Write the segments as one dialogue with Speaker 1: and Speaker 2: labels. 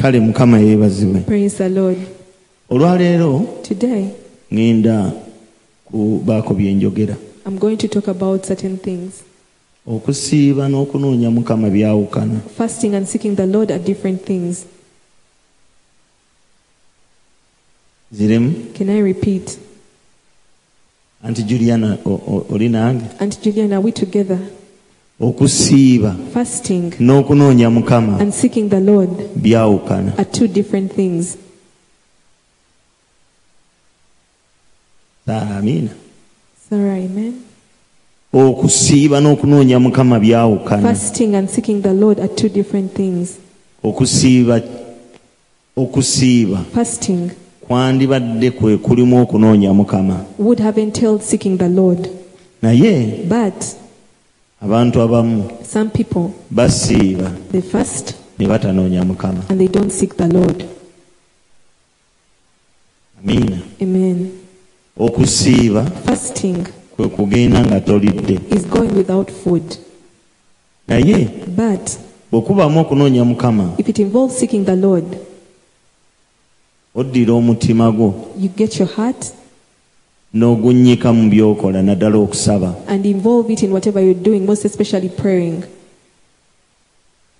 Speaker 1: kale mukama yeebazibwe
Speaker 2: Praise the Lord.
Speaker 1: olwaleero
Speaker 2: Today,
Speaker 1: ŋŋenda kubaako bye njogera
Speaker 2: I'm going to talk about certain things.
Speaker 1: okusiiba n'okunoonya mukama byawukana
Speaker 2: Fasting and seeking the Lord are different things.
Speaker 1: ziremu
Speaker 2: Can I repeat?
Speaker 1: anti juliana o- o- oli nange
Speaker 2: Aunt Julian, are we together?
Speaker 1: okusiiba
Speaker 2: Fasting
Speaker 1: n'okunoonya mukama
Speaker 2: and seeking the Lord
Speaker 1: byawukana
Speaker 2: are two different things.
Speaker 1: Saala, amiina
Speaker 2: Sarah, amen.
Speaker 1: okusiiba n'okunoonya mukama byawukana
Speaker 2: Fasting and seeking the Lord are two different things.
Speaker 1: okusiiba okusiiba
Speaker 2: Fasting
Speaker 1: kwandibadde kwe kulimu okunoonya mukama
Speaker 2: would have entailed seeking the Lord,
Speaker 1: naye
Speaker 2: but
Speaker 1: abantu abamu
Speaker 2: some people
Speaker 1: basiiba
Speaker 2: they fast
Speaker 1: ne batanoonya mukama
Speaker 2: and they don't seek the Lord.
Speaker 1: amiina
Speaker 2: Amen.
Speaker 1: okusiiba
Speaker 2: Fasting
Speaker 1: kwe kugenda nga tolidde
Speaker 2: is going without food,
Speaker 1: naye
Speaker 2: but
Speaker 1: bwekubamu okunoonya mukama
Speaker 2: if it involves seeking the Lord,
Speaker 1: oddira omutima gwo
Speaker 2: you get your heart
Speaker 1: n'ogunnyika mu byokola naddala okusaba
Speaker 2: and involve it in whatever you're doing, most especially praying.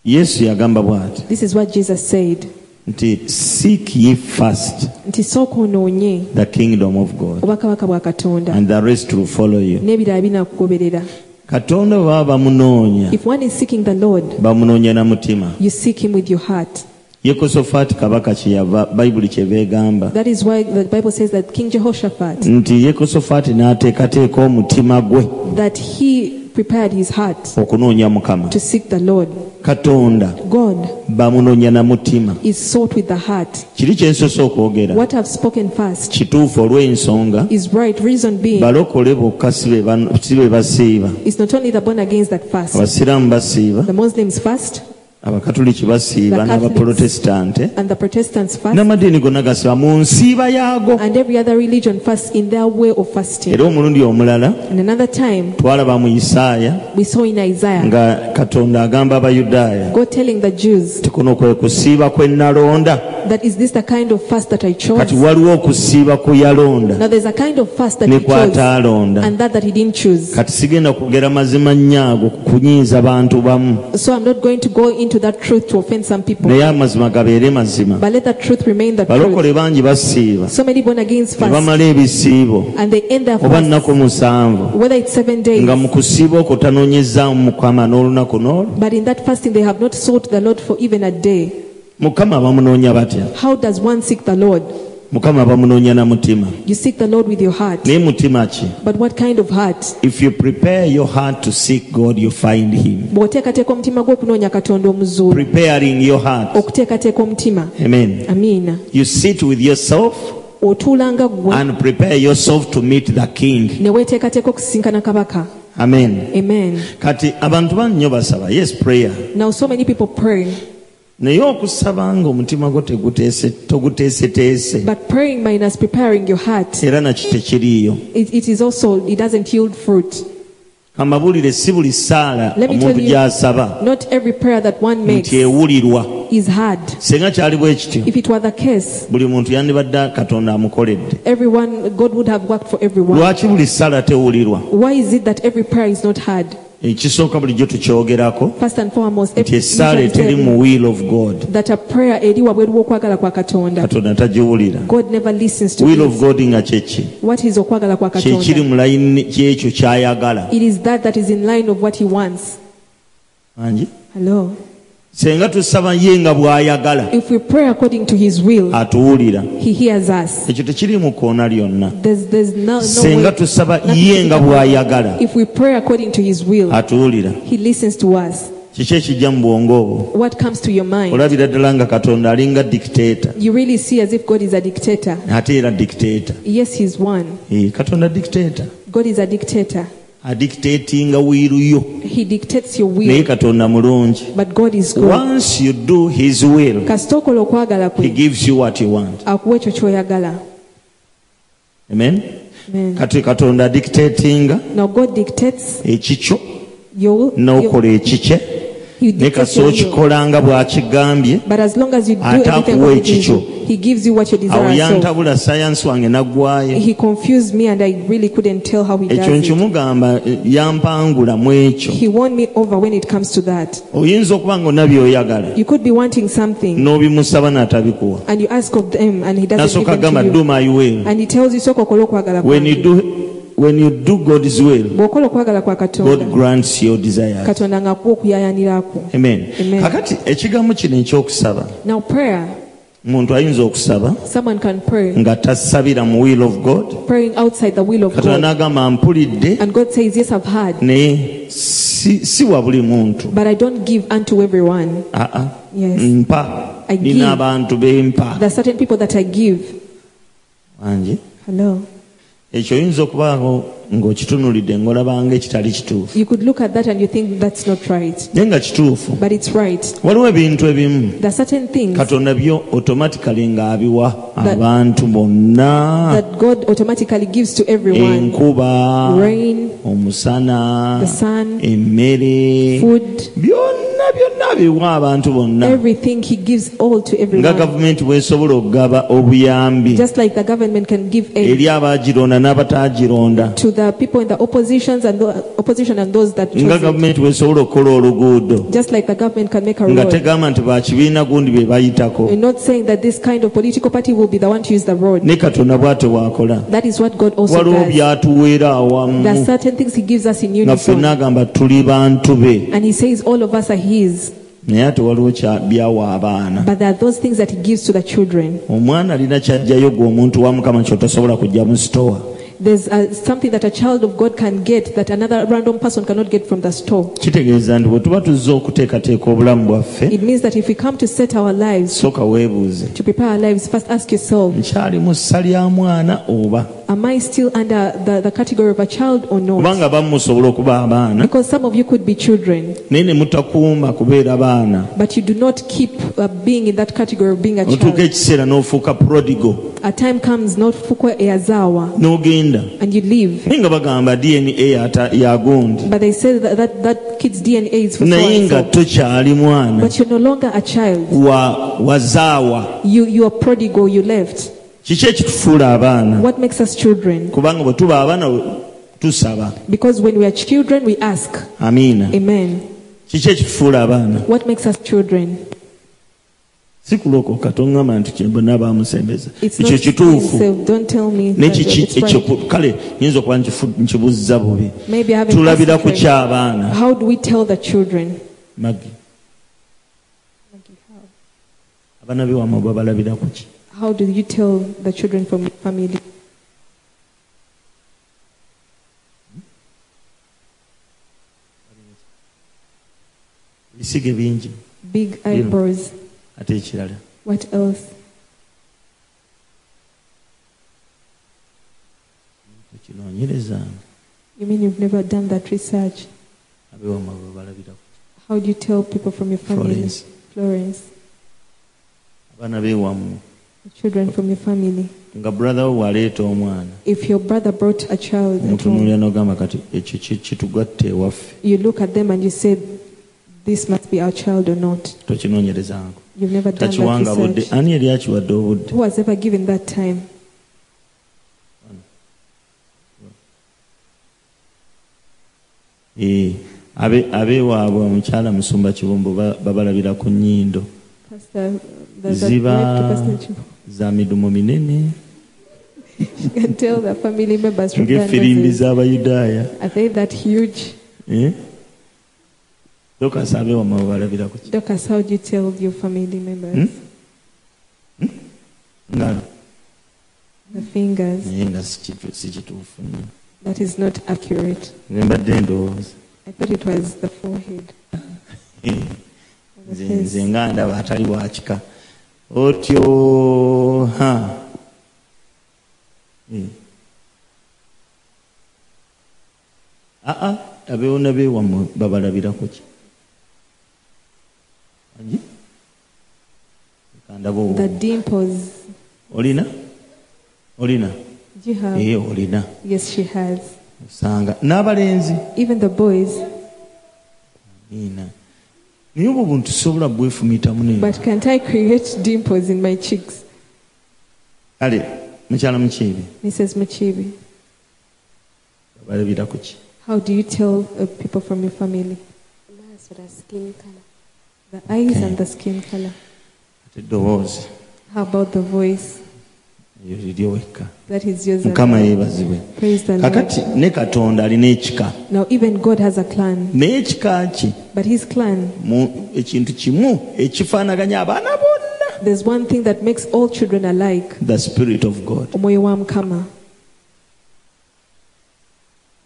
Speaker 1: yesu yagamba bw'ati
Speaker 2: This is what Jesus said.
Speaker 1: nti seek ye first
Speaker 2: nti sooka onoonye
Speaker 1: the kingdom of god
Speaker 2: obwakabaka bwa katonda
Speaker 1: and the rest will follow you
Speaker 2: n'ebirala binakugoberera
Speaker 1: katonda bwe baba bamunoonya
Speaker 2: if one is seeking the lord
Speaker 1: bamunoonya na mutima
Speaker 2: you seek him with your heart
Speaker 1: yekosofaati kabaka kyeyava bayibuli kyebeegamba
Speaker 2: that is why the bible says that king jehoshaphat
Speaker 1: nti yekosofaati n'ateekateeka omutima gwe
Speaker 2: that he prepared his heart
Speaker 1: okunoonya mukama
Speaker 2: to seek the lord
Speaker 1: katonda
Speaker 2: god
Speaker 1: bamunoonya na mutima
Speaker 2: is sought with the heart
Speaker 1: kiri kyensose okwogera
Speaker 2: what i've spoken first
Speaker 1: kituufu olw'ensonga
Speaker 2: is right reason being
Speaker 1: balokole bokka si be ban- si be basiiba
Speaker 2: it's not only the born against that fast
Speaker 1: abasiraamu basiiba
Speaker 2: the muslims fast
Speaker 1: abakatuliki basiiba
Speaker 2: Bakatuliki.
Speaker 1: n'abaprotestante
Speaker 2: and the protestants fast
Speaker 1: n'amadiini gonna gasiba mu nsiiba yaago
Speaker 2: and every other religion fasts in their way of fasting
Speaker 1: era omulundi omulala
Speaker 2: and another time
Speaker 1: twalaba mu isaaya
Speaker 2: we saw in isaiah
Speaker 1: nga katonda agamba abayudaaya
Speaker 2: god telling the jews
Speaker 1: nti kuno kwe kusiiba kwe nalonda
Speaker 2: that is this the kind of fast that I chose?
Speaker 1: kati waliwo okusiiba kwe yalonda
Speaker 2: Now there's a kind of fast that
Speaker 1: ne
Speaker 2: he chose
Speaker 1: kwataalonda
Speaker 2: and that that he didn't choose.
Speaker 1: kati sigenda kugera mazima nnyago kunyiiza bantu bamu
Speaker 2: So I'm not going to go into that truth to offend some people.
Speaker 1: naye amazima gabeere mazima
Speaker 2: But let that truth remain the truth.
Speaker 1: balokole bangi basiiba
Speaker 2: So many born again
Speaker 1: ne
Speaker 2: fast
Speaker 1: bamala ebisiibo
Speaker 2: and they end their
Speaker 1: oba
Speaker 2: fast,
Speaker 1: nnaku musanvu
Speaker 2: whether it's seven
Speaker 1: nga
Speaker 2: days.
Speaker 1: mu kusiiba okwo tanoonyezaamu mukama n'olunaku n'olwo
Speaker 2: But in that fasting they have not sought the Lord for even a day.
Speaker 1: mukama bamunoonya batya
Speaker 2: How does one seek the Lord?
Speaker 1: mukama bamunoonya na mutima
Speaker 2: You seek the Lord with your heart.
Speaker 1: naye mutima ki
Speaker 2: But what kind of heart?
Speaker 1: if you prepare your heart to seek god you find him
Speaker 2: bw'oteekateeka omutima gwe okunoonya katonda omuzuulu
Speaker 1: preparing your heart
Speaker 2: okuteekateeka omutima
Speaker 1: amen
Speaker 2: amiina
Speaker 1: you sit with yourself
Speaker 2: otuulanga ggwe
Speaker 1: and prepare yourself to meet the king
Speaker 2: ne weeteekateeka okusinkana kabaka
Speaker 1: amen
Speaker 2: amen
Speaker 1: kati abantu bangi nnyo basaba yes prayer
Speaker 2: now so many people pray
Speaker 1: naye okusaba nga omutima gwo teguteese- toguteeseteese
Speaker 2: but praying minus preparing your heart
Speaker 1: era naki tekiriiyo
Speaker 2: it, it is also it doesn't yield fruit
Speaker 1: amabulire si buli saala
Speaker 2: Let me
Speaker 1: omuntu
Speaker 2: tell you-
Speaker 1: gy'asaba
Speaker 2: not every prayer that one makes
Speaker 1: nti ewulirwa
Speaker 2: is heard
Speaker 1: singa kyali bwe kityo
Speaker 2: if it were the case
Speaker 1: buli muntu yandibadde katonda amukoledde
Speaker 2: everyone god would have worked for everyone
Speaker 1: lwaki buli saala tewulirwa
Speaker 2: why is it that every prayer is not heard
Speaker 1: ekisooka bulijjo tukyogerako
Speaker 2: first and foremost
Speaker 1: nti
Speaker 2: every,
Speaker 1: essaala
Speaker 2: usually
Speaker 1: eteri
Speaker 2: said
Speaker 1: mu will of god
Speaker 2: that a prayer eri wabweru w'okwagala kwa katonda
Speaker 1: katonda tagiwulira
Speaker 2: god never listens to
Speaker 1: will of
Speaker 2: it.
Speaker 1: god nga kyeki
Speaker 2: what is okwagala kwa
Speaker 1: kyekiri
Speaker 2: katonda
Speaker 1: mu layini kyekyo kyayagala
Speaker 2: it is that that is in line of what he wants
Speaker 1: angi
Speaker 2: hello
Speaker 1: senga tusaba ye nga bw'ayagala
Speaker 2: If we pray according to His
Speaker 1: Ah.
Speaker 2: will,
Speaker 1: atuwulira
Speaker 2: He hears us.
Speaker 1: ekyo tekiri mu koona lyonna
Speaker 2: There's, there's no, no
Speaker 1: senga
Speaker 2: way.
Speaker 1: tusaba ye nga bw'ayagala Ah.
Speaker 2: If we pray according to His will,
Speaker 1: atuwulira
Speaker 2: He listens to us.
Speaker 1: kiki ekijja mu bwongo obwo
Speaker 2: What comes to your mind?
Speaker 1: olabira ddala nga katonda alinga dikiteeta
Speaker 2: You really see as if God is a dictator.
Speaker 1: ate era dikiteeta
Speaker 2: Yes, He's one.
Speaker 1: Eh, katonda dikiteeta
Speaker 2: God is a dictator.
Speaker 1: adikiteetinga wiiruyo
Speaker 2: He dictates your
Speaker 1: naye
Speaker 2: will,
Speaker 1: katonda mulungi
Speaker 2: but God is good.
Speaker 1: once you do his will
Speaker 2: Kasitookola okwagala
Speaker 1: he
Speaker 2: kwe
Speaker 1: gives you what you want
Speaker 2: akuwa ekyo ky'oyagala.
Speaker 1: amen
Speaker 2: Amen.
Speaker 1: kati katonda adikiteetinga
Speaker 2: Now God dictates
Speaker 1: ekikyo
Speaker 2: your, your
Speaker 1: n'okola ekikye ne
Speaker 2: You did what
Speaker 1: kasita
Speaker 2: you will.
Speaker 1: okikolanga bw'akigambye
Speaker 2: But as long as you do
Speaker 1: Ate
Speaker 2: everything
Speaker 1: akuwa
Speaker 2: according to his
Speaker 1: ekikyo.
Speaker 2: will, he gives you what you
Speaker 1: awo
Speaker 2: desire. So
Speaker 1: yantabula sayansi wange naggwayo
Speaker 2: he confused me and I really couldn't tell how he does
Speaker 1: ekyo
Speaker 2: it.
Speaker 1: nkimugamba eh, yampangula mu ekyo
Speaker 2: He won me over when it comes to that.
Speaker 1: oyinza okuba nga ona byoyagala
Speaker 2: You could be wanting something
Speaker 1: n'obimusaba n'atabikuwa
Speaker 2: and you ask of them and he doesn't
Speaker 1: nasooka
Speaker 2: give them
Speaker 1: agamba
Speaker 2: to you.
Speaker 1: do my will
Speaker 2: And he tells you soko kola okwagala
Speaker 1: when you
Speaker 2: kwange.
Speaker 1: do, when you do god's will
Speaker 2: bw'okola okwagala kwa
Speaker 1: god
Speaker 2: katonda
Speaker 1: grants your desires
Speaker 2: katonda ng'akuwa okuyayanirako
Speaker 1: amen
Speaker 2: Amen.
Speaker 1: kakati ekigambo kino ekyokusaba
Speaker 2: now prayer
Speaker 1: muntu ayinza okusaba
Speaker 2: someone can pray
Speaker 1: nga tasabira mu will of god
Speaker 2: praying outside the will of
Speaker 1: Mm. katonda
Speaker 2: god
Speaker 1: n'agamba mpulidde
Speaker 2: and god says yes i've heard
Speaker 1: naye si, si wa buli muntu
Speaker 2: but i don't give unto everyone
Speaker 1: Aa,
Speaker 2: Yes.
Speaker 1: mpa
Speaker 2: I
Speaker 1: nina
Speaker 2: give.
Speaker 1: abantu bempa
Speaker 2: there are certain people that i give
Speaker 1: wange
Speaker 2: hello
Speaker 1: ekyo oyinza okubaako ng'okitunulidde ng'olabanga ekitali kituufu
Speaker 2: you could look at that and you think that's not right
Speaker 1: naye nga kituufu
Speaker 2: but it's right
Speaker 1: waliwo ebintu ebimu
Speaker 2: there are certain things
Speaker 1: katonda byo automatikale ng'abiwa abantu bonna
Speaker 2: that god automatically gives to everyone
Speaker 1: enkuba
Speaker 2: rain
Speaker 1: omusana
Speaker 2: The sun,
Speaker 1: emmere
Speaker 2: food
Speaker 1: byonna byonna abiwa abantu bonna
Speaker 2: everything he gives all to
Speaker 1: nga
Speaker 2: everyone
Speaker 1: gavumenti bwesobola okugaba obuyambi
Speaker 2: just like the government can give aid
Speaker 1: eri abagironda n'abatagironda
Speaker 2: to the people in the oppositions and the opposition and those that
Speaker 1: nga
Speaker 2: chose it.
Speaker 1: gavumenti bwesobola okukola oluguudo
Speaker 2: just like the government can make a
Speaker 1: nga
Speaker 2: road
Speaker 1: tegamba nti bakibiina gundi bye bayitako
Speaker 2: we're not saying that this kind of political party will be the one to use the road
Speaker 1: ne katonda bw'atyo bw'akola
Speaker 2: that is what god also
Speaker 1: waliwo
Speaker 2: does
Speaker 1: byatuweera awamu
Speaker 2: there are certain things he gives us in
Speaker 1: nga
Speaker 2: unison
Speaker 1: ffenna agamba tuli bantu be
Speaker 2: and he says all of us are his
Speaker 1: naye ate waliwo kya- byawa abaana
Speaker 2: but there are those things that he gives to the children
Speaker 1: omwana alina kyajjayo gwe omuntu wa mukama kyotosobola kujja mu sitowa
Speaker 2: there's uh, something that a child of god can get that another random person cannot get from the store
Speaker 1: kitegeeza nti bwe tuba tuzze okuteekateeka obulamu bwaffe
Speaker 2: it means that if we come to set our lives
Speaker 1: sooka weebuuze
Speaker 2: to prepare our lives first ask yourself
Speaker 1: nkyali mu ssa lya mwana oba
Speaker 2: am i still under the, the category of a child or not
Speaker 1: kubanga bamu musobola okuba abaana
Speaker 2: because some of you could be children
Speaker 1: naye ne mutakuuma kubeera baana
Speaker 2: but you do not keep uh, being in that category of being a child
Speaker 1: otuuka ekiseera n'ofuuka prodigo
Speaker 2: A time comes n'ofukwa eyazawa
Speaker 1: n'ogenda
Speaker 2: and you leave.
Speaker 1: naye nga bagamba dna yata- ya gundi
Speaker 2: But they say that that, that kid's DNA is for so
Speaker 1: naye
Speaker 2: and
Speaker 1: nga
Speaker 2: so.
Speaker 1: tokyali mwana
Speaker 2: But you're no longer a child.
Speaker 1: wa- wazaawa
Speaker 2: You, you are prodigal, you left.
Speaker 1: kiki ekitufuula abaana
Speaker 2: What makes us children?
Speaker 1: kubanga bwe tuba abaana tusaba
Speaker 2: Because when we are children, we ask.
Speaker 1: amiina
Speaker 2: Amen.
Speaker 1: kiki ekitufuula abaana
Speaker 2: What makes us children?
Speaker 1: si kulokoka toŋŋamba nti kye bonna baamusembeza
Speaker 2: It's
Speaker 1: ekyo
Speaker 2: not
Speaker 1: kituufu
Speaker 2: yourself. Don't tell me.
Speaker 1: ne
Speaker 2: that
Speaker 1: kiki
Speaker 2: it's right.
Speaker 1: ekyo ku- kale nyinza okuba nkifu- nkibuzza bubi
Speaker 2: Maybe I haven't asked
Speaker 1: tulabira ku
Speaker 2: correctly.
Speaker 1: kyabaana
Speaker 2: How do we tell the children?
Speaker 1: magi abaana bewamwe babalabira ku ki
Speaker 2: How do you tell the children from your family?
Speaker 1: ebisige bingi
Speaker 2: Big eyebrows.
Speaker 1: ate ekirala
Speaker 2: What else?
Speaker 1: tekinoonyerezanga
Speaker 2: You mean you've never done that research?
Speaker 1: abewamwe babalabira ku ki
Speaker 2: How do you tell people from your family?
Speaker 1: Florence.
Speaker 2: Florence.
Speaker 1: abaana bewamwe
Speaker 2: The children from your family.
Speaker 1: nga brother wo waleeta omwana
Speaker 2: If your brother brought a child at home,
Speaker 1: omutunuulira n'ogamba kati ekyo ki- kitugatta ewaffe
Speaker 2: you look at them and you say, this must be our child or not.
Speaker 1: tokinoonyerezanga
Speaker 2: You've never done
Speaker 1: takiwanga
Speaker 2: that
Speaker 1: budde
Speaker 2: research.
Speaker 1: ani yali akiwadde obudde
Speaker 2: Who has ever given that time?
Speaker 1: Eh, abe- abeewaabwe omukyala musumba kibumbu ba- babalabira ku nnyindo
Speaker 2: Pastor, the, the wife to
Speaker 1: ziba
Speaker 2: Pastor Chibu-
Speaker 1: za midumu minene
Speaker 2: you can tell the family members from their
Speaker 1: ng'efirimbi
Speaker 2: noses.
Speaker 1: z'abayudaaya
Speaker 2: Are they that huge?
Speaker 1: eh? dokasa abeewamwe babalabira ku ki
Speaker 2: Docas, how do you tell your family members?
Speaker 1: Hmm? ngalo
Speaker 2: The fingers.
Speaker 1: naye nga si kitu- si kituufu nnyo
Speaker 2: That is not accurate.
Speaker 1: nze mbadde ndowooza
Speaker 2: I thought it was the forehead.
Speaker 1: Eh,
Speaker 2: or the
Speaker 1: nze
Speaker 2: face.
Speaker 1: nze nga ndaba atali wa kika otyo ha Eh. aa abeewo nabeewammwe babalabirako ki Angi? Leka ndabe owo.
Speaker 2: The dimples.
Speaker 1: olina olina
Speaker 2: Do you have?
Speaker 1: ee olina
Speaker 2: Yes, she has.
Speaker 1: osanga n'abalenzi
Speaker 2: Even the boys.
Speaker 1: ina naye obwo buntu sobola bwefumitamu naye
Speaker 2: But can't I create dimples in my cheeks?
Speaker 1: kale mukyala mukiibi
Speaker 2: Mrs. Machibi,
Speaker 1: balabirako ki
Speaker 2: how do you tell uh, people from your family?
Speaker 3: amaaso la skin color
Speaker 2: The eyes and the skin color.
Speaker 1: ate eddoboozi
Speaker 2: How about the voice?
Speaker 1: eyo liryo wekka
Speaker 2: That is yours.
Speaker 1: mukama yeebazibwe
Speaker 2: Praise the Lord.
Speaker 1: kakati ne katonda alina ekika
Speaker 2: Now, even God has a clan,
Speaker 1: naye ekika kye
Speaker 2: but his clan,
Speaker 1: mu- ekintu kimu ekifaanaganya abaana bonna
Speaker 2: there's one thing that makes all children alike.
Speaker 1: the spirit of god
Speaker 2: Omoyo wa Mkama.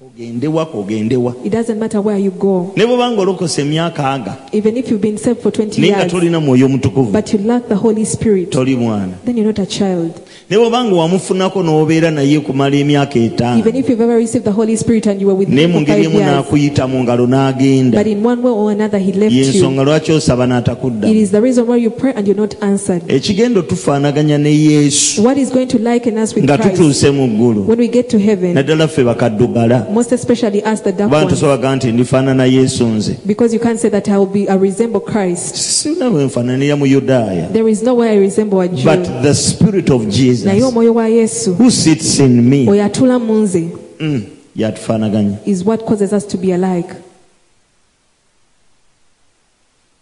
Speaker 1: ogendewa kogendewa
Speaker 2: It doesn't matter where you go,
Speaker 1: ne bwebanga olokosa emyaka aga
Speaker 2: even if you've been saved for 20
Speaker 1: naye nga
Speaker 2: years,
Speaker 1: tolina mwoyo omutukuvu
Speaker 2: but you lack the Holy Spirit,
Speaker 1: toli mwana
Speaker 2: then you're not a child.
Speaker 1: ne bwebanga wamufunako n'obeera naye kumala emyaka
Speaker 2: Even
Speaker 1: etaano
Speaker 2: if you've ever received the Holy Spirit and you were with
Speaker 1: naye
Speaker 2: him
Speaker 1: mu
Speaker 2: for
Speaker 1: ngeri
Speaker 2: five
Speaker 1: emu
Speaker 2: years,
Speaker 1: n'akuyita mu ngalo n'agenda
Speaker 2: but in one way or another he left you,
Speaker 1: yensonga lwaki osaba
Speaker 2: it
Speaker 1: n'atakuddamu
Speaker 2: is the reason why you pray and you're not answered.
Speaker 1: ekigendo tufaanaganya ne yesu
Speaker 2: What is going to liken us with
Speaker 1: nga
Speaker 2: Christ
Speaker 1: tutuuse mu ggulu
Speaker 2: when we get to heaven,
Speaker 1: naddala ffe bakaddugala
Speaker 2: most especially us, the dark
Speaker 1: kuba
Speaker 2: ones?
Speaker 1: ntusobola kugaa nti ndifaanana yesu nze
Speaker 2: Because you can't say that I will be I resemble Christ.
Speaker 1: sirina bwe nfaananira mu yudaaya
Speaker 2: There is no way I resemble a
Speaker 1: but
Speaker 2: Jew.
Speaker 1: the spirit of
Speaker 2: Naye
Speaker 1: jesus
Speaker 2: omwoyo wa Yesu
Speaker 1: who sits in me
Speaker 2: oyatula mu nze
Speaker 1: mm, yatufaanaganya
Speaker 2: is what causes us to be alike.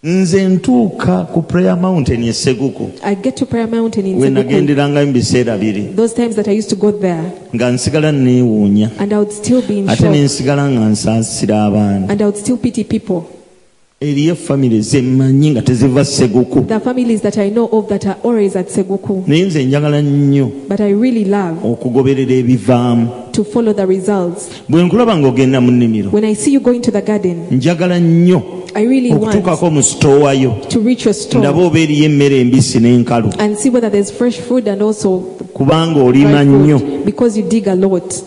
Speaker 1: nze ntuuka ku prayer mountain e seguku
Speaker 2: I get to Prayer Mountain in
Speaker 1: we
Speaker 2: Seguku,
Speaker 1: nagenderangayo mu biseera biri
Speaker 2: those times that I used to go there,
Speaker 1: nga nsigala neewuunya
Speaker 2: and I would still be in
Speaker 1: ate ne
Speaker 2: shock,
Speaker 1: nsigala nga nsaasira abaana
Speaker 2: and I would still pity people.
Speaker 1: eriyo famire zemmanyi nga teziva seguku
Speaker 2: There are families that I know of that are always at Seguku,
Speaker 1: naye nze njagala nnyo
Speaker 2: but I really love
Speaker 1: okugoberera ebivaamu
Speaker 2: to follow the results.
Speaker 1: bwe nkulaba ng'ogenda mu nnimiro
Speaker 2: When I see you going to the garden,
Speaker 1: njagala nnyo
Speaker 2: I really want
Speaker 1: okutuukako mu sitoowayo
Speaker 2: to reach your
Speaker 1: ndaba
Speaker 2: store
Speaker 1: oba eriyo emmere embisi n'enkalu
Speaker 2: and see whether there's fresh food and also
Speaker 1: kubanga olima
Speaker 2: fried
Speaker 1: nnyo
Speaker 2: food because you dig a lot.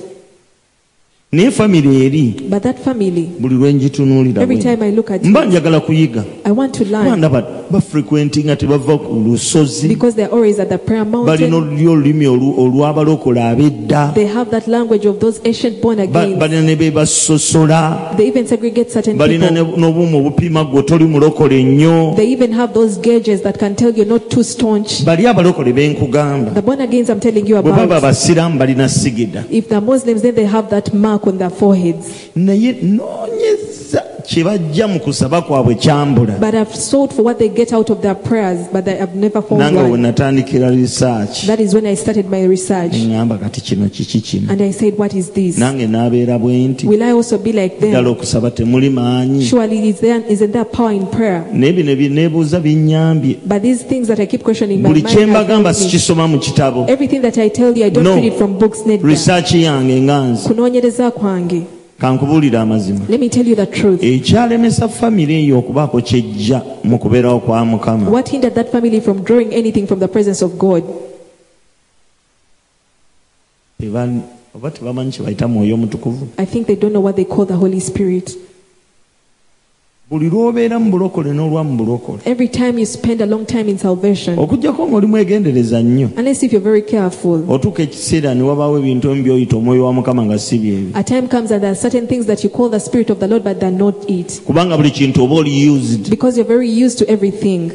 Speaker 1: naye famire eri
Speaker 2: But that family,
Speaker 1: buli lwe ngitunuulira
Speaker 2: every
Speaker 1: bwe
Speaker 2: time I look at
Speaker 1: ndi. mba
Speaker 2: it,
Speaker 1: njagala kuyiga
Speaker 2: I want to learn
Speaker 1: baana bafrequenti nga tebava ku lusozi
Speaker 2: because they're always at the prayer
Speaker 1: balina
Speaker 2: mountain.
Speaker 1: olulyo olulimi olu- olw'abalokola ab'edda
Speaker 2: They have that language of those ancient born
Speaker 1: Ba-
Speaker 2: again.
Speaker 1: balina ne bebasosola
Speaker 2: They even segregate certain
Speaker 1: balina
Speaker 2: people.
Speaker 1: ne- n'obuuma obupima gwe toli mulokole nnyo
Speaker 2: They even have those gauges that can tell you're not too staunch.
Speaker 1: bali abalokole benkugamba
Speaker 2: The born agains I'm telling you
Speaker 1: bwe baba
Speaker 2: about.
Speaker 1: abasiraamu balina sigida
Speaker 2: If they're Muslims, then they have that mark on their foreheads.
Speaker 1: naye noonyeza kye bajja mu kusaba kwabwe kyambula
Speaker 2: But I've sought for what they get out of their prayers, but I have never found
Speaker 1: nange we
Speaker 2: one.
Speaker 1: natandikira research
Speaker 2: That is when I started my research.
Speaker 1: neŋŋamba kati kino kiki kimu
Speaker 2: And I said, What is this?
Speaker 1: nange n'abeera bwe nti
Speaker 2: Will I also be like
Speaker 1: ddala
Speaker 2: them?
Speaker 1: okusaba temuli maanyi
Speaker 2: Surely is there, isn't there power in prayer?
Speaker 1: naye bino bye neebuuza binnyambye
Speaker 2: But these things that I keep questioning my
Speaker 1: buli
Speaker 2: mind.
Speaker 1: kye
Speaker 2: have
Speaker 1: mbagamba
Speaker 2: helped me.
Speaker 1: sikisoma mu kitabo
Speaker 2: Everything that I tell you, I don't
Speaker 1: No.
Speaker 2: read it from books. nedda.
Speaker 1: research yange nga nze
Speaker 2: Kunoonyereza kwange.
Speaker 1: kankubuulira amazima
Speaker 2: Let me tell you the truth.
Speaker 1: ekyalemesa famire eyo okubaako kyejja mu kubeerawo kwa mukama
Speaker 2: What hindered that family from drawing anything from the presence of God?
Speaker 1: Teba- oba tebamanyi kye bayita mwoyo omutukuvu
Speaker 2: I think they don't know what they call the Holy Spirit.
Speaker 1: buli lw'obeera mu bulokole n'olwa mu bulokole
Speaker 2: Every time you spend a long time in salvation,
Speaker 1: okugjako ng'oli mwegendereza nnyo
Speaker 2: unless if you're very careful,
Speaker 1: otuuka ekiseera ne wabaawo ebintu ebimu byoyita omwoyo wa mukama nga si byebi
Speaker 2: a time comes and there are certain things that you call the Spirit of the Lord, but they're not it.
Speaker 1: kubanga buli kintu oba oli used
Speaker 2: Because you're very used to everything.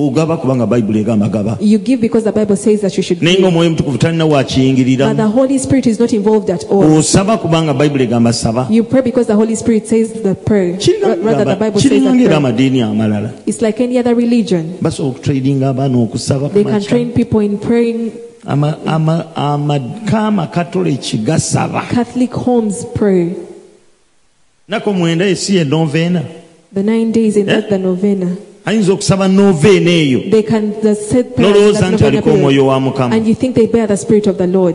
Speaker 1: ogaba kubanga bayibuli egamba gaba
Speaker 2: You give because the Bible says that you should
Speaker 1: naye
Speaker 2: give.
Speaker 1: ng'omwoyo omutukuvu talina
Speaker 2: But the
Speaker 1: wakiyingiriramu
Speaker 2: Holy Spirit is not involved at all.
Speaker 1: osaba kubanga bayibuli egamba saba
Speaker 2: You pray because the Holy Spirit says the prayer.
Speaker 1: Kiringa-
Speaker 2: Ra- Rather, the Bible says
Speaker 1: kiringa era
Speaker 2: that prayer.
Speaker 1: amadiini amalala
Speaker 2: It's like any other religion.
Speaker 1: basobola okutraininga abaana okusaba ku
Speaker 2: They can
Speaker 1: makya.
Speaker 2: train people in praying.
Speaker 1: Ama- ama- amaka amakatoliki gasaba
Speaker 2: Catholic homes pray.
Speaker 1: nako mwenda esi ye noveena
Speaker 2: The nine days in
Speaker 1: Eh?
Speaker 2: that the novena.
Speaker 1: ayinza okusaba noveena eyo
Speaker 2: They can the said prayers in
Speaker 1: nolowooza
Speaker 2: that
Speaker 1: nti
Speaker 2: novena
Speaker 1: aliko
Speaker 2: period.
Speaker 1: omwoyo wa mukama
Speaker 2: And you think they bear the Spirit of the Lord.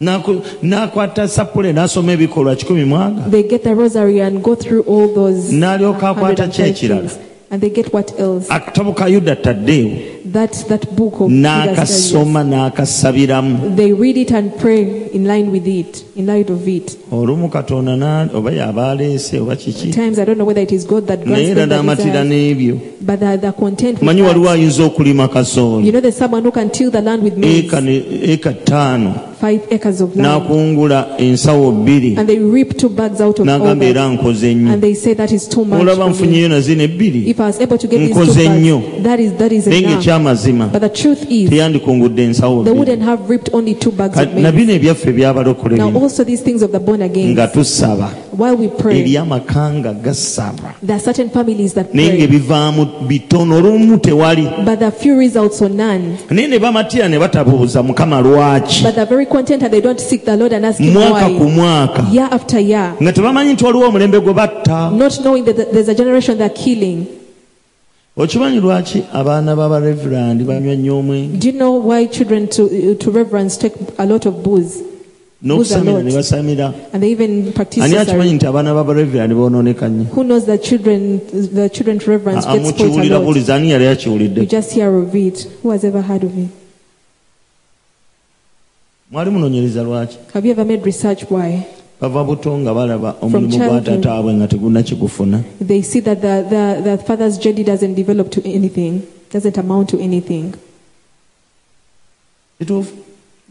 Speaker 1: N'aku- n'akwata sapule n'asoma ebikolwa kikumi mwaga
Speaker 2: They get the rosary and go through all those
Speaker 1: N'alyoka akwata
Speaker 2: 105
Speaker 1: ki ekirala?
Speaker 2: things. And they get what else?
Speaker 1: akatabo ka yuda taddeewo
Speaker 2: that, that book of Judas Darius.
Speaker 1: n'akasoma n'akasabiramu
Speaker 2: They read it and pray in line with it, in light of it.
Speaker 1: olumu katonda na- oba yaba aleese oba
Speaker 2: At
Speaker 1: kiki
Speaker 2: times I don't know whether it is God that
Speaker 1: naye
Speaker 2: grants
Speaker 1: era
Speaker 2: them the
Speaker 1: n'amatira
Speaker 2: desires,
Speaker 1: n'ebyo
Speaker 2: but they're, they're content with
Speaker 1: manyi waliwo
Speaker 2: that.
Speaker 1: ayinza okulima kasooli
Speaker 2: You know, there's someone who can till the land with maize,
Speaker 1: eka ne- eka ttaano
Speaker 2: five acres of land,
Speaker 1: n'akungula ensawo bbiri
Speaker 2: and they reap two bags out of all
Speaker 1: n'agamba
Speaker 2: that,
Speaker 1: era nkoze nnyo
Speaker 2: and they say that is too much.
Speaker 1: olaba
Speaker 2: for me.
Speaker 1: nfunyeyo nazino ebbiri
Speaker 2: If I was able to get these two
Speaker 1: Nkoze
Speaker 2: bags,
Speaker 1: nnyo.
Speaker 2: that is that is
Speaker 1: naye
Speaker 2: enough.
Speaker 1: ngaekyamazima
Speaker 2: But the truth is,
Speaker 1: teyandikungudde ensawo
Speaker 2: they
Speaker 1: bbiri
Speaker 2: wouldn't have reaped only two bags
Speaker 1: Ka-
Speaker 2: of
Speaker 1: na
Speaker 2: maize.
Speaker 1: bino ebyaffe ebyabalokole
Speaker 2: Now
Speaker 1: bino
Speaker 2: also these things of the born again,
Speaker 1: nga tusaba
Speaker 2: while we pray,
Speaker 1: eri amaka nga gasaba
Speaker 2: there are certain families that
Speaker 1: naye
Speaker 2: pray,
Speaker 1: ngaebivaamu bitono olumu tewali
Speaker 2: but there are few results or none.
Speaker 1: naye ne bamatira ne batabuuza mukama lwaki
Speaker 2: But they're very content and they don't seek the Lord and ask Him
Speaker 1: mwaka ku
Speaker 2: why,
Speaker 1: mwaka
Speaker 2: year after year,
Speaker 1: nga tebamanyi nti waliwo omulembe gwe batta
Speaker 2: not knowing that th- there's a generation they're killing.
Speaker 1: okimanyi lwaki abaana b'abarevurandi banywa nnyo omwenge
Speaker 2: Do you know why children to uh, to reverence take a lot of booze
Speaker 1: n'okusamira
Speaker 2: lot.
Speaker 1: ne basamira
Speaker 2: and they even practice?
Speaker 1: ani
Speaker 2: sorcery?
Speaker 1: akimanyi nti abaana b'abarevurandi bonooneka nnyo
Speaker 2: Who knows that children the children to reverence gets spoiled a
Speaker 1: amukiwulira
Speaker 2: lot?
Speaker 1: buliza ani yali
Speaker 2: You
Speaker 1: akiwulidde
Speaker 2: just hear of it. Who has ever heard of it?
Speaker 1: mwali munoonyereza lwaki
Speaker 2: Have you ever made research why?
Speaker 1: bava buto nga balaba omulimu gwa
Speaker 2: childhood.
Speaker 1: tataabwe nga tegunakigufuna
Speaker 2: They see that the, the, the father's journey doesn't develop to anything, doesn't amount to anything.
Speaker 1: kituufu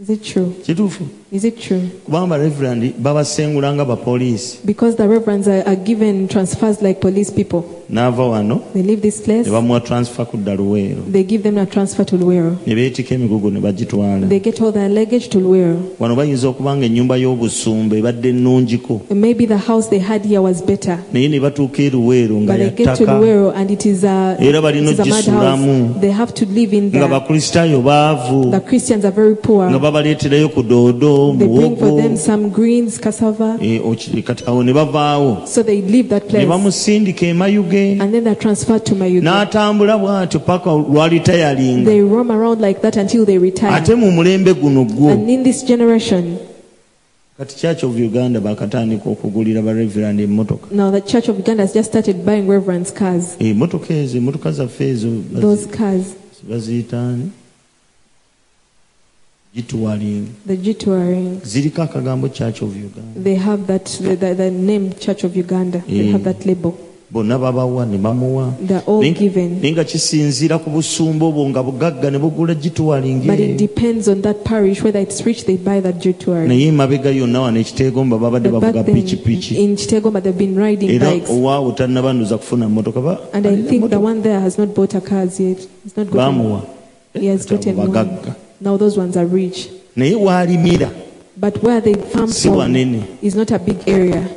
Speaker 2: Is it true?
Speaker 1: kituufu
Speaker 2: Is it true?
Speaker 1: kubanga barevurandi babasengula nga bapoliisi
Speaker 2: Because the reverends are, are given transfers like police people.
Speaker 1: n'ava wano
Speaker 2: They leave this place,
Speaker 1: ne bamuwa transfer kudda luweero
Speaker 2: they give them a transfer to Luero.
Speaker 1: ne beetika emigugu ne bagitwala
Speaker 2: They get all their luggage to Luero.
Speaker 1: wano bayinza okuba nga ennyumba y'obusumba ebadde ennungiko
Speaker 2: Maybe the house they had here was better.
Speaker 1: naye ne batuuka eruweero nga
Speaker 2: But they get to
Speaker 1: yattaka
Speaker 2: Luero and it is a,
Speaker 1: Era balina
Speaker 2: it is a mad
Speaker 1: ogisulamu.
Speaker 2: house. They have to live in
Speaker 1: nga
Speaker 2: there.
Speaker 1: bakristaayo baavu
Speaker 2: The Christians are very
Speaker 1: nga
Speaker 2: poor.
Speaker 1: babaleeterayo ku doodo
Speaker 2: They bring for
Speaker 1: muwogo
Speaker 2: them some greens, cassava.
Speaker 1: Eh, oki- kati awo ne bavaawo
Speaker 2: So they leave that
Speaker 1: ne
Speaker 2: place.
Speaker 1: bamusindika emayuge
Speaker 2: And then they're transferred to Mayuga.
Speaker 1: n'atambula bw'atyo paka lwalitayalinga
Speaker 2: They roam around like that until they retire.
Speaker 1: ate mu mulembe guno gwo
Speaker 2: And in this generation,
Speaker 1: kati church of uganda bakatandika okugulira bareverand emmotoka
Speaker 2: now the Church of Uganda has just started buying reverend's cars.
Speaker 1: emmotoka ezo emmotoka zaffe ezo bazi-
Speaker 2: Those cars,
Speaker 1: baziyitaani gituwalinga
Speaker 2: the G2RN,
Speaker 1: ziriko akagambo church of uganda
Speaker 2: they have that, the, the, the name Church of Uganda. They
Speaker 1: Mm.
Speaker 2: have that label.
Speaker 1: bonna babawa ne bamuwa
Speaker 2: They're all
Speaker 1: Naye-
Speaker 2: given.
Speaker 1: naye nga kisinziira ku busumba obwo nga bugagga ne bugula gituwalinga
Speaker 2: But it depends on that parish, whether it's rich, they buy that G2RN.
Speaker 1: naye emabega yonna wano ekiteego mba babadde
Speaker 2: But
Speaker 1: bavuga
Speaker 2: back then,
Speaker 1: pikipiki
Speaker 2: in Chitegoma, they've been riding
Speaker 1: era
Speaker 2: bikes.
Speaker 1: owaawo tannabanuza kufuna mmotoka ba-
Speaker 2: And I
Speaker 1: alina
Speaker 2: think the
Speaker 1: mmotoka.
Speaker 2: one there has not bought a cars yet. He's not gotten,
Speaker 1: bamuwa
Speaker 2: he has
Speaker 1: Kati
Speaker 2: gotten
Speaker 1: abo
Speaker 2: one.
Speaker 1: bagagga
Speaker 2: Now those ones are rich.
Speaker 1: naye waalimira
Speaker 2: But where they farm
Speaker 1: Si
Speaker 2: from
Speaker 1: wanene.
Speaker 2: is not a big area.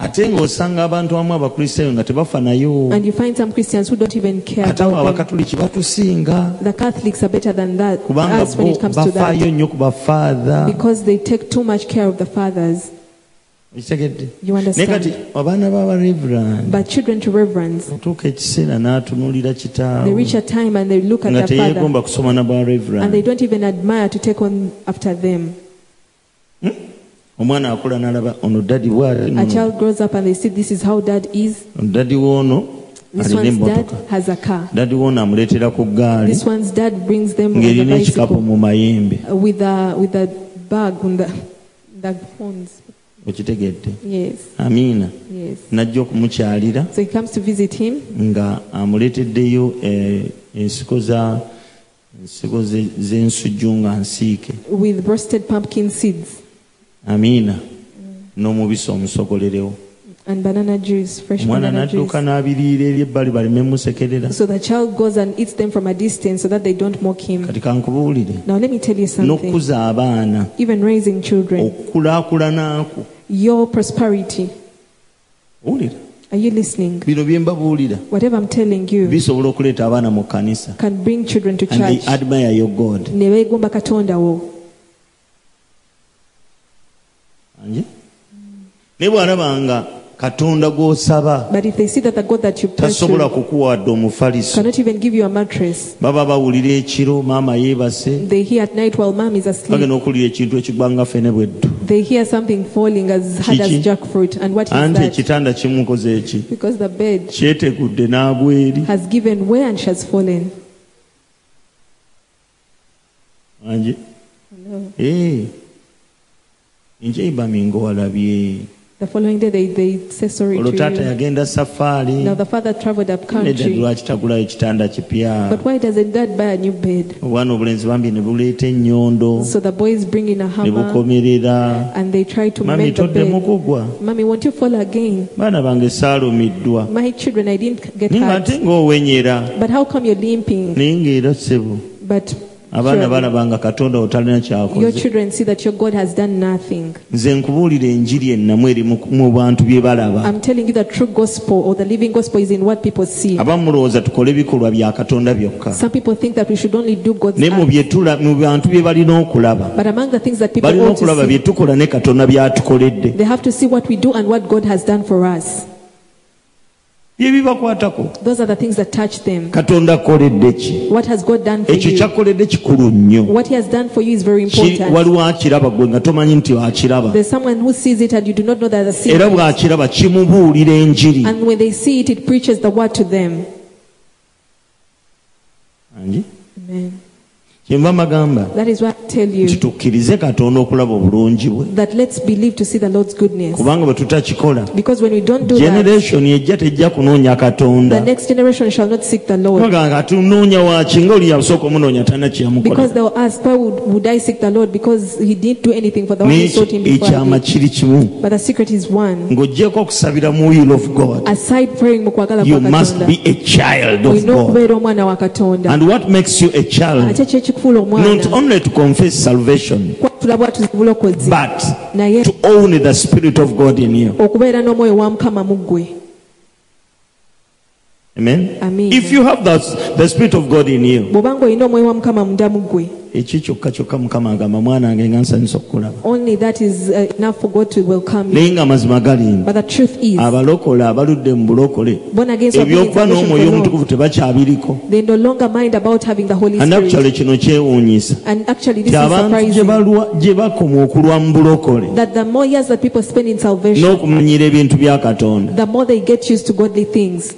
Speaker 1: ate ng'osanga abantu abamu abakristaayo nga tebafanayo
Speaker 2: And you find some Christians who don't even care
Speaker 1: ate abo
Speaker 2: about them.
Speaker 1: abakatuliki batusinga
Speaker 2: The Catholics are better than that,
Speaker 1: kubanga
Speaker 2: us when
Speaker 1: bo
Speaker 2: it comes to
Speaker 1: bafaayo
Speaker 2: that.
Speaker 1: nnyo ku bafaatha
Speaker 2: Because they take too much care of the fathers.
Speaker 1: okitegedde
Speaker 2: You
Speaker 1: naye kati
Speaker 2: understand?
Speaker 1: abaana b'abareverand
Speaker 2: But children to reverence,
Speaker 1: otuuka ekiseera n'atunuulira
Speaker 2: they
Speaker 1: kitaawe
Speaker 2: reach a time and they look at
Speaker 1: nga
Speaker 2: their father
Speaker 1: teyeegomba kusoma na bwa
Speaker 2: and they
Speaker 1: reverand
Speaker 2: don't even admire to take on after them.
Speaker 1: omwana akula n'alaba ono dadi bwati
Speaker 2: A child grows up and they see this is how dad is.
Speaker 1: dadi woono
Speaker 2: This
Speaker 1: alina
Speaker 2: one's dad
Speaker 1: emmotoka
Speaker 2: has a car.
Speaker 1: dadi woono amuleetera ku ggaali
Speaker 2: This one's dad brings them on the
Speaker 1: ng'erina ekikapu
Speaker 2: bicycle
Speaker 1: mu mayembe
Speaker 2: uh, with a, with a bag on the, the horns.
Speaker 1: okitegedde
Speaker 2: Yes,
Speaker 1: amiina
Speaker 2: yes.
Speaker 1: najja okumukyalira
Speaker 2: So he comes to visit him
Speaker 1: nga amuleeteddeyo eh, ensiko za ensiko ze- z'ensujju nga nsiike
Speaker 2: with roasted pumpkin seeds
Speaker 1: amiina n'omubisi omusogolerewo
Speaker 2: and banana juice, fresh
Speaker 1: omwana
Speaker 2: banana juice.
Speaker 1: n'adduka n'abiriira eri ebbali baleme musekerera
Speaker 2: So the child goes and eats them from a distance so that they don't mock him.
Speaker 1: kati kankubuulire
Speaker 2: Now, let me tell you something.
Speaker 1: n'okukuza abaana
Speaker 2: Even raising children,
Speaker 1: okukulaakulanaako
Speaker 2: your prosperity,
Speaker 1: owulira
Speaker 2: are you listening?
Speaker 1: bino bye mbabuulira
Speaker 2: Whatever I'm telling you
Speaker 1: bisobola okuleeta abaana mu kkanisa
Speaker 2: can bring children to
Speaker 1: and they
Speaker 2: church.
Speaker 1: admire your god
Speaker 2: Ne beegomba Katonda wo.
Speaker 1: Anji? naye bw'alabanga katonda gw'osaba
Speaker 2: But if they see that the God that you pray
Speaker 1: tasobola
Speaker 2: to
Speaker 1: kukuwa wadde omufaliso
Speaker 2: cannot even give you a mattress,
Speaker 1: baba bawulira ekiro maama yeebase
Speaker 2: they hear at night while mom is
Speaker 1: bagenda
Speaker 2: asleep,
Speaker 1: okuwulira ekintu ekigwanga fene bweddu
Speaker 2: they hear something falling as hard as
Speaker 1: Chichi.
Speaker 2: jackfruit. And what is
Speaker 1: anti
Speaker 2: that?
Speaker 1: ekitanda kimu nkoze eki
Speaker 2: Because the bed
Speaker 1: kyetegudde n'agwa eri
Speaker 2: has given way and she has fallen.
Speaker 1: anje
Speaker 4: Hello.
Speaker 1: Eh. nje ibami ng'olabye
Speaker 2: The following day they, they say sorry
Speaker 1: olwo taata
Speaker 2: to
Speaker 1: yagenda safaali
Speaker 2: you. Now the father traveled up
Speaker 1: nedda
Speaker 2: country.
Speaker 1: lwaki tagulayo kitanda kipya
Speaker 2: But why doesn't dad buy a new bed?
Speaker 1: obwana obulenzi bambi ne buleeta ennyondo
Speaker 2: So the boys bring in a
Speaker 1: ne
Speaker 2: hammer
Speaker 1: bukomerera
Speaker 2: and they try to
Speaker 1: mami
Speaker 2: mend the
Speaker 1: toddemu
Speaker 2: bed.
Speaker 1: kugwa
Speaker 2: Mommy, won't you fall again?
Speaker 1: baana bange saalumiddwa
Speaker 2: My children, I didn't get
Speaker 1: naye nga
Speaker 2: hurt.
Speaker 1: ate ng'owenyera
Speaker 2: But how come you're limping?
Speaker 1: naye ng'era ssebo
Speaker 2: But
Speaker 1: abaana
Speaker 2: surely
Speaker 1: balaba nga katonda otalina
Speaker 2: your
Speaker 1: kyakoze
Speaker 2: children see that your God has done nothing.
Speaker 1: nze nkubuulira enjiri ennamu eri mu- mu bantu bye balaba
Speaker 2: I'm telling you the true gospel or the living gospel is in what people see.
Speaker 1: abamu mulowooza tukole bikolwa bya katonda byokka
Speaker 2: Some people think that we should only do God's
Speaker 1: naye mu
Speaker 2: act.
Speaker 1: bye tula- mu bantu bye balina okulaba
Speaker 2: But among the things that people
Speaker 1: balina
Speaker 2: ought to
Speaker 1: okulaba bye
Speaker 2: see,
Speaker 1: tukola ne katonda by'atukoledde
Speaker 2: they have to see what we do and what God has done for us.
Speaker 1: bye bibakwatako
Speaker 2: Those are the things that touch them.
Speaker 1: katonda akoledde ki
Speaker 2: What has God done for
Speaker 1: ekyo
Speaker 2: you?
Speaker 1: kyakoledde kikulu nnyo
Speaker 2: What He has done for you is very
Speaker 1: Ki-
Speaker 2: important.
Speaker 1: waliwo akiraba gwe nga tomanyi nti akiraba
Speaker 2: There's someone who sees it and you do not know that they see
Speaker 1: era
Speaker 2: it.
Speaker 1: bw'akiraba kimubuulira enjiri
Speaker 2: And when they see it, it preaches the word to them.
Speaker 1: Anji?
Speaker 2: Amen.
Speaker 1: kyenva magamba
Speaker 2: That is what I tell you.
Speaker 1: kitukkirize katonda okulaba obulungi bwe
Speaker 2: That let's believe to see the Lord's goodness.
Speaker 1: kubanga bwe tutakikola
Speaker 2: Because when we don't do that,
Speaker 1: generationi ejja tejja kunoonya
Speaker 2: the
Speaker 1: katonda
Speaker 2: next generation shall not seek the Lord.
Speaker 1: Kubanga nga tunoonya waki ngaoli yasooka omunoonya talina
Speaker 2: Because
Speaker 1: kyeyamukola
Speaker 2: they will ask, why would, would I seek the Lord? Because he didn't do anything for the one who
Speaker 1: N'eki-
Speaker 2: sought him before. I
Speaker 1: ekyama
Speaker 2: did.
Speaker 1: kiri kimu
Speaker 2: But the secret is
Speaker 1: Mm.
Speaker 2: one.
Speaker 1: ng'oggyeko okusabira mu will of god
Speaker 2: Aside praying mu kwagala
Speaker 1: you
Speaker 2: kwa
Speaker 1: must
Speaker 2: Katonda,
Speaker 1: be a child of
Speaker 2: olina
Speaker 1: god
Speaker 2: okubeera omwana wa Katonda.
Speaker 1: and what makes you a child
Speaker 2: Ate kye
Speaker 1: not
Speaker 2: kikufuula omwana
Speaker 1: only to confess salvation
Speaker 2: tulabwa tubulokozi
Speaker 1: but
Speaker 2: naye
Speaker 1: to own the spirit of god in you
Speaker 2: okubeera n'omwoyo wa Mukama mu ggwe.
Speaker 1: amen
Speaker 2: Amen.
Speaker 1: if you have that, the spirit of god in you
Speaker 2: Bw'obanga olina omwoyo wa Mukama munda mu ggwe,
Speaker 1: eki kyokka kyokka mukama agamba mwana wange nga nsanyusa okukulaba
Speaker 2: only that is uh, enough for God to welcome you.
Speaker 1: naye nga amazima gali nti
Speaker 2: But the truth is,
Speaker 1: abalokole abaludde mu bulokole
Speaker 2: born again so
Speaker 1: ebyokuba n'omwoyo omutukuvu tebakyabiriko
Speaker 2: they no longer mind about having the Holy
Speaker 1: anaku kyalo
Speaker 2: Spirit.
Speaker 1: kino kyewuunyisa
Speaker 2: And actually, this
Speaker 1: ti
Speaker 2: is
Speaker 1: abantu gye
Speaker 2: surprising.
Speaker 1: balwa- gye bakoma okulwa mu bulokole
Speaker 2: that the more years that people spend in salvation,
Speaker 1: n'okumanyira ebintu bya katonda
Speaker 2: the more they get used to godly things.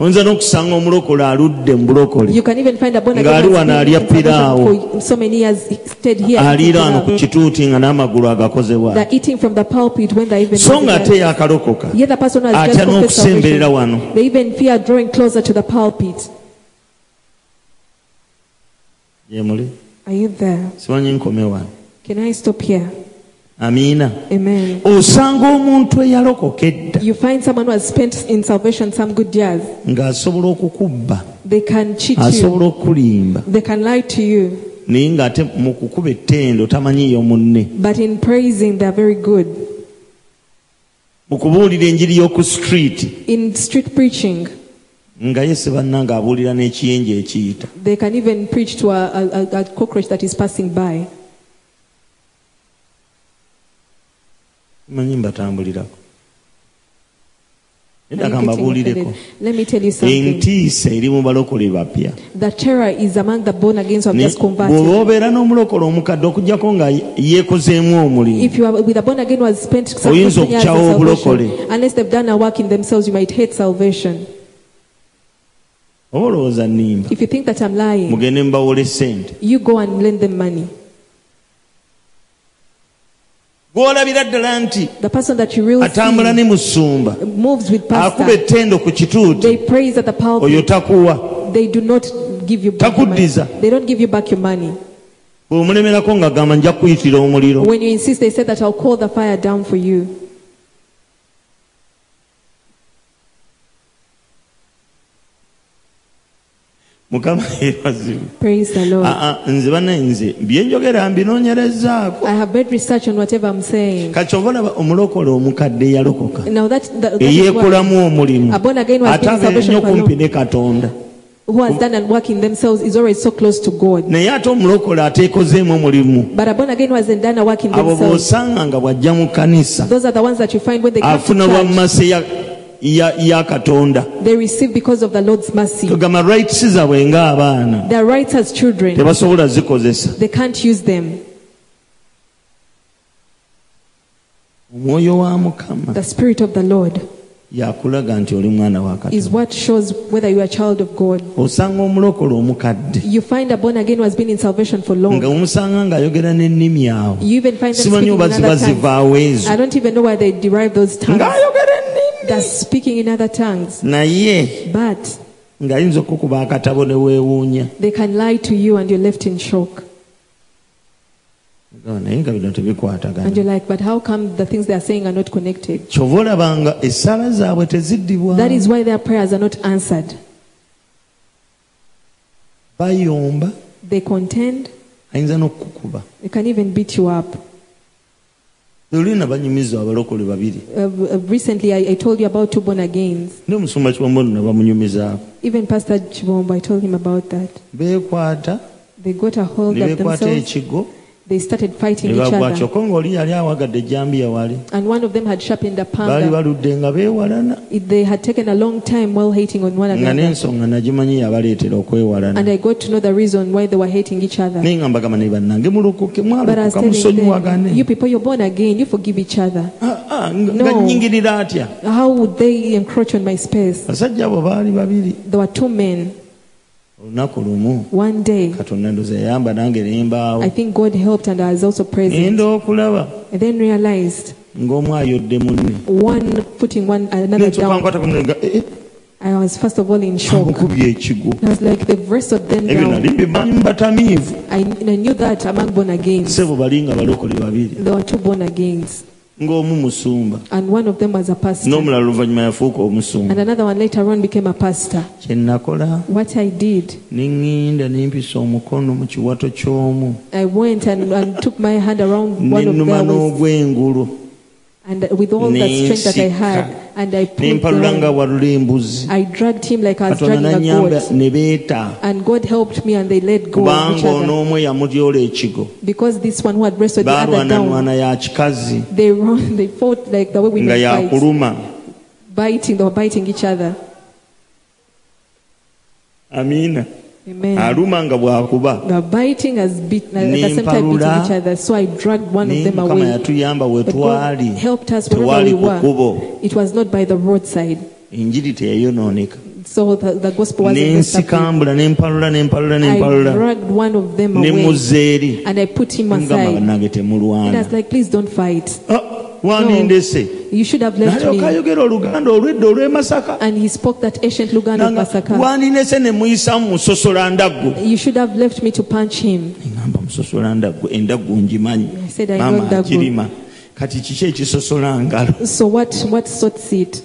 Speaker 1: oyinza n'okusanga omulokole aludde mu bulokole
Speaker 2: You can even find a born
Speaker 1: Ng'ali
Speaker 2: again
Speaker 1: wano
Speaker 2: has been in
Speaker 1: alya piraawo.
Speaker 2: salvation for so many years, he stayed here. eating
Speaker 1: aliiraano ku
Speaker 2: pilao.
Speaker 1: kituuti nga n'amagulu agakozebwa
Speaker 2: They're eating from the pulpit when they're even.
Speaker 1: so nga
Speaker 2: not
Speaker 1: ate
Speaker 2: there.
Speaker 1: yakalokoka
Speaker 2: Yet the person who has
Speaker 1: atya
Speaker 2: just confessed
Speaker 1: n'okusemberera wano
Speaker 2: salvation, they even fear drawing closer to the pulpit.
Speaker 1: yemuli
Speaker 2: Are you there?
Speaker 1: simanyi nkome wano
Speaker 2: Can I stop here?
Speaker 1: amiina
Speaker 2: Amen.
Speaker 1: osanga omuntu eyalokoka edda
Speaker 2: You find someone who has spent in salvation some good years.
Speaker 1: ng'asobola okukubba
Speaker 2: They can cheat you.
Speaker 1: asobola okulimba
Speaker 2: They can lie to you.
Speaker 1: naye ng'ate mu kukuba ettendo tamanyiyo munne
Speaker 2: But in praising, they're very good.
Speaker 1: mu kubuulira enjiri y'oku street
Speaker 2: In street preaching,
Speaker 1: nga ye si bannanga abuulira n'ekiyinja ekiyita
Speaker 2: They can even preach to a, a, a- a cockroach that is passing by.
Speaker 1: manyi mbatambulirako edaka
Speaker 2: Are you getting
Speaker 1: mbabuulireko
Speaker 2: offended? Let me tell you something.
Speaker 1: entiisa eri mu balokole bapya
Speaker 2: The terror is among the born again who have
Speaker 1: Ne-
Speaker 2: just
Speaker 1: bw'oba
Speaker 2: converted.
Speaker 1: obeera n'omulokole omukadde okugjako nga ye- yeekozeemu omulimu
Speaker 2: If you are with a born again who has spent some
Speaker 1: Oyinza
Speaker 2: 15 years in
Speaker 1: okukyawa
Speaker 2: salvation,
Speaker 1: obulokole.
Speaker 2: unless they've done a work in themselves, you might hate salvation.
Speaker 1: oba olowooza nnimba
Speaker 2: If you think that I'm lying,
Speaker 1: mugende mubawole sente
Speaker 2: you go and lend them money.
Speaker 1: gw'olabira ddala nti
Speaker 2: The person that you really
Speaker 1: atambula
Speaker 2: see
Speaker 1: ne musumba
Speaker 2: moves with
Speaker 1: akuba
Speaker 2: pastor.
Speaker 1: ettendo ku kituuti
Speaker 2: They praise at the
Speaker 1: oyo
Speaker 2: pulpit.
Speaker 1: takuwa
Speaker 2: They do not give you back your money.
Speaker 1: Takuddiza.
Speaker 2: They don't give you back your money.
Speaker 1: bw'omulemerako ng'agamba nja kuyitira omuliro
Speaker 2: When you insist, they say that I'll call the fire down for you.
Speaker 1: mukama yebazibu
Speaker 2: Praise the Lord.
Speaker 1: Aa, nze banaye nze bye njogera mbinoonyerezaako
Speaker 2: I have made research on whatever I'm saying.
Speaker 1: kakyova olaba omulokole omukadde eyalokoka
Speaker 2: Now that, that, that is what,
Speaker 1: eyeekolamu omulimu
Speaker 2: A born again was
Speaker 1: ate
Speaker 2: given
Speaker 1: abeera
Speaker 2: salvation
Speaker 1: ennyo
Speaker 2: for
Speaker 1: kumpi ne katonda
Speaker 2: who has done and work in themselves is always so close to God.
Speaker 1: naye ate omulokole ateekozeemu omulimu
Speaker 2: But a born again who hasn't done a work in
Speaker 1: abo
Speaker 2: themselves,
Speaker 1: b'osanga nga bw'ajja mu kkanisa
Speaker 2: those are the ones that you find when they come to
Speaker 1: afuna lwa
Speaker 2: church,
Speaker 1: mumase ya, ya, ya katonda
Speaker 2: they receive because of the Lord's mercy.
Speaker 1: tugamba rights zaabwe ng'abaana
Speaker 2: Their rights as children,
Speaker 1: tebasobola zikozesa
Speaker 2: they can't use them.
Speaker 1: omwoyo wa mukama
Speaker 2: The Spirit of the Lord
Speaker 1: yakulaga nti oli mwana wa
Speaker 2: is
Speaker 1: katonda
Speaker 2: what shows whether you are a child of God.
Speaker 1: osanga omulokole omukadde
Speaker 2: You find a born again who has been in salvation for long.
Speaker 1: nga omusanga ng'ayogera n'ennimi yaabwe
Speaker 2: You even find them
Speaker 1: simanyi
Speaker 2: speaking in
Speaker 1: oba ziba
Speaker 2: other tongues.
Speaker 1: zivaawo ezo
Speaker 2: I don't even know where they derive those tongues.
Speaker 1: ng'ayogera ennimi
Speaker 2: That's speaking in other tongues.
Speaker 1: naye
Speaker 2: But
Speaker 1: ng'ayinza okukuba akatabo ne weewuunya
Speaker 2: they can lie to you and you're left in shock.
Speaker 1: Nga, naye nga bino
Speaker 2: And you're
Speaker 1: tebikwatagana
Speaker 2: like, but how come the things they are saying are not connected?
Speaker 1: kyova olabanga essaala zaabwe teziddibwa
Speaker 2: That is why their prayers are not answered.
Speaker 1: bayomba
Speaker 2: They contend,
Speaker 1: ayinza n'okukukuba
Speaker 2: they can even beat you up.
Speaker 1: lolina banyumiza abalokole babiri
Speaker 2: Uh, uh, recently, I, I told you about two born agains.
Speaker 1: ne omusumba kibamona bamunyumizaako
Speaker 2: Even Pastor Chibombo, I told him about that.
Speaker 1: beekwata
Speaker 2: They got a hold
Speaker 1: ne
Speaker 2: of
Speaker 1: beekwata
Speaker 2: themselves.
Speaker 1: ekigo
Speaker 2: They started
Speaker 1: ne
Speaker 2: fighting each
Speaker 1: bagwa
Speaker 2: other.
Speaker 1: kyokko ng'oli yali awagadde ejjambiya wali
Speaker 2: And one of them had sharpened a
Speaker 1: baali
Speaker 2: panga.
Speaker 1: baludde nga beewalana
Speaker 2: It- They had taken a long time while hating on one
Speaker 1: nga
Speaker 2: another.
Speaker 1: n'ensonga nagimanyi yabaleetera okwewalana
Speaker 2: And I got to know the reason why they were hating each other.
Speaker 1: naye nga mbagamba ne bannange mulokoke
Speaker 2: But I was
Speaker 1: mwalokoka
Speaker 2: telling
Speaker 1: musonyiwagane
Speaker 2: them, you people, you're born again, you forgive each other.
Speaker 1: Ah, ah, nga
Speaker 2: No.
Speaker 1: nga nnyingirira atya
Speaker 2: How would they encroach on my space?
Speaker 1: basajja abo baali babiri
Speaker 2: There were two men.
Speaker 1: olunaku lumu
Speaker 2: One day,
Speaker 1: katonda ndoza yayamba nange nembaawo
Speaker 2: I think God helped and I was also present.
Speaker 1: nenda okulaba
Speaker 2: I then realized
Speaker 1: ng'omu ayodde munne
Speaker 2: one putting one another down.
Speaker 1: nentukankwata kumunega
Speaker 2: I was first of all in shock.
Speaker 1: amukubye "Eh, ekigo
Speaker 2: I was like, they've wrestled them
Speaker 1: ebyo
Speaker 2: down.
Speaker 1: nali bimanyi mubatamiivu
Speaker 2: I, and I knew that among born agains,
Speaker 1: sebo bali nga balokole babiri
Speaker 2: there were two born agains,
Speaker 1: ng'omu musumba
Speaker 2: and one of them was a pastor,
Speaker 1: n'omulala oluvannyuma yafuuka
Speaker 2: and
Speaker 1: omusumba
Speaker 2: another one later on became a pastor.
Speaker 1: kye nakola
Speaker 2: What I did,
Speaker 1: ne ŋŋenda nempisa omukono mu kiwato ky'omu
Speaker 2: I went and, and took my hand around
Speaker 1: ne
Speaker 2: one of
Speaker 1: nnuma
Speaker 2: their waist,
Speaker 1: n'ogw'engulu
Speaker 2: and with all the strength that I had, and I
Speaker 1: ne
Speaker 2: pulled
Speaker 1: mpalula nga
Speaker 2: down.
Speaker 1: walula embuzi
Speaker 2: I dragged him like I was
Speaker 1: katonda
Speaker 2: dragging a
Speaker 1: n'anyamba
Speaker 2: goat,
Speaker 1: ne beeta
Speaker 2: and God helped me, and they let go of each
Speaker 1: kubanga
Speaker 2: other
Speaker 1: onoomwe yamulyola ekigo
Speaker 2: because this one who had wrestled the other down,
Speaker 1: baalwananwana ya kikazi
Speaker 2: they run, they fought like the way we
Speaker 1: nga
Speaker 2: men fight,
Speaker 1: yakuluma
Speaker 2: biting, they were biting each other.
Speaker 1: amiina
Speaker 2: Amen.
Speaker 1: aluma nga bw'akuba
Speaker 2: They were biting as beat, at the same time beating
Speaker 1: Nimpalula.
Speaker 2: each other. So I dragged one of
Speaker 1: naye
Speaker 2: them
Speaker 1: mukama
Speaker 2: away.
Speaker 1: yatuyamba we
Speaker 2: But God
Speaker 1: twali
Speaker 2: helped us wherever
Speaker 1: tewali
Speaker 2: we
Speaker 1: ku
Speaker 2: were.
Speaker 1: kkubo
Speaker 2: It was not by the roadside.
Speaker 1: enjiri teyayonooneka
Speaker 2: So the, the gospel was I
Speaker 1: nensikambula nempalula nempalula nempalula
Speaker 2: dragged one of them
Speaker 1: ne
Speaker 2: away
Speaker 1: muzza eri
Speaker 2: and I put him
Speaker 1: mugamba
Speaker 2: aside.
Speaker 1: bannange
Speaker 2: And I
Speaker 1: temulwana
Speaker 2: was like, please don't fight.
Speaker 1: Ah, wandindese
Speaker 2: You should have left
Speaker 1: nalyoka
Speaker 2: me.
Speaker 1: ayogera oluganda olwedde olw'emasaka
Speaker 2: And he spoke that ancient Luganda of
Speaker 1: Nanga,
Speaker 2: Masaka.
Speaker 1: wandindese ne muyisamu musosola ndaggu
Speaker 2: You should have left me to punch him.
Speaker 1: ngamba musosola ndaggu endaggu ngimanyi
Speaker 2: I said, I know
Speaker 1: maama
Speaker 2: ndaggu.
Speaker 1: akirima kati kiki ekisosola ngalo
Speaker 2: So what, what sorts it?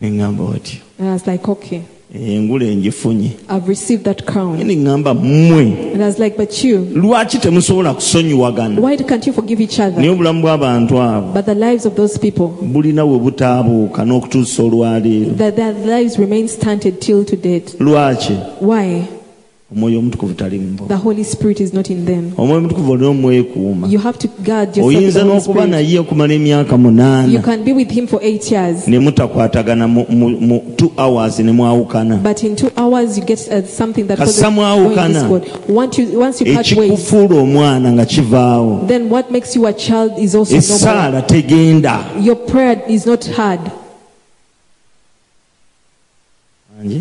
Speaker 1: neŋŋamba otyo
Speaker 2: And I was like, okay,
Speaker 1: engula engifunye
Speaker 2: I've received that crown.
Speaker 1: neŋŋamba mmwe
Speaker 2: And I was like, but you,
Speaker 1: lwaki temusobola kusonyiwagana
Speaker 2: why can't you forgive each other?
Speaker 1: naye obulamu bw'abantu abo
Speaker 2: But the lives of those people,
Speaker 1: bulina we butaabuuka n'okutuusa olwaleero
Speaker 2: that their lives remain stunted till to date.
Speaker 1: lwaki
Speaker 2: Why?
Speaker 1: omwoyo omutukuvu tali mubo
Speaker 2: The Holy Spirit is not in them.
Speaker 1: omwoyo omutukuvu olina omwekuuma
Speaker 2: You have to guard yourself. with
Speaker 1: oyinza
Speaker 2: the Holy
Speaker 1: n'okuba
Speaker 2: Spirit.
Speaker 1: naye okumala emyaka
Speaker 2: You
Speaker 1: munaana
Speaker 2: can be with Him for eight years,
Speaker 1: ne mutakwatagana mu mu- mu two hours ne mwawukana
Speaker 2: but in two hours you get uh, something that causes
Speaker 1: Kasamwawukana.
Speaker 2: going discord. Once you once you part ways,
Speaker 1: ekikufuula omwana nga kivaawo
Speaker 2: then what makes you a child is also no
Speaker 1: essaala tegenda
Speaker 2: more. Your prayer is not heard.
Speaker 1: Anji?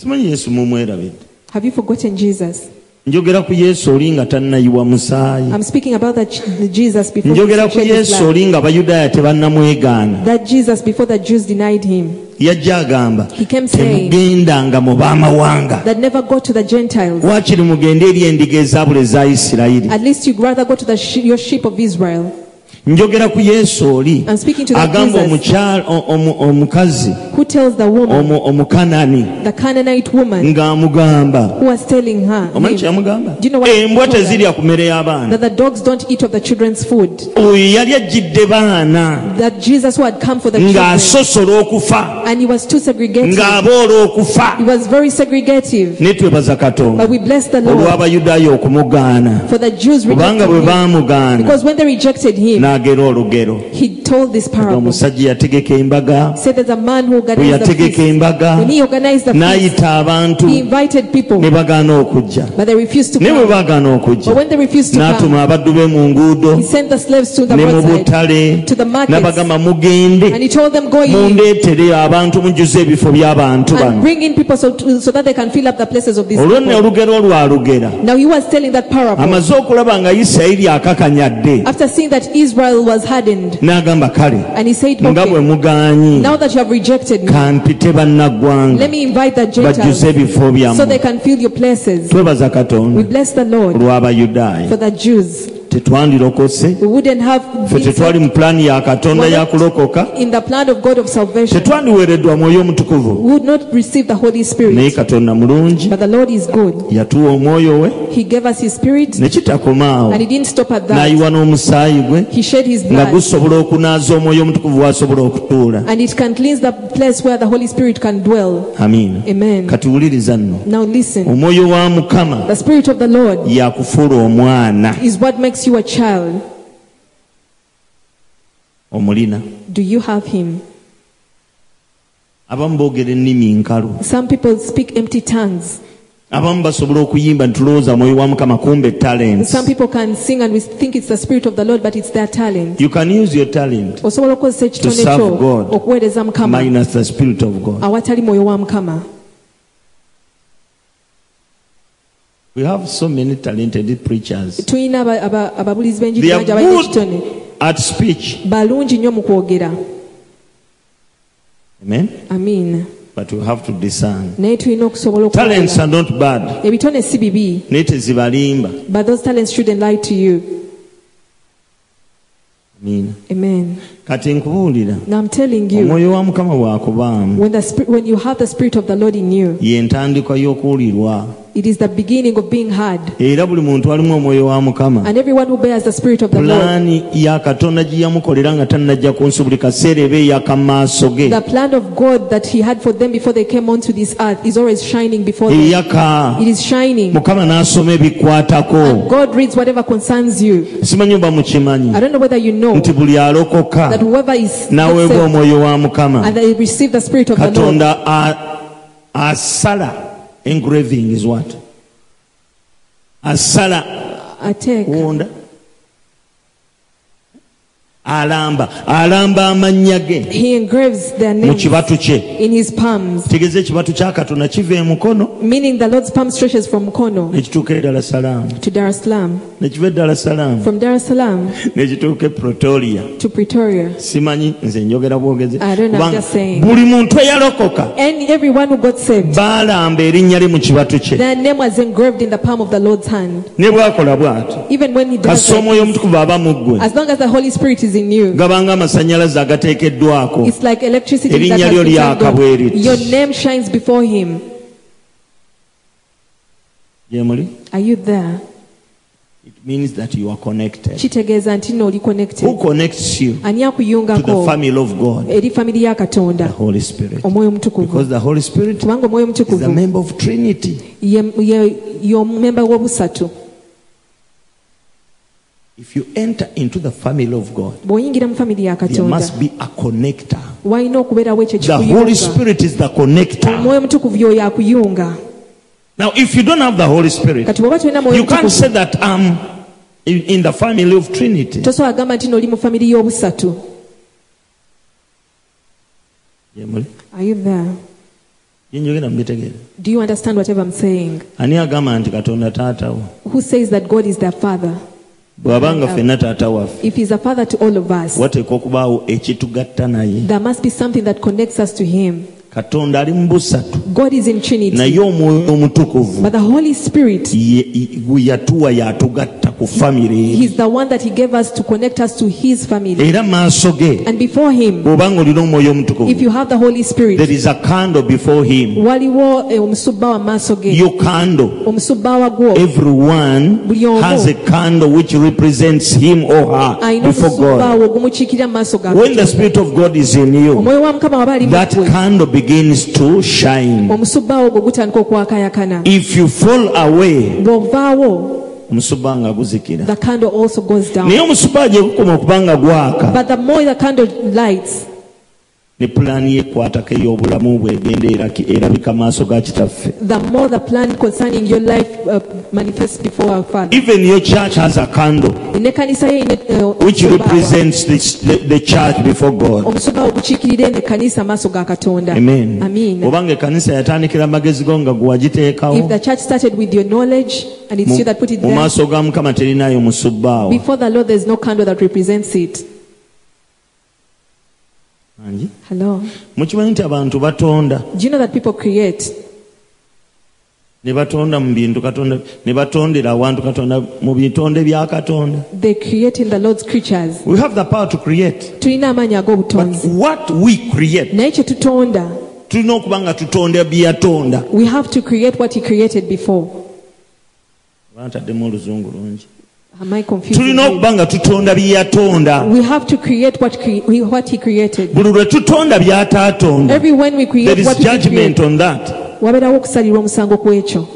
Speaker 1: simanyi yesu mumwerabidde
Speaker 2: Have you forgotten Jesus?
Speaker 1: njogera ku yesu oli nga tannayiwa musaayi
Speaker 2: I'm speaking about that Je- Jesus before he
Speaker 1: njogera ku
Speaker 2: shed his
Speaker 1: yesu
Speaker 2: blood.
Speaker 1: oli nga bayudaaya tebannamwegaana
Speaker 2: That Jesus before the Jews denied him.
Speaker 1: yajja agamba
Speaker 2: He came saying
Speaker 1: temugendanga mu baamawanga
Speaker 2: that never go to the Gentiles.
Speaker 1: waakiri mugende eri endiga ezaabula eza isirayiri
Speaker 2: At least you'd rather go to the sh- your sheep of Israel.
Speaker 1: njogera ku yesu oli
Speaker 2: I'm speaking to that
Speaker 1: agamba
Speaker 2: Jesus.
Speaker 1: omukyala o- omu- omukazi
Speaker 2: Who tells the woman,
Speaker 1: omu- omukanani
Speaker 2: the Canaanite woman,
Speaker 1: ng'amugamba
Speaker 2: who was telling her
Speaker 1: omanyi
Speaker 2: him,
Speaker 1: kyeyamugamba
Speaker 2: Do you know what he
Speaker 1: embwa
Speaker 2: told her?
Speaker 1: tezirya ku mere y'abaana
Speaker 2: that the dogs don't eat of the children's food?
Speaker 1: oyo yali ajjidde baana
Speaker 2: That Jesus who had come for the children,
Speaker 1: ng'asosola okufa
Speaker 2: and he was too segregative.
Speaker 1: ng'aboola okufa
Speaker 2: He was very segregative.
Speaker 1: ne twebaza katonda
Speaker 2: But we bless the Lord
Speaker 1: olw'abayudaaya okumugaana
Speaker 2: for the Jews
Speaker 1: kubanga
Speaker 2: rejected
Speaker 1: bwe
Speaker 2: him.
Speaker 1: baamugaana
Speaker 2: Because when they rejected him,
Speaker 1: n'agera olugero
Speaker 2: He told this
Speaker 1: nga
Speaker 2: parable.
Speaker 1: omusajja yategeka embaga
Speaker 2: Said there's a man who
Speaker 1: bwe
Speaker 2: organized the
Speaker 1: yategeka
Speaker 2: feast.
Speaker 1: embaga
Speaker 2: When he organized the feast,
Speaker 1: n'ayita abantu
Speaker 2: he invited people,
Speaker 1: ne bagaana okujja
Speaker 2: but they refused to
Speaker 1: ne bwe
Speaker 2: come.
Speaker 1: baagaana okujja
Speaker 2: But when they refused to
Speaker 1: n'atuma
Speaker 2: come,
Speaker 1: abaddu be mu nguudo
Speaker 2: he sent the slaves to the
Speaker 1: ne mu
Speaker 2: roadside,
Speaker 1: butale
Speaker 2: to the markets,
Speaker 1: n'abagamba mugende
Speaker 2: and he told them, "Go in
Speaker 1: mundeetere abantu munjuze ebifo by'abantu
Speaker 2: and
Speaker 1: bano
Speaker 2: bring in people so, to, so that they can fill up the places of these
Speaker 1: olwo nno
Speaker 2: people."
Speaker 1: olugero lwalugera
Speaker 2: Now he was telling that parable
Speaker 1: amaze okulaba nga isirayiri akakanyadde
Speaker 2: after seeing that Israel was hardened,
Speaker 1: n'agamba kale
Speaker 2: and he said,
Speaker 1: nga bwe
Speaker 2: okay,
Speaker 1: mugaanyi
Speaker 2: "Now that you have rejected me,
Speaker 1: kampite bannaggwanga
Speaker 2: let me invite the
Speaker 1: bajjuze
Speaker 2: Gentiles
Speaker 1: ebifo
Speaker 2: so they
Speaker 1: byammwe
Speaker 2: can fill your places."
Speaker 1: twebaza
Speaker 2: We
Speaker 1: katonda
Speaker 2: bless the Lord
Speaker 1: olw'abayudaaya
Speaker 2: for the Jews.
Speaker 1: tetwandirokose
Speaker 2: We wouldn't have
Speaker 1: ffe
Speaker 2: been
Speaker 1: tetwali mu pulaani ya katonda ya kulokoka
Speaker 2: in the plan of God of salvation.
Speaker 1: tetwandiweereddwa mwoyo omutukuvu
Speaker 2: We would not receive the Holy
Speaker 1: naye
Speaker 2: Spirit,
Speaker 1: katonda mulungi
Speaker 2: but the Lord is good.
Speaker 1: yatuwa omwoyo we
Speaker 2: He gave us His Spirit,
Speaker 1: ne kitakoma
Speaker 2: and He
Speaker 1: awo
Speaker 2: didn't stop at that.
Speaker 1: n'ayiwa n'omusaayi gwe
Speaker 2: He shed His
Speaker 1: nga
Speaker 2: blood,
Speaker 1: gusobola okunaaza omwoyo omutukuvu w'asobola okutuula
Speaker 2: and it can cleanse the place where the Holy Spirit can dwell.
Speaker 1: amiina
Speaker 2: Amen.
Speaker 1: kati wuliriza nno
Speaker 2: Now listen.
Speaker 1: omwoyo wa mukama
Speaker 2: The Spirit of the Lord
Speaker 1: yakufuula omwana
Speaker 2: is what makes you a child.
Speaker 1: omulina
Speaker 2: Do you have Him?
Speaker 1: abamu boogera ennimi nkalu
Speaker 2: Some people speak empty tongues.
Speaker 1: abamu basobola okuyimba nitulowooza mwoyo wa mukama kumbe talents
Speaker 2: Some people can sing and we think it's the Spirit of the Lord, but it's their talent.
Speaker 1: you can use your talent
Speaker 2: osobola okukozesa ekitonde
Speaker 1: To serve
Speaker 2: kyo
Speaker 1: God.
Speaker 2: okuweereza mukama
Speaker 1: minus the spirit of god
Speaker 2: awatali mwoyo wa mukama
Speaker 1: we have so many talented preachers
Speaker 2: tulina aba- aba- ababulizi b'enjiri
Speaker 1: they are
Speaker 2: bangi abalina ekitone
Speaker 1: good at speech
Speaker 2: balungi nnyo mu kwogera
Speaker 1: amen
Speaker 2: amin
Speaker 1: but you have to discern
Speaker 2: naye tulina okusobola
Speaker 1: talents
Speaker 2: okulaba
Speaker 1: are not bad
Speaker 2: ebitone si bibi
Speaker 1: naye tezibalimba
Speaker 2: but those talents shouldn't lie to you
Speaker 1: amina
Speaker 2: amen
Speaker 1: kati nkubuulira
Speaker 2: now i'm telling you
Speaker 1: omwoyo wa mukama bwakubaamu
Speaker 2: when, the spirit, when you have the spirit of the lord in you
Speaker 1: yentandikwa y'okuwulirwa
Speaker 2: it is the beginning of being heard
Speaker 1: era buli muntu alimu omwoyo wa mukama
Speaker 2: and everyone who bears the spirit of the lord
Speaker 1: pulaani ya katonda gye yamukolera nga tannajja ku nsi buli kaseera eba eyaka maaso ge
Speaker 2: the plan of god that he had for them before they came onto this earth is always shining before them
Speaker 1: eyaka
Speaker 2: it is shining
Speaker 1: mukama n'asoma ebikwatako
Speaker 2: God reads whatever concerns you.
Speaker 1: simanyi oba mukimanyi
Speaker 2: I don't know whether you know
Speaker 1: nti buli
Speaker 2: that
Speaker 1: alokoka
Speaker 2: whoever is
Speaker 1: n'aweebwa
Speaker 2: saved
Speaker 1: omwoyo wa mukama
Speaker 2: and they receive the Spirit of the Lord,
Speaker 1: katonda a- asala engraving is what asala
Speaker 2: attack,
Speaker 1: wonda alamba alamba amannya ge
Speaker 2: he engraves their
Speaker 1: mu
Speaker 2: names
Speaker 1: kibatu kye
Speaker 2: in his palms,
Speaker 1: kitegeeza ekibatu kya katonda kiva e emukono
Speaker 2: meaning the Lord's palm stretches from Kono
Speaker 1: nekituuka eddala salaamu
Speaker 2: to Dar es Salaam,
Speaker 1: nekiva eddala salaamu
Speaker 2: from Dar es Salaam
Speaker 1: nekituuka e pretoria
Speaker 2: to Pretoria.
Speaker 1: simanyi nze njogera bwogezi
Speaker 2: I don't know,
Speaker 1: Kubanga
Speaker 2: I'm just saying.
Speaker 1: buli muntu eyalokoka
Speaker 2: And everyone who got saved,
Speaker 1: baalamba erinnya lye mu kibatu kye
Speaker 2: their name was engraved in the palm of the Lord's hand.
Speaker 1: ne bwakola bw'atyo
Speaker 2: Even when he does
Speaker 1: kassa
Speaker 2: it,
Speaker 1: omwoyo omutukuvu aba mu ggwe
Speaker 2: as long as the Holy Spirit is in you,
Speaker 1: gabanga amasannyalaze agateekeddwako
Speaker 2: it's like electricity that
Speaker 1: Erinnya
Speaker 2: has
Speaker 1: lyo
Speaker 2: been turned on.
Speaker 1: lyakabweretti.
Speaker 2: Your name shines before him.
Speaker 1: gyemuli
Speaker 2: Are you there?
Speaker 1: it means that you are connected
Speaker 2: kitegeeza nti nno oli
Speaker 1: who
Speaker 2: connected
Speaker 1: connects you
Speaker 2: ani
Speaker 1: to the
Speaker 2: akuyungako
Speaker 1: family of god
Speaker 2: eri famiri ya
Speaker 1: the
Speaker 2: katonda
Speaker 1: holy spirit
Speaker 2: omwoyo omutukuvu
Speaker 1: because the holy spirit
Speaker 2: kubanga omwoyo
Speaker 1: is a
Speaker 2: omutukuvu
Speaker 1: member of trinity
Speaker 2: ye- ye- y'omumemba w'obusatu
Speaker 1: if you enter into the family of god
Speaker 2: bw'oyingira mu famiri ya
Speaker 1: there
Speaker 2: katonda
Speaker 1: must be a connector
Speaker 2: walina okubeerawo ekyo
Speaker 1: the holy
Speaker 2: ekikuyunga
Speaker 1: spirit is the connector
Speaker 2: omwoyo omutukuvu yoyo akuyunga
Speaker 1: now if you don't have the holy spirit
Speaker 2: kati bw'oba tolina mwoyo
Speaker 1: you can't
Speaker 2: omutukuvu
Speaker 1: say that i'm in, in the family of trinity
Speaker 2: tosobola kugamba nti nooli mu famiri y'obusatu
Speaker 1: Gyemuli?
Speaker 2: Are you there?
Speaker 1: Bye njogera mubitegeera
Speaker 2: Do you understand whatever I'm saying?
Speaker 1: ani agamba nti katonda taatawo
Speaker 2: Who says that God is their father?
Speaker 1: bw'abanga ffenna taata waffe
Speaker 2: If he's a father to all of us,
Speaker 1: wateekwa okubaawo ekitugatta naye
Speaker 2: there must be something that connects us to him.
Speaker 1: katonda ali mu busatu
Speaker 2: God is in Trinity.
Speaker 1: naye omwoyo omutukuvu
Speaker 2: But the Holy Spirit,
Speaker 1: ye- ye- gwe yatuwa yatugatta ku famire
Speaker 2: He's the one that He gave us to connect us to His family.
Speaker 1: era maaso ge
Speaker 2: And before Him,
Speaker 1: bw'obanga olina omwoyo
Speaker 2: if
Speaker 1: omutukuvu
Speaker 2: you have the Holy Spirit,
Speaker 1: there is a candle before him
Speaker 2: waliwo eh, omusubba wa maaso ge
Speaker 1: your candle
Speaker 2: omusubba wagwo
Speaker 1: everyone
Speaker 2: Buli omu.
Speaker 1: has a candle which represents him or her
Speaker 2: alina
Speaker 1: before
Speaker 2: omusubba
Speaker 1: god
Speaker 2: wo ogumukiikirira mu maaso ga
Speaker 1: when the spirit of god is in you
Speaker 2: omwoyo wa mukama waba ali mu
Speaker 1: that
Speaker 2: ggwe
Speaker 1: candle begins to shine
Speaker 2: omusubba wo ogwo gutandika okwakayakana
Speaker 1: if you fall away
Speaker 2: bw'ovaawo
Speaker 1: omusubba nga guzikira
Speaker 2: the candle also goes down.
Speaker 1: naye omusubba gye gukoma okubanga gwaka
Speaker 2: But the more the candle lights,
Speaker 1: ne pulaani yekwatako ey'obulamu bwegenda eraki- erabika maaso ga kitaffe
Speaker 2: the more the plan concerning your life uh, manifests before our Father.
Speaker 1: even your church has a candle
Speaker 2: Ennekanisa ye ine, uh,
Speaker 1: which
Speaker 2: omusumba-
Speaker 1: represents this, the, the church before god
Speaker 2: omusumba ogukiikirira ennekanisa amaaso ga katonda
Speaker 1: amen
Speaker 2: Amen.
Speaker 1: obanga ekanisa yatandikira magezi go nga
Speaker 2: if
Speaker 1: gwewagiteekawo
Speaker 2: the church started with your knowledge and it's you that put it
Speaker 1: mu
Speaker 2: there
Speaker 1: maaso ga mukama terinayo musubbaawo
Speaker 2: before the lord there's no candle that represents it
Speaker 1: Angi?
Speaker 2: hello
Speaker 1: mukimanyi nti abantu batonda
Speaker 2: do you know that people create
Speaker 1: ne batonda mu bintu katonda ne batondera awantu katonda mu bitonde bya katonda
Speaker 2: they create in the lord's creatures
Speaker 1: we have the power to create
Speaker 2: tulina amaanyi
Speaker 1: but
Speaker 2: ag'obutonzi
Speaker 1: what we create
Speaker 2: naye kye tutonda
Speaker 1: tulina okuba nga tutonda bye yatonda
Speaker 2: we have to create what he created before
Speaker 1: bantaddemu oluzungu lungi
Speaker 2: am i confusing
Speaker 1: tulina
Speaker 2: you?
Speaker 1: okuba nga tutonda bye yatonda
Speaker 2: we have to create what, cre- what he created
Speaker 1: buli lwe tutonda by'ataatonda
Speaker 2: every when we
Speaker 1: there
Speaker 2: create
Speaker 1: is
Speaker 2: what we
Speaker 1: judgment
Speaker 2: create,
Speaker 1: on that
Speaker 2: wabeerawo okusalirwa omusango ku ekyo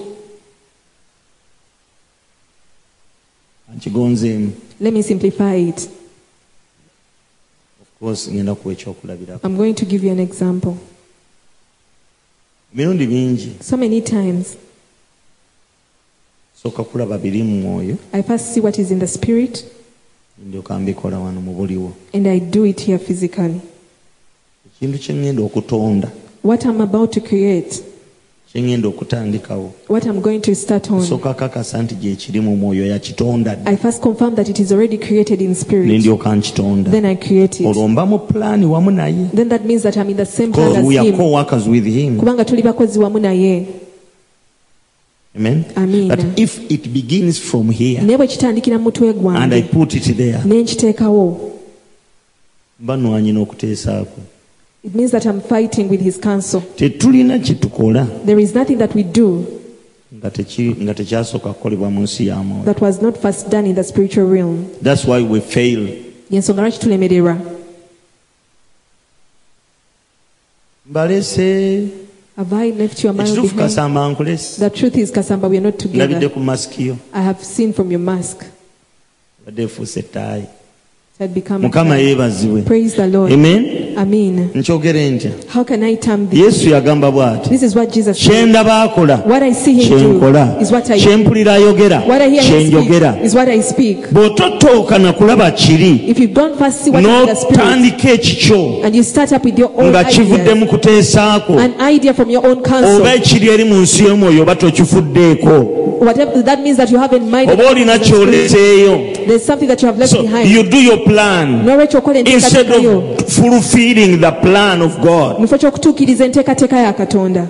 Speaker 1: nkigonzeemu
Speaker 2: let me simplify it
Speaker 1: Of course, ngenda kuwa ekyokulabirako
Speaker 2: i'm going to give you an example
Speaker 1: mirundi mingi
Speaker 2: so many times
Speaker 1: sooka kulaba biri mu mwoyo
Speaker 2: i first see what is in the spirit
Speaker 1: ndyoka mbikola wano mu buliwo
Speaker 2: and I do it here physically.
Speaker 1: ekintu kye ŋŋenda okutonda
Speaker 2: What I'm about to create,
Speaker 1: kye ŋŋenda okutandikawo
Speaker 2: what I'm going to start on,
Speaker 1: sooka kakasa nti gye kiri mu mwoyo yakitonda dda
Speaker 2: I first confirm that it is already created in
Speaker 1: ne
Speaker 2: spirit.
Speaker 1: ndyoka nkitonda
Speaker 2: Then I create
Speaker 1: olwo
Speaker 2: it.
Speaker 1: mba mu pulaani wamu naye
Speaker 2: Then that means that I'm in the same plan
Speaker 1: Because
Speaker 2: as
Speaker 1: we are
Speaker 2: him.
Speaker 1: co-workers with him
Speaker 2: kubanga tuli bakozi wamu naye
Speaker 1: amen
Speaker 2: Amina.
Speaker 1: that if it begins from here
Speaker 2: naye bwe kitandikira mu mutwe
Speaker 1: and i
Speaker 2: gwange
Speaker 1: put it there
Speaker 2: ne nkiteekawo
Speaker 1: mba nwanyi n'okuteesaako
Speaker 2: it means that I'm fighting with his counsel.
Speaker 1: tetulina kye tukola
Speaker 2: There is nothing that we do
Speaker 1: nga teki- nga tekyasooka kukolebwa mu nsi ya mwoyo
Speaker 2: that was not first done in the spiritual realm.
Speaker 1: that's why we fail
Speaker 2: Yensonga lwaki tulemererwa.
Speaker 1: mbalese
Speaker 2: Have I left you a mile
Speaker 1: ekituufu
Speaker 2: behind?
Speaker 1: kasamba nkulese
Speaker 2: The truth is, Kasamba, we are not together.
Speaker 1: ndabidde ku masiki yo
Speaker 2: I have seen from your mask
Speaker 1: badde efuuse ettaayi
Speaker 2: that become
Speaker 1: mukama yeebazibwe
Speaker 2: praise the Lord.
Speaker 1: amen
Speaker 2: Amen.
Speaker 1: nkyogere ntya
Speaker 2: How can I term this?
Speaker 1: yesu yagamba bw'ati
Speaker 2: This is what Jesus said.
Speaker 1: kyendaba akola
Speaker 2: What I see him
Speaker 1: kyenkola
Speaker 2: do is what I
Speaker 1: kyempulira ayogera
Speaker 2: What I hear him
Speaker 1: kyenjogera
Speaker 2: speak is what I speak.
Speaker 1: bw'ototuuka na kulaba kiri
Speaker 2: If you don't first see what is in the spirit
Speaker 1: n'otandika ekikyo
Speaker 2: and you start up with your own
Speaker 1: nga kivudde
Speaker 2: ideas,
Speaker 1: mu kuteesaako
Speaker 2: an idea from your own
Speaker 1: oba
Speaker 2: counsel,
Speaker 1: ekiri eri mu nsi y'omwoyo oba tokifuddeeko
Speaker 2: whatever that means that you have in mind,
Speaker 1: oba olina
Speaker 2: that is in the spirit.
Speaker 1: kyoleseeyo
Speaker 2: there's something that you have left
Speaker 1: so
Speaker 2: behind.
Speaker 1: you do your plan
Speaker 2: N'olwekyo okola
Speaker 1: instead
Speaker 2: enteekateeka yo.
Speaker 1: of fulfilling the plan of god
Speaker 2: Mu kifo ky'okutuukiriza enteekateeka ya Katonda.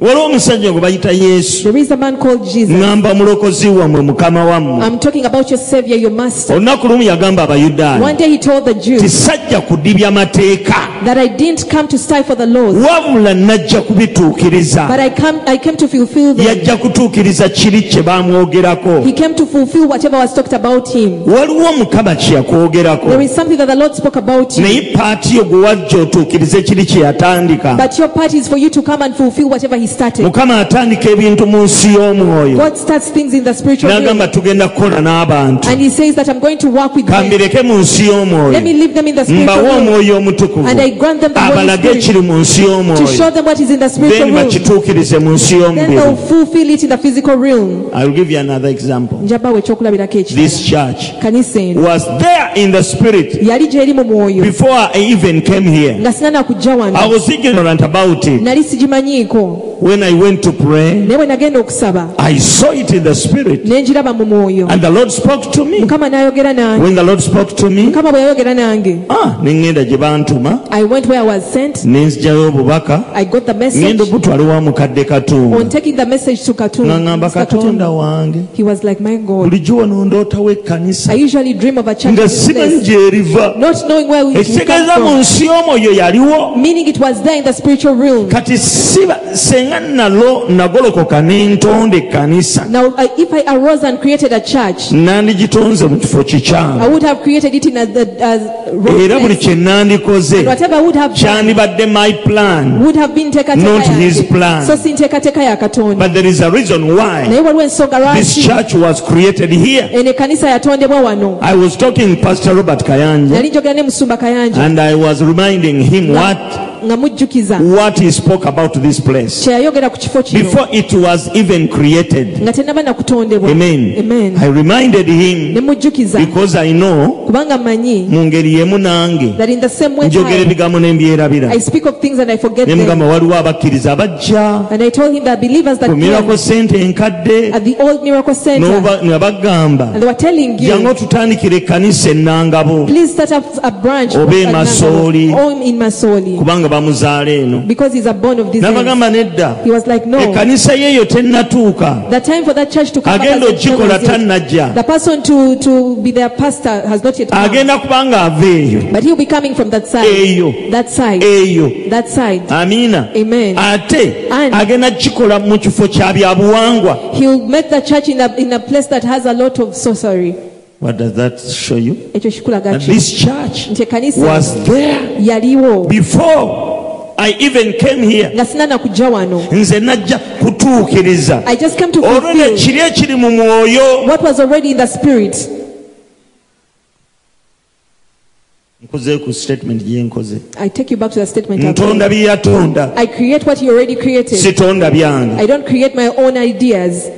Speaker 1: waliwo omusajja gwe bayita yesu
Speaker 2: There is a man called Jesus.
Speaker 1: ŋŋamba mulokozi wammwe mukama wammwe
Speaker 2: I'm talking about your Savior, your Master.
Speaker 1: olunaku lumu yagamba
Speaker 2: One
Speaker 1: abayudaaya
Speaker 2: day he told the
Speaker 1: ti
Speaker 2: Jews
Speaker 1: sajja kudibya mateeka
Speaker 2: that I didn't come to stifle the laws,
Speaker 1: wabula najja
Speaker 2: but
Speaker 1: kubituukiriza
Speaker 2: I, come, I came to fulfill them.
Speaker 1: yajja kutuukiriza kiri kye baamwogerako
Speaker 2: He came to fulfill whatever was talked about him.
Speaker 1: waliwo mukama kye
Speaker 2: There
Speaker 1: yakwogerako
Speaker 2: is something that the Lord spoke about you,
Speaker 1: naye paati yo gwe wajja otuukirize kiri kye yatandika
Speaker 2: but your part is for you to come and fulfill whatever He started.
Speaker 1: mukama atandika ebintu mu nsi y'omwoyo
Speaker 2: God starts things in the spiritual realm,
Speaker 1: n'agamba tugenda kukola n'abantu
Speaker 2: and He says that I'm going to work with them.
Speaker 1: kambireke mu nsi y'omwoyo
Speaker 2: Let me leave them in the spiritual
Speaker 1: mbawa
Speaker 2: realm
Speaker 1: omwoyo omutukuvu
Speaker 2: And I grant them the Holy
Speaker 1: abalage
Speaker 2: Spirit
Speaker 1: ekiri mu nsi
Speaker 2: to show
Speaker 1: y'omwoyo
Speaker 2: them what is in the spiritual
Speaker 1: then
Speaker 2: realm.
Speaker 1: bakituukirize mu nsi
Speaker 2: Then
Speaker 1: y'omubiri
Speaker 2: they'll fulfill it in the physical realm.
Speaker 1: I'll give you another example.
Speaker 2: Njabawe ekyokulabirako
Speaker 1: This
Speaker 2: ekirala.
Speaker 1: church
Speaker 2: Kanisa eno
Speaker 1: was there in the spirit
Speaker 2: yali gyeri mu mwoyo
Speaker 1: before I even came here.
Speaker 2: nga sinana kujja
Speaker 1: I
Speaker 2: wano
Speaker 1: was ignorant about it.
Speaker 2: nali sigimanyiiko
Speaker 1: When I went to pray,
Speaker 2: naye bwe nagenda okusaba
Speaker 1: I saw it in the spirit.
Speaker 2: ne ngiraba mu mwoyo
Speaker 1: And the Lord spoke to me.
Speaker 2: mukama n'ayogera nange
Speaker 1: When the Lord spoke to me,
Speaker 2: mukama bwe yayogera nange
Speaker 1: ah, nengenda gye bantuma,
Speaker 2: I went where I was sent.
Speaker 1: nenzijayo obubaka,
Speaker 2: I got the message.
Speaker 1: ngenda okutwala wa mukadde
Speaker 2: On
Speaker 1: Katumba.
Speaker 2: taking the message to Khartoum,
Speaker 1: Nga ŋŋamba
Speaker 2: Mr.
Speaker 1: Katonda
Speaker 2: Katumba,
Speaker 1: wange,
Speaker 2: he was like, My God,
Speaker 1: bulijjo wano ndootawo
Speaker 2: I
Speaker 1: ekkanisa,
Speaker 2: usually dream of a church in
Speaker 1: nga
Speaker 2: this
Speaker 1: simanyi
Speaker 2: place,
Speaker 1: gye eriva.
Speaker 2: not knowing where we we
Speaker 1: Ekitegeeza mu
Speaker 2: come
Speaker 1: nsi omwoyo yaliwo.
Speaker 2: from. Meaning it was there in the spiritual realm.
Speaker 1: kati siba singa nalo nagolokoka ne ntonda ekkanisa
Speaker 2: Now, I- if I arose and created a church,
Speaker 1: nandigitonze mu kifo
Speaker 2: I
Speaker 1: kikyamu
Speaker 2: would have created it in a, the, as wrong
Speaker 1: era buli
Speaker 2: place.
Speaker 1: kye nandikoze
Speaker 2: And whatever I would have done
Speaker 1: kyandibadde my plan
Speaker 2: would have been
Speaker 1: Not
Speaker 2: teekateeka
Speaker 1: his plan.
Speaker 2: yange. so si nteekateeka ya katonda
Speaker 1: but there is a reason why
Speaker 2: naye waliwo ensonga
Speaker 1: this
Speaker 2: lwaki
Speaker 1: church Ah. was created here
Speaker 2: eno ekkanisa yatondebwa wano
Speaker 1: i was talking pastor robert kayanja
Speaker 2: nali njogera ne musumba kayanja
Speaker 1: and i was reminding him what
Speaker 2: nga mujjukiza
Speaker 1: what he spoke about this place
Speaker 2: kye yayogera ku kifo kino
Speaker 1: Ah. before it was even created
Speaker 2: nga tenaba na kutondebwa
Speaker 1: amen
Speaker 2: Amen.
Speaker 1: i reminded him
Speaker 2: ne mujjukiza
Speaker 1: because i know
Speaker 2: kubanga mmanyi
Speaker 1: mu ngeri yemu nange
Speaker 2: that in the same way
Speaker 1: njogera
Speaker 2: I,
Speaker 1: ebigambo nembyerabira
Speaker 2: I speak of things and I forget them
Speaker 1: nemugamba waliwo abakkiriza abajja
Speaker 2: and I told him that believers that
Speaker 1: kumirako
Speaker 2: came
Speaker 1: sente enkadde
Speaker 2: at the old miracle center
Speaker 1: n'oba- ne bagamba
Speaker 2: and they were telling you
Speaker 1: jangu tutandikira ekkanisa ennangabo
Speaker 2: Please start up a branch
Speaker 1: Oba e
Speaker 2: at
Speaker 1: Masoli.
Speaker 2: Nangabo, or in Masoli
Speaker 1: kubanga bamuzaala eno
Speaker 2: because he's a bond of this.
Speaker 1: n'abagamba nedda
Speaker 2: He was like, no,
Speaker 1: ekkanisa yeeyo tennatuuka
Speaker 2: the time for that church to come back
Speaker 1: Agenda
Speaker 2: as a church
Speaker 1: ogikola
Speaker 2: is yet-
Speaker 1: tannajja.
Speaker 2: The person to, to be their pastor has not yet come.
Speaker 1: agenda kubanga ava eyo
Speaker 2: But he'll be coming from that side.
Speaker 1: Eyo.
Speaker 2: That side.
Speaker 1: eyo Ah,
Speaker 2: That side.
Speaker 1: amiina
Speaker 2: Amen.
Speaker 1: ate
Speaker 2: And-
Speaker 1: agenda kukikola mu kifo kya byabuwangwa
Speaker 2: He'll make the church in a, in a place that has a lot of sorcery.
Speaker 1: What does that show you?
Speaker 2: Ekyo kikulaga
Speaker 1: That
Speaker 2: ki?
Speaker 1: this church
Speaker 2: Nti ekkanisa
Speaker 1: was there
Speaker 2: yaliwo
Speaker 1: before I even came here.
Speaker 2: nga sinana kujja wano.
Speaker 1: Nze najja kutuukiriza.
Speaker 2: I just came to
Speaker 1: Olwo ne
Speaker 2: fulfill
Speaker 1: kiri ekiri mu mwoyo.
Speaker 2: what was already in the spirit.
Speaker 1: Nkoze ku statement gye nkoze.
Speaker 2: I take you back to the statement. I've made.
Speaker 1: Ntonda bye yatonda.
Speaker 2: I create what he already created.
Speaker 1: Sitonda byange.
Speaker 2: I don't create my own ideas.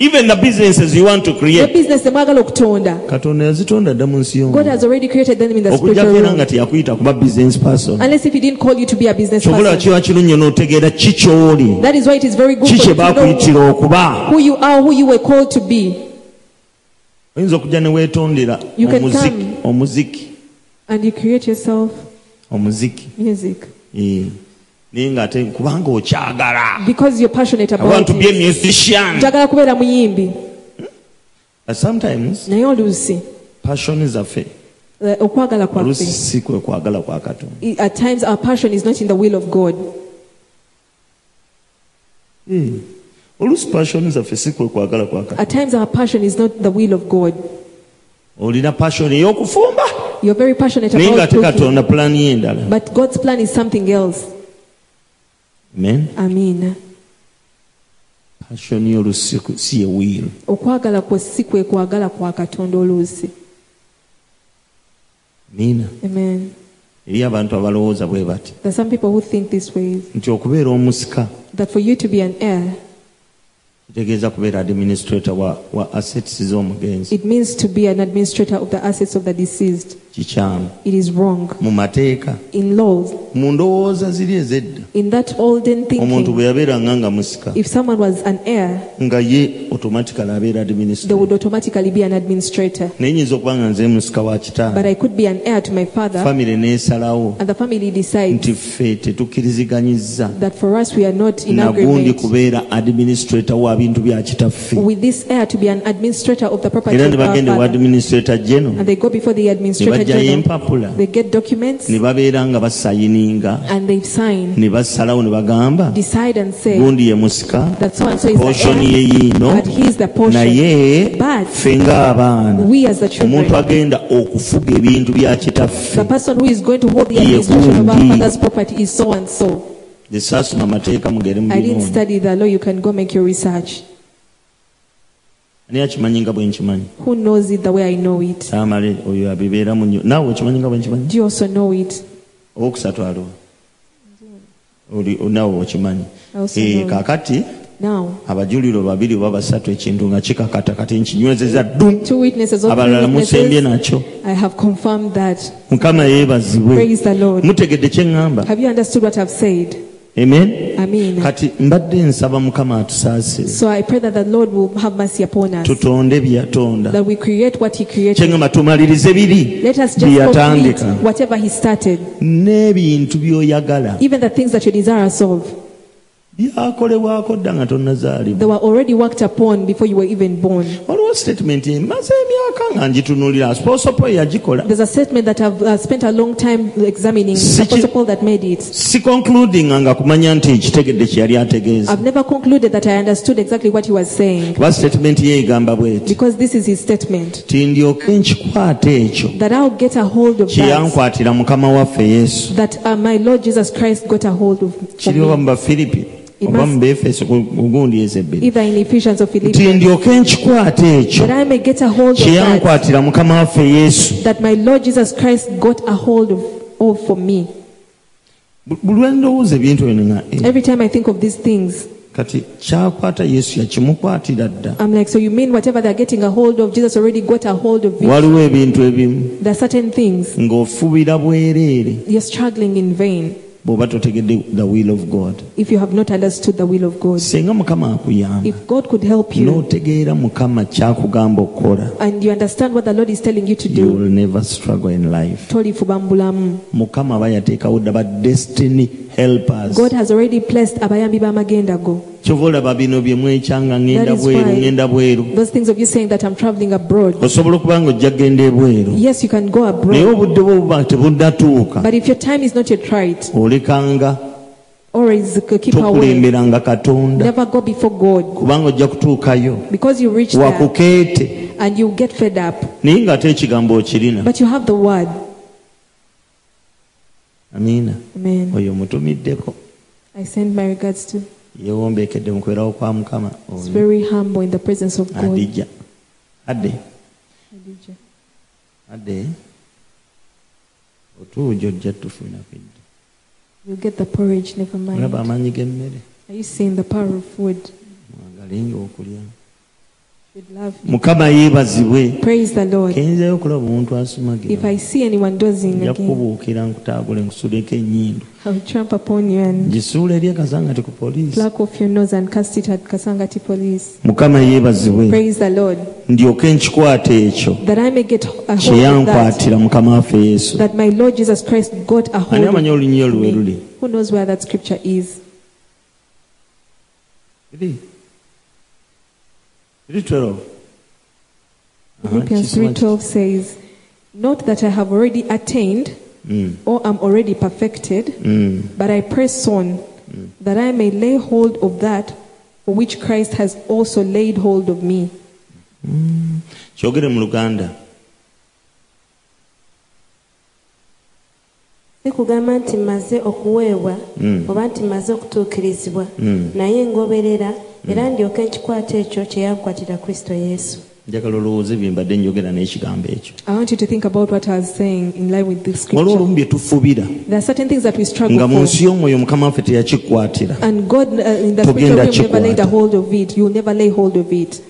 Speaker 1: Even the businesses you want to
Speaker 2: The
Speaker 1: create.
Speaker 2: business emwagala okutonda.
Speaker 1: Katonda yazitonda dda mu nsi
Speaker 2: God
Speaker 1: y'omuntu.
Speaker 2: has already created them in the
Speaker 1: Okujjako
Speaker 2: spiritual
Speaker 1: era nga
Speaker 2: realm.
Speaker 1: teyakuyita kuba business person.
Speaker 2: Unless if he didn't call you to be a business
Speaker 1: Kyobola
Speaker 2: person.
Speaker 1: kiba kirungi n'otegeera ki ky'oli.
Speaker 2: That is why it is very good
Speaker 1: Ki
Speaker 2: for
Speaker 1: kye
Speaker 2: you to know
Speaker 1: baakuyitira okuba.
Speaker 2: who you are, who you were called to be.
Speaker 1: Oyinza okujja ne weetondera
Speaker 2: You can
Speaker 1: omuziki.
Speaker 2: come.
Speaker 1: Omuziki.
Speaker 2: And you create yourself
Speaker 1: Omuziki.
Speaker 2: music
Speaker 1: Eh, naye nga ate kubanga okyagala
Speaker 2: because you're passionate
Speaker 1: I want
Speaker 2: about
Speaker 1: to be a
Speaker 2: it.
Speaker 1: musician
Speaker 2: Njagala kubeera muyimbi
Speaker 1: But sometimes
Speaker 2: naye oluusi
Speaker 1: passion zaffe
Speaker 2: eh, okwagala
Speaker 1: oluusi
Speaker 2: kwaffe
Speaker 1: si kwe kwagala kwa katonda
Speaker 2: i- at times our passion is not in the will of God.
Speaker 1: Eh, oluusi passion zaffe si kwe kwagala kwa katonda
Speaker 2: At times our passion is not the will of God.
Speaker 1: olina passion ey'okufumba
Speaker 2: You're very passionate
Speaker 1: naye nga
Speaker 2: about
Speaker 1: ate
Speaker 2: cooking.
Speaker 1: katonda pulaani ye endala
Speaker 2: But God's plan is something else.
Speaker 1: amen
Speaker 2: Amen.
Speaker 1: passion yo oluusi ku- si ye wiiro
Speaker 2: Okwagala kwo si kwe kwagala kwa Katonda oluusi.
Speaker 1: amiina
Speaker 2: Amen.
Speaker 1: eri abantu abalowooza bwe bati
Speaker 2: There are some people who think this way
Speaker 1: nti okubeera omusika
Speaker 2: that for you to be an heir,
Speaker 1: kitegeeza kubeera administrator wa, wa assets z'omugenzi
Speaker 2: it means to be an administrator of the assets of the deceased.
Speaker 1: kikyamu
Speaker 2: It is wrong.
Speaker 1: mu mateeka
Speaker 2: In laws,
Speaker 1: mu ndowooza ziri ezedda
Speaker 2: in that olden
Speaker 1: omuntu
Speaker 2: thinking,
Speaker 1: bwe yabeeranga nga musika
Speaker 2: if someone was an heir,
Speaker 1: nga ye automatikali abeera
Speaker 2: they would
Speaker 1: administrator
Speaker 2: automatically be an administrator.
Speaker 1: naye nyinza okuba nga nze musika wa
Speaker 2: But
Speaker 1: kitaawe
Speaker 2: I could be an heir to my father,
Speaker 1: famire n'esalawo
Speaker 2: and the family decides
Speaker 1: nti ffe tetukkiriziganyiza
Speaker 2: that for us we are not in
Speaker 1: nagundi
Speaker 2: agreement
Speaker 1: kubeera administrator wa bintu bya kitaffe
Speaker 2: with this heir to be an administrator of the property
Speaker 1: era
Speaker 2: of
Speaker 1: ne
Speaker 2: our
Speaker 1: bagenda wa
Speaker 2: father.
Speaker 1: administrator
Speaker 2: And
Speaker 1: geno
Speaker 2: they go before the
Speaker 1: ne
Speaker 2: administrator
Speaker 1: bajjayo
Speaker 2: general.
Speaker 1: empapula
Speaker 2: They get documents
Speaker 1: ne babeera nga basayininga
Speaker 2: and they sign,
Speaker 1: ne basalawo ne bagamba
Speaker 2: decide and say
Speaker 1: gundi ye musika
Speaker 2: that so and so is
Speaker 1: portion
Speaker 2: the
Speaker 1: ye yiino
Speaker 2: heir, but he is the portion.
Speaker 1: naye
Speaker 2: But-
Speaker 1: ffe ng'abaana
Speaker 2: We as the
Speaker 1: omuntu
Speaker 2: children,
Speaker 1: agenda okufuga ebintu bya kitaffe
Speaker 2: the person who is going to hold the
Speaker 1: Ye
Speaker 2: administration of our
Speaker 1: gundi.
Speaker 2: father's property is so and so.
Speaker 1: esaasuma amateeka mugere mu
Speaker 2: I didn't
Speaker 1: binooni
Speaker 2: study the law. You can go make your research.
Speaker 1: naye akimanyi nga bwe nkimanyi
Speaker 2: Who knows it the way I know it?
Speaker 1: saamale oyo abibeeramu nnyo naawe okimanyi nga bwe nkimanyi
Speaker 2: Do you also know it?
Speaker 1: owokusatu aliwo Oli- naawe okimanyi
Speaker 2: I also
Speaker 1: Eh,
Speaker 2: know it.
Speaker 1: kaakati
Speaker 2: Now,
Speaker 1: abajuliro babiri oba basatu ekintu nga kikakata kati nkinywezeza ddu
Speaker 2: two witnesses or three
Speaker 1: abalala musembye
Speaker 2: witnesses.
Speaker 1: nakyo
Speaker 2: I have confirmed that.
Speaker 1: mukama yeebazibwe
Speaker 2: Praise the Lord.
Speaker 1: mutegedde kye ŋŋamba
Speaker 2: Have you understood what I've said?
Speaker 1: amen
Speaker 2: Amen.
Speaker 1: kati mbadde nsaba mukama atusaasire
Speaker 2: So I pray that the Lord will have mercy upon us.
Speaker 1: tutonde byatonda
Speaker 2: That we create what He created.
Speaker 1: kyeŋama tumalirize biri
Speaker 2: Let us just complete
Speaker 1: byeyatandika
Speaker 2: whatever he started,
Speaker 1: n'ebintu byoyagala
Speaker 2: even the things that you desire us of.
Speaker 1: byakolebwako dda nga
Speaker 2: They
Speaker 1: tonnazaalibwa
Speaker 2: were already worked upon before you were even born.
Speaker 1: waliwo statement emaze emyaka mpaka nga ngitunulira apostle paul yagikola
Speaker 2: There's a statement that I've uh, spent a long time examining. It's
Speaker 1: Siki-
Speaker 2: Apostle Paul that made it.
Speaker 1: si concludinga nga kumanya nti ekitegedde kye yali ategeeza
Speaker 2: I've never concluded that I understood exactly what he was saying
Speaker 1: kuba statement ye egamba bweti
Speaker 2: because this is his statement.
Speaker 1: ti ndyoke nkikwata ekyo
Speaker 2: That I'll get a hold of
Speaker 1: kye
Speaker 2: that.
Speaker 1: yankwatira mukama waffe yesu
Speaker 2: That uh, my Lord Jesus Christ got a hold of for
Speaker 1: kiri oba
Speaker 2: me,
Speaker 1: mu bafiripi
Speaker 2: It
Speaker 1: oba
Speaker 2: must-
Speaker 1: mu befeso ogundi ezebbiri
Speaker 2: either in Ephesians or
Speaker 1: nti
Speaker 2: Philippians.
Speaker 1: ndyoke nkikwata ekyo
Speaker 2: That I may get a hold of
Speaker 1: kye
Speaker 2: that.
Speaker 1: yankwatira mukama waffe yesu
Speaker 2: That my Lord Jesus Christ got a hold of all for me.
Speaker 1: Bu- buli lwe ndowooza ebintu ebyo nga eh,
Speaker 2: Every time I think of these things,
Speaker 1: kati kyakwata yesu yakimukwatira dda
Speaker 2: I'm like, so you mean whatever they're getting a hold of, Jesus already got a hold of it?
Speaker 1: waliwo ebintu ebimu
Speaker 2: There are certain things
Speaker 1: ng'ofubira bwereere
Speaker 2: you're struggling in vain
Speaker 1: bw'oba totegedde the will of god
Speaker 2: if you have not understood the will of God.
Speaker 1: singa mukama akuyamba
Speaker 2: If God could help you
Speaker 1: n'otegeera mukama kyakugamba okukola
Speaker 2: and you understand what the Lord is telling you to
Speaker 1: you
Speaker 2: do,
Speaker 1: will never struggle in life
Speaker 2: tolifuba mbulamu.
Speaker 1: mukama aba yateekawo ddaba destiny helpers
Speaker 2: God has already placed abayambi b'amagendago.
Speaker 1: kyova olaba bino byemwekyanga ŋŋenda
Speaker 2: That is
Speaker 1: bweru
Speaker 2: why-
Speaker 1: ŋŋenda bweru
Speaker 2: Those things of you saying that I'm traveling abroad.
Speaker 1: osobola okuba nga ojja kgenda ebweru
Speaker 2: Yes, you can go
Speaker 1: naye
Speaker 2: abroad,
Speaker 1: obudde bwe buba tebunnatuuka
Speaker 2: but if your time is not yet right,
Speaker 1: olekanga
Speaker 2: always keep away.
Speaker 1: tokulemberanga katonda
Speaker 2: Never go before God
Speaker 1: kubanga ojja kutuukayo
Speaker 2: because you reach there
Speaker 1: wakukeete
Speaker 2: and you get fed up.
Speaker 1: naye ng'ate ekigambo okirina
Speaker 2: But you have the word.
Speaker 1: amiina
Speaker 2: Amen.
Speaker 1: oyo mutumiddeko
Speaker 2: I send my regards to.
Speaker 1: yewombekedde mu kubeerawo kwa mukama
Speaker 2: It's
Speaker 1: oyo
Speaker 2: very humble in the presence of God.
Speaker 1: adijja adde adde otuuja ojja tufuna kwidda
Speaker 2: You get the porridge, never mind.
Speaker 1: olaba
Speaker 2: Are
Speaker 1: amaanyi g'emmere
Speaker 2: you seeing the power of food?
Speaker 1: mwagalenga okulya
Speaker 2: With love.
Speaker 1: mukama yeebazibwe
Speaker 2: Praise the Lord.
Speaker 1: kenzayo okulaba omuntu
Speaker 2: If
Speaker 1: asumagira
Speaker 2: I see anyone dozing
Speaker 1: nja
Speaker 2: again,
Speaker 1: kukubuukira nkutaagule nkusuleko ennyindo
Speaker 2: I'll tramp upon you and
Speaker 1: gisuula eri akasangati ku poliisi
Speaker 2: pluck off your nose and cast it at Kasangati police.
Speaker 1: mukama yeebazibwe
Speaker 2: Praise the Lord.
Speaker 1: ndyoke nkikwata ekyo
Speaker 2: That I may get a hold of
Speaker 1: kye
Speaker 2: that.
Speaker 1: yankwatira mukama waffe yesu
Speaker 2: That my Lord Jesus Christ got a hold
Speaker 1: ani amanyi
Speaker 2: of.
Speaker 1: olunyiriri lwe luli
Speaker 2: me. Who knows where that scripture is?
Speaker 1: Biri? Biri 12? Aha,
Speaker 2: Philippians
Speaker 1: kisoma
Speaker 2: 3:12 says, "Not that I have already attained
Speaker 1: ki- Mm,
Speaker 2: or am already perfected,
Speaker 1: mm.
Speaker 2: but I press on that I may lay hold of that for which Christ has also laid hold of me."
Speaker 1: kyogere mu luganda
Speaker 3: sikugamba nti mmaze okuweebwa
Speaker 1: Mm.
Speaker 3: oba nti mmaze okutuukirizibwa
Speaker 1: Mm.
Speaker 3: naye ngoberera era ndyoke nkikwata ekyo kye yankwatira kristo yesu
Speaker 1: njagala olowooze bye mbadde njogera n'ekigambo ekyo
Speaker 2: I want you to think about what I was saying in line with this
Speaker 1: waliwo olumu
Speaker 2: scripture.
Speaker 1: bye tufubira
Speaker 2: There are certain things that we struggle
Speaker 1: nga mu
Speaker 2: with,
Speaker 1: nsi y'omwoyo mukama waffe teyakikwatira
Speaker 2: and God uh, in the
Speaker 1: Tugenda
Speaker 2: scripture will never
Speaker 1: kikwata.
Speaker 2: lay a hold of it. You will never lay hold of it.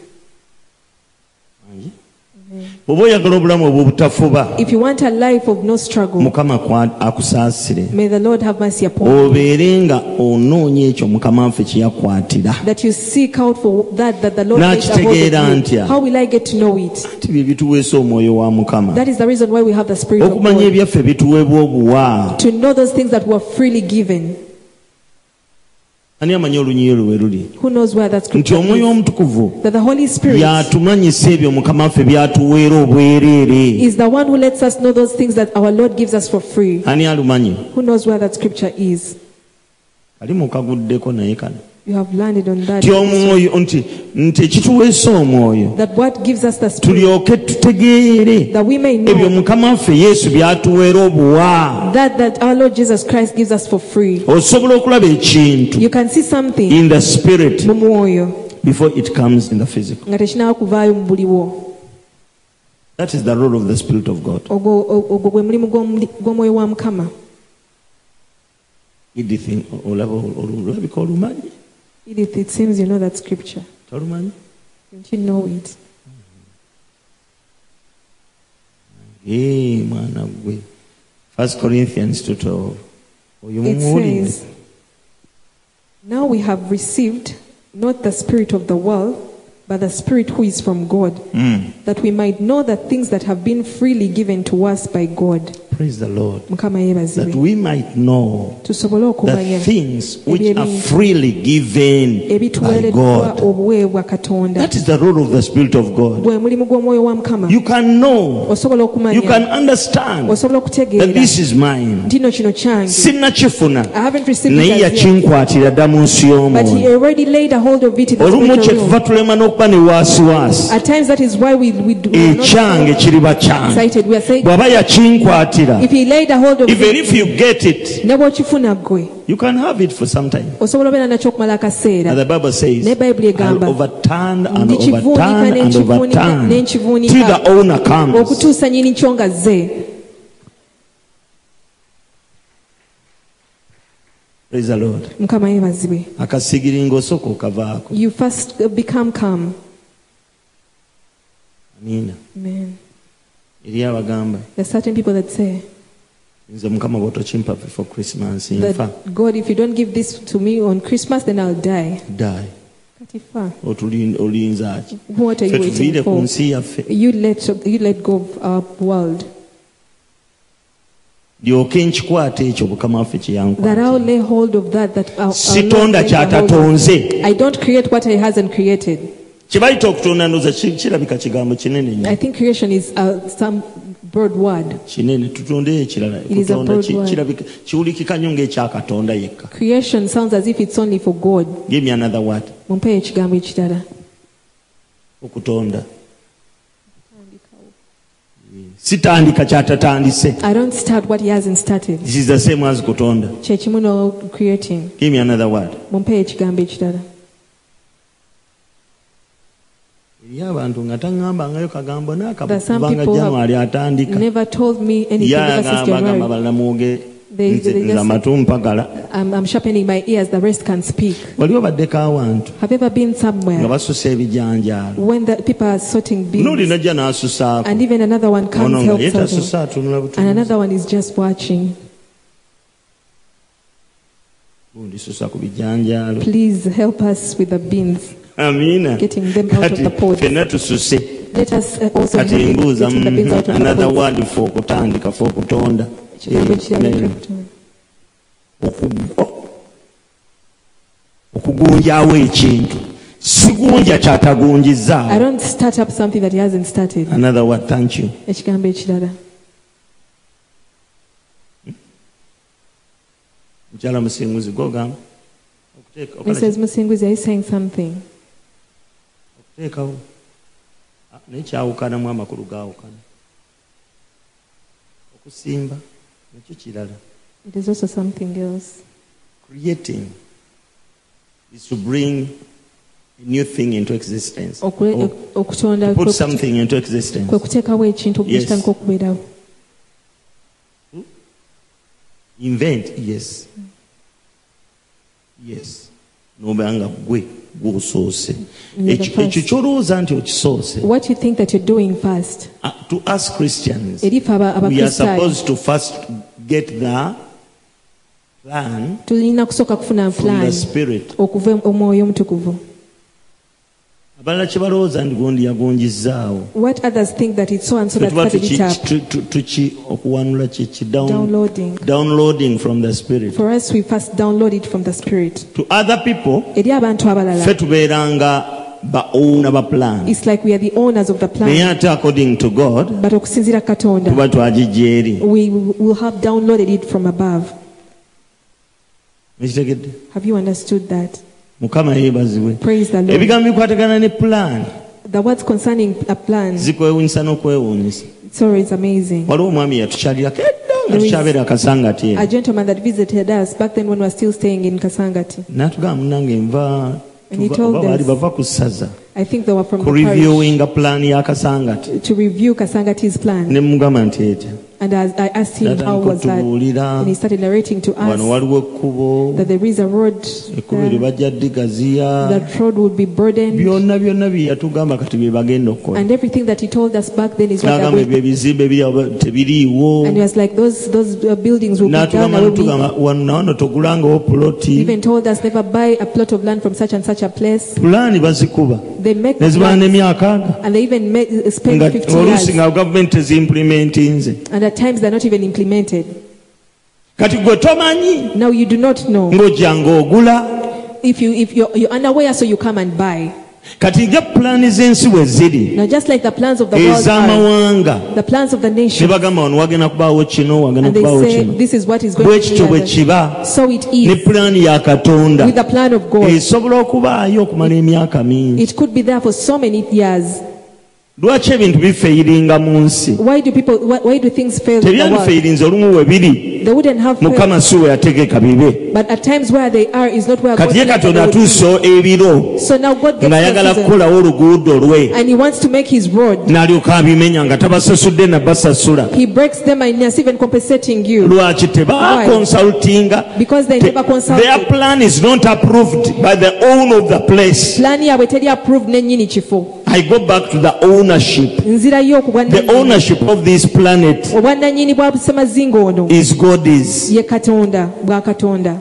Speaker 1: oba oyagala obulamu obwo obutafuba
Speaker 2: If you want a life of no struggle,
Speaker 1: mukama kwa- akusaasire
Speaker 2: may the Lord have mercy upon you.
Speaker 1: obeere nga onoonya ekyo mukama waffe kye yakwatira
Speaker 2: That you seek out for that that the Lord laid a
Speaker 1: Nakitegeera
Speaker 2: hold of you.
Speaker 1: ntya?
Speaker 2: How will I get to know it?
Speaker 1: ti bye bituweesa omwoyo wa mukama
Speaker 2: That is the reason why we have the Spirit of
Speaker 1: okumanya
Speaker 2: God.
Speaker 1: ebyaffe bituweebwa obuwa
Speaker 2: To know those things that were freely given.
Speaker 1: ani amanyi olunyiyo luwe luli
Speaker 2: Who knows where that's
Speaker 1: nti omwoyo omutukuvu
Speaker 2: That the Holy Spirit
Speaker 1: yatumanyisa ebyo mukama waffe byatuweera obwereere
Speaker 2: is the one who lets us know those things that our Lord gives us for free.
Speaker 1: ani alumanyi
Speaker 2: Who knows where that scripture is?
Speaker 1: kali mukaguddeko naye kano
Speaker 2: You have landed on that.
Speaker 1: nti omwoyo nti nti ekituweesa omwoyo
Speaker 2: That what gives us the Spirit,
Speaker 1: tulyoke tutegeere
Speaker 2: that we may
Speaker 1: ebyo
Speaker 2: know
Speaker 1: mukama waffe yesu byatuweera obuwa
Speaker 2: that that our Lord Jesus Christ gives us for free.
Speaker 1: osobola okulaba ekintu
Speaker 2: You can see something
Speaker 1: in the spirit
Speaker 2: mu mwoyo
Speaker 1: before it comes in the physical
Speaker 2: nga tekinaba kuvaayo mu buliwo.
Speaker 1: that is the role of the spirit of god
Speaker 2: Ogwo ogwo gwe mulimu gw'omuli- gw'omwoyo wa Mukama.
Speaker 1: edith olaba olabika olumanyi
Speaker 2: Edith, it seems you know that scripture.
Speaker 1: tolumanyi
Speaker 2: Don't you know it?
Speaker 1: Eh, mwana gwe 1 corinthians 212 oyo
Speaker 2: It
Speaker 1: mumuwulidde
Speaker 2: says, Now we have received not the Spirit of the world, but the Spirit who is from God,
Speaker 1: Mm.
Speaker 2: that we might know the things that have been freely given to us by God.
Speaker 1: Praise the Lord.
Speaker 2: mukama
Speaker 1: That
Speaker 2: yeebazibwe
Speaker 1: we might know
Speaker 2: tusobole okumanya
Speaker 1: the things which are
Speaker 2: ebingi
Speaker 1: freely given by
Speaker 2: ebituweereddwa
Speaker 1: God.
Speaker 2: obuweebwa katonda
Speaker 1: That is the role of the Spirit of God.
Speaker 2: gwe mulimu gw'omwoyo wa mukama
Speaker 1: You can know,
Speaker 2: osobola
Speaker 1: you can
Speaker 2: okumanya
Speaker 1: understand
Speaker 2: osobola
Speaker 1: that
Speaker 2: okutegeera
Speaker 1: this is mine.
Speaker 2: ntino kino kyange
Speaker 1: sinnakifuna
Speaker 2: I haven't received
Speaker 1: naye
Speaker 2: it as yet,
Speaker 1: yakinkwatira dda mu nsi
Speaker 2: Ah, but he
Speaker 1: y'omwoyo
Speaker 2: already laid a hold of it in the
Speaker 1: olumu kye
Speaker 2: spiritual
Speaker 1: tuva
Speaker 2: realm.
Speaker 1: tulema n'okuba ne waasiwaasi
Speaker 2: At times that is why we, we, do, we are not
Speaker 1: ekyange kiriba kyange
Speaker 2: excited. We are saying,
Speaker 1: bw'aba yakinkwatira
Speaker 2: if he laid a hold of
Speaker 1: even
Speaker 2: it,
Speaker 1: if you get it
Speaker 2: ne bw'okifuna ggwe,
Speaker 1: you can have it for some time
Speaker 2: osobola obeera nakyo okumala
Speaker 1: and
Speaker 2: akaseera.
Speaker 1: the bible says
Speaker 2: Ne Bayibuli
Speaker 1: I'll
Speaker 2: egamba,
Speaker 1: overturn and overturn
Speaker 2: ndikivuunika ne
Speaker 1: and
Speaker 2: nkivuunika
Speaker 1: overturn
Speaker 2: ne nkivuunika.
Speaker 1: till the owner comes
Speaker 2: Okutuusa nnyini kyo nga zze.
Speaker 1: praise the lord
Speaker 2: Mukama yeebazibwe.
Speaker 1: akasigiringa osooka okavaako
Speaker 2: You first uh, become calm.
Speaker 1: amiina
Speaker 2: Amen.
Speaker 1: eri abagamba
Speaker 2: There are certain people that say
Speaker 1: nze mukama bwotokimpa before christmas nfa
Speaker 2: that God, if you don't give this to me on Christmas, then I'll die.
Speaker 1: die
Speaker 2: Kati fa.
Speaker 1: Otulin- olinza ki
Speaker 2: What are
Speaker 1: ffe
Speaker 2: you
Speaker 1: tuviire ku
Speaker 2: waiting for?
Speaker 1: nsi yaffe
Speaker 2: You let you let go of our world.
Speaker 1: ndyoke nkikwata ekyo mukama waffe kye
Speaker 2: That I'll
Speaker 1: yankwata
Speaker 2: lay hold of that that I'll, I'll
Speaker 1: sitonda
Speaker 2: not lay a hold of.
Speaker 1: kyatatonze
Speaker 2: I don't create what I hasn't created.
Speaker 1: kye bayita okutonda ndooza ki- kirabika kigambo kinene
Speaker 2: I
Speaker 1: nnyo
Speaker 2: think creation is uh, some broad word.
Speaker 1: kinene tutonde ekirala
Speaker 2: It is a
Speaker 1: kutonda ki-
Speaker 2: broad word.
Speaker 1: kirabika kiwulikika nnyo ng'ekyakatonda yekka
Speaker 2: Creation sounds as if it's only for God.
Speaker 1: give me another word
Speaker 2: Mumpe ekigambo ekirala.
Speaker 1: okutonda sitandika kyatatandise
Speaker 2: I don't start what he hasn't started.
Speaker 1: this is the same as kutonda
Speaker 2: Kyekimu no creating.
Speaker 1: give me another word
Speaker 2: Mumpe ekigambo ekirala.
Speaker 1: eri abantu nga taŋŋambangayo kagambo
Speaker 2: That some
Speaker 1: nakabanga
Speaker 2: people have
Speaker 1: janwali atandika
Speaker 2: Never told me anything ever since
Speaker 1: yagamba
Speaker 2: January.
Speaker 1: balala mwoge
Speaker 2: They-
Speaker 1: nze
Speaker 2: they just-
Speaker 1: nze amatu mpagala
Speaker 2: I'm, I'm sharpening my ears. The rest can speak.
Speaker 1: wali obaddeko awantu
Speaker 2: Have you ever been
Speaker 1: nga
Speaker 2: somewhere
Speaker 1: basusa ebijanjaalo
Speaker 2: when the people are sorting bills
Speaker 1: n'olina jja n'asusaako
Speaker 2: and even another one
Speaker 1: ono
Speaker 2: comes
Speaker 1: nga ye
Speaker 2: helps out
Speaker 1: tasusa atunula
Speaker 2: and
Speaker 1: butunuzi
Speaker 2: another one is just watching?
Speaker 1: gundi susa ku bijanjaalo
Speaker 2: Please help us with the bins.
Speaker 1: amiina
Speaker 2: Getting them out of
Speaker 1: Kati
Speaker 2: the pot.
Speaker 1: ffenna tususe
Speaker 2: Let us uh, also
Speaker 1: kati
Speaker 2: help in
Speaker 1: mbuuza
Speaker 2: getting the bins out
Speaker 1: mm,
Speaker 2: of the
Speaker 1: another
Speaker 2: pot.
Speaker 1: word fe okutandiika fe okutonda
Speaker 2: Ekigambo
Speaker 1: Eh,
Speaker 2: ekirala
Speaker 1: ne-
Speaker 2: ekyokutonda.
Speaker 1: okugu- okugunjaawo ekintu sigunja
Speaker 2: I
Speaker 1: kyatagunjizaawo
Speaker 2: don't start up something that he hasn't started.
Speaker 1: another word thank you
Speaker 2: Ekigambo ekirala.
Speaker 1: mukyala musinguzi gogamba okuteeka- okala-
Speaker 2: Mrs. Musinguzi, are you saying something?
Speaker 1: okuteekawo Ah, naye kyawukanamu amakulu gaawukana okusimba nakyo kirala
Speaker 2: It is also something else.
Speaker 1: creating is to bring a new thing into existence
Speaker 2: Okule-
Speaker 1: or
Speaker 2: Okutonda
Speaker 1: Oh. put
Speaker 2: kwe-
Speaker 1: something into existence
Speaker 2: kwe kuteekawo ekintu okukitandika okubeerawo.
Speaker 1: invent yes yes nobanga gwe gwosoose
Speaker 2: You're the
Speaker 1: Ekyo- ekyo
Speaker 2: first.
Speaker 1: kyolowooza nti okisoose
Speaker 2: What you think that you're doing first.
Speaker 1: Uh, to us christians
Speaker 2: Eri ffe aba-
Speaker 1: we are
Speaker 2: abakristaayo
Speaker 1: supposed to first get the plan
Speaker 2: tulina kusooka kufuna
Speaker 1: from the
Speaker 2: plan
Speaker 1: spirit
Speaker 2: okuva em- omwoyo omutukuvu.
Speaker 1: abalala kye balowooza ndi gundi yagunjizaawo
Speaker 2: What others think that it's so and so
Speaker 1: Ffe
Speaker 2: that
Speaker 1: tuba
Speaker 2: started it
Speaker 1: tuki-
Speaker 2: up.
Speaker 1: tu- tu- tuki okuwanula kyeki down,
Speaker 2: Downloading.
Speaker 1: downloading from the spirit
Speaker 2: For us, we first download it from the Spirit.
Speaker 1: to other people
Speaker 2: Eri abantu
Speaker 1: ffe
Speaker 2: abalala,
Speaker 1: tubeeranga ba owner ba plan
Speaker 2: it's like we are the owners of the
Speaker 1: naye
Speaker 2: plan.
Speaker 1: ate according to god
Speaker 2: But okusinziira Katonda,
Speaker 1: tuba twagijja eri
Speaker 2: we will have downloaded it from above.
Speaker 1: ekitegedde
Speaker 2: Have you understood that?
Speaker 1: mukama yeebazibwe
Speaker 2: Praise the Lord.
Speaker 1: ebigambo bikwatagana ne plan
Speaker 2: The words concerning a plan,
Speaker 1: zikwewunyisa n'okwewunyisa
Speaker 2: it's always amazing.
Speaker 1: waliwo omwami yatukyalirako edda nga
Speaker 2: There is-
Speaker 1: tukyabeera akasangati
Speaker 2: A
Speaker 1: eno
Speaker 2: gentleman that visited us back then when we were still staying in Kasangati,
Speaker 1: n'atugamba munange nva
Speaker 2: And he
Speaker 1: tuva-
Speaker 2: told
Speaker 1: oba baali
Speaker 2: us-
Speaker 1: bava ku ssaza
Speaker 2: I think they were from
Speaker 1: ku
Speaker 2: the parish,
Speaker 1: reviewinga pulaani ya kasangati
Speaker 2: to review Kasangati's plan.
Speaker 1: ne mugamba nti etya
Speaker 2: And as I asked him how
Speaker 1: n'atandika
Speaker 2: was that,
Speaker 1: otubuulira
Speaker 2: and he started narrating to
Speaker 1: wano
Speaker 2: us
Speaker 1: waliwo ekkubo
Speaker 2: that there is a road,
Speaker 1: ekkubo eryo
Speaker 2: there,
Speaker 1: bajja ddigaziya
Speaker 2: that road would be burdened,
Speaker 1: byonna byonna bye yatugamba kati bye bagenda okukola
Speaker 2: and everything that he told us back then is what that
Speaker 1: n'agamba
Speaker 2: would
Speaker 1: ebyo ebizimbe byabwe tebiriiwo
Speaker 2: And he was like, those those uh, buildings will be down.
Speaker 1: n'atugamba
Speaker 2: there will be-
Speaker 1: n'otugamba wano nawano togulangawo puloti
Speaker 2: He even told us never buy a plot of land from such and such a place.
Speaker 1: pulaani bazikuba
Speaker 2: They make
Speaker 1: ne zibaana
Speaker 2: plans,
Speaker 1: n'emyakaaga
Speaker 2: and they even make, spend
Speaker 1: nga
Speaker 2: 50
Speaker 1: oluusi
Speaker 2: years.
Speaker 1: nga gavumenti tezimplimenti nze
Speaker 2: And at times they're not even implemented.
Speaker 1: kati gwe tomanyi
Speaker 2: Now you do not know.
Speaker 1: ng'ojja ng'ogula
Speaker 2: If, you, if you're, you're unaware, so you come and buy.
Speaker 1: kati nga pulaani z'ensi we ziri
Speaker 2: Now, just like the plans of the world, are,
Speaker 1: ez'amawanga
Speaker 2: the plans of the
Speaker 1: ne
Speaker 2: nation,
Speaker 1: bagamba wano wagenda kubaawo kino wagenda
Speaker 2: and they
Speaker 1: kubaawo
Speaker 2: say,
Speaker 1: kino
Speaker 2: This is what is
Speaker 1: bwe
Speaker 2: going
Speaker 1: kityo
Speaker 2: to
Speaker 1: bwe
Speaker 2: be.
Speaker 1: kiba
Speaker 2: So it
Speaker 1: ne
Speaker 2: is
Speaker 1: pulaani ya katonda
Speaker 2: with the plan of God.
Speaker 1: esobola okubaayo okumala emyaka mingi
Speaker 2: It could be there for so many years.
Speaker 1: lwaki ebintu bifeyiringa mu nsi
Speaker 2: Why do people? Why, why do things fail? In the world?
Speaker 1: tebyandifeyirinze olumu we biri
Speaker 2: They wouldn't have failed.
Speaker 1: mukama si we yategeka bibe
Speaker 2: But at times where they are is not where God.
Speaker 1: kati ye
Speaker 2: planned
Speaker 1: katonda
Speaker 2: they would be.
Speaker 1: atuusa ebiro
Speaker 2: So now God gets
Speaker 1: ng'ayagala
Speaker 2: the season,
Speaker 1: kukolawo oluguudo lwe
Speaker 2: and He wants to make His road.
Speaker 1: n'alyoka abimenya nga tabasasudde nabasasula
Speaker 2: He breaks them and is even compensating you
Speaker 1: lwaki tebakonsultinga
Speaker 2: because they
Speaker 1: Te-
Speaker 2: never
Speaker 1: their
Speaker 2: consulted.
Speaker 1: plan is not approved by the owner of the place
Speaker 2: Plan yaabwe teri approved ne nnyini kifo.
Speaker 1: i go back to the ownership
Speaker 2: Nzira yo ku
Speaker 1: the
Speaker 2: bwannannyini.
Speaker 1: ownership of this planet
Speaker 2: Obwannannyini bwa busemazingo ono
Speaker 1: is god is
Speaker 2: ye Katonda bwa Katonda.